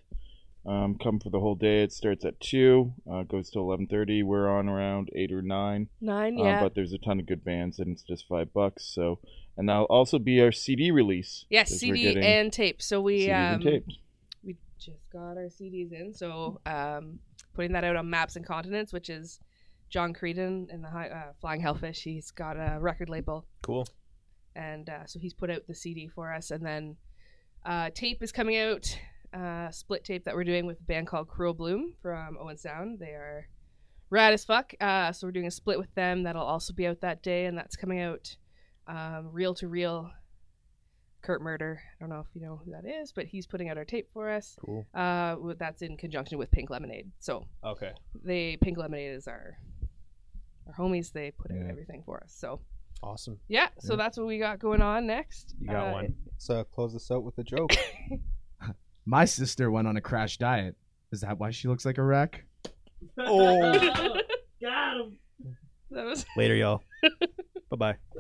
Speaker 3: Um, come for the whole day. It starts at 2, uh, goes to 11.30. We're on around 8 or 9.
Speaker 4: Nine,
Speaker 3: Um, but there's a ton of good bands, and it's just 5 bucks. So, And that'll also be our CD release.
Speaker 4: yes,
Speaker 3: 'cause we're
Speaker 4: CD
Speaker 3: getting
Speaker 4: and tape. So we
Speaker 3: CDs and
Speaker 4: um,
Speaker 3: tapes.
Speaker 4: we just got our CDs in. So um, putting that out on Maps and Continents, which is John Creedon and the Hi- uh, Flying Hellfish. He's got a record label
Speaker 1: Cool.
Speaker 4: and uh, so he's put out the CD for us, and then uh, tape is coming out uh, split tape that we're doing with a band called Cruel Bloom from Owen Sound. They are rad as fuck. Uh, so we're doing a split with them that'll also be out that day, and that's coming out um, reel to reel. Kurt Murder. I don't know if you know who that is, but he's putting out our tape for us.
Speaker 2: Cool.
Speaker 4: Uh, w- that's in conjunction with Pink Lemonade. So
Speaker 1: Okay.
Speaker 4: they Pink Lemonade is our our homies. They put out
Speaker 2: Yeah.
Speaker 4: everything for us. So
Speaker 1: Awesome.
Speaker 4: yeah, so
Speaker 2: Yeah.
Speaker 4: that's what we got going on next.
Speaker 1: You got
Speaker 4: Uh, <laughs>
Speaker 1: one.
Speaker 2: So close this out with a joke.
Speaker 6: My sister went on a crash diet. Is that why she looks like a wreck?
Speaker 7: Oh, got him.
Speaker 4: That was
Speaker 1: Later, y'all. bye bye.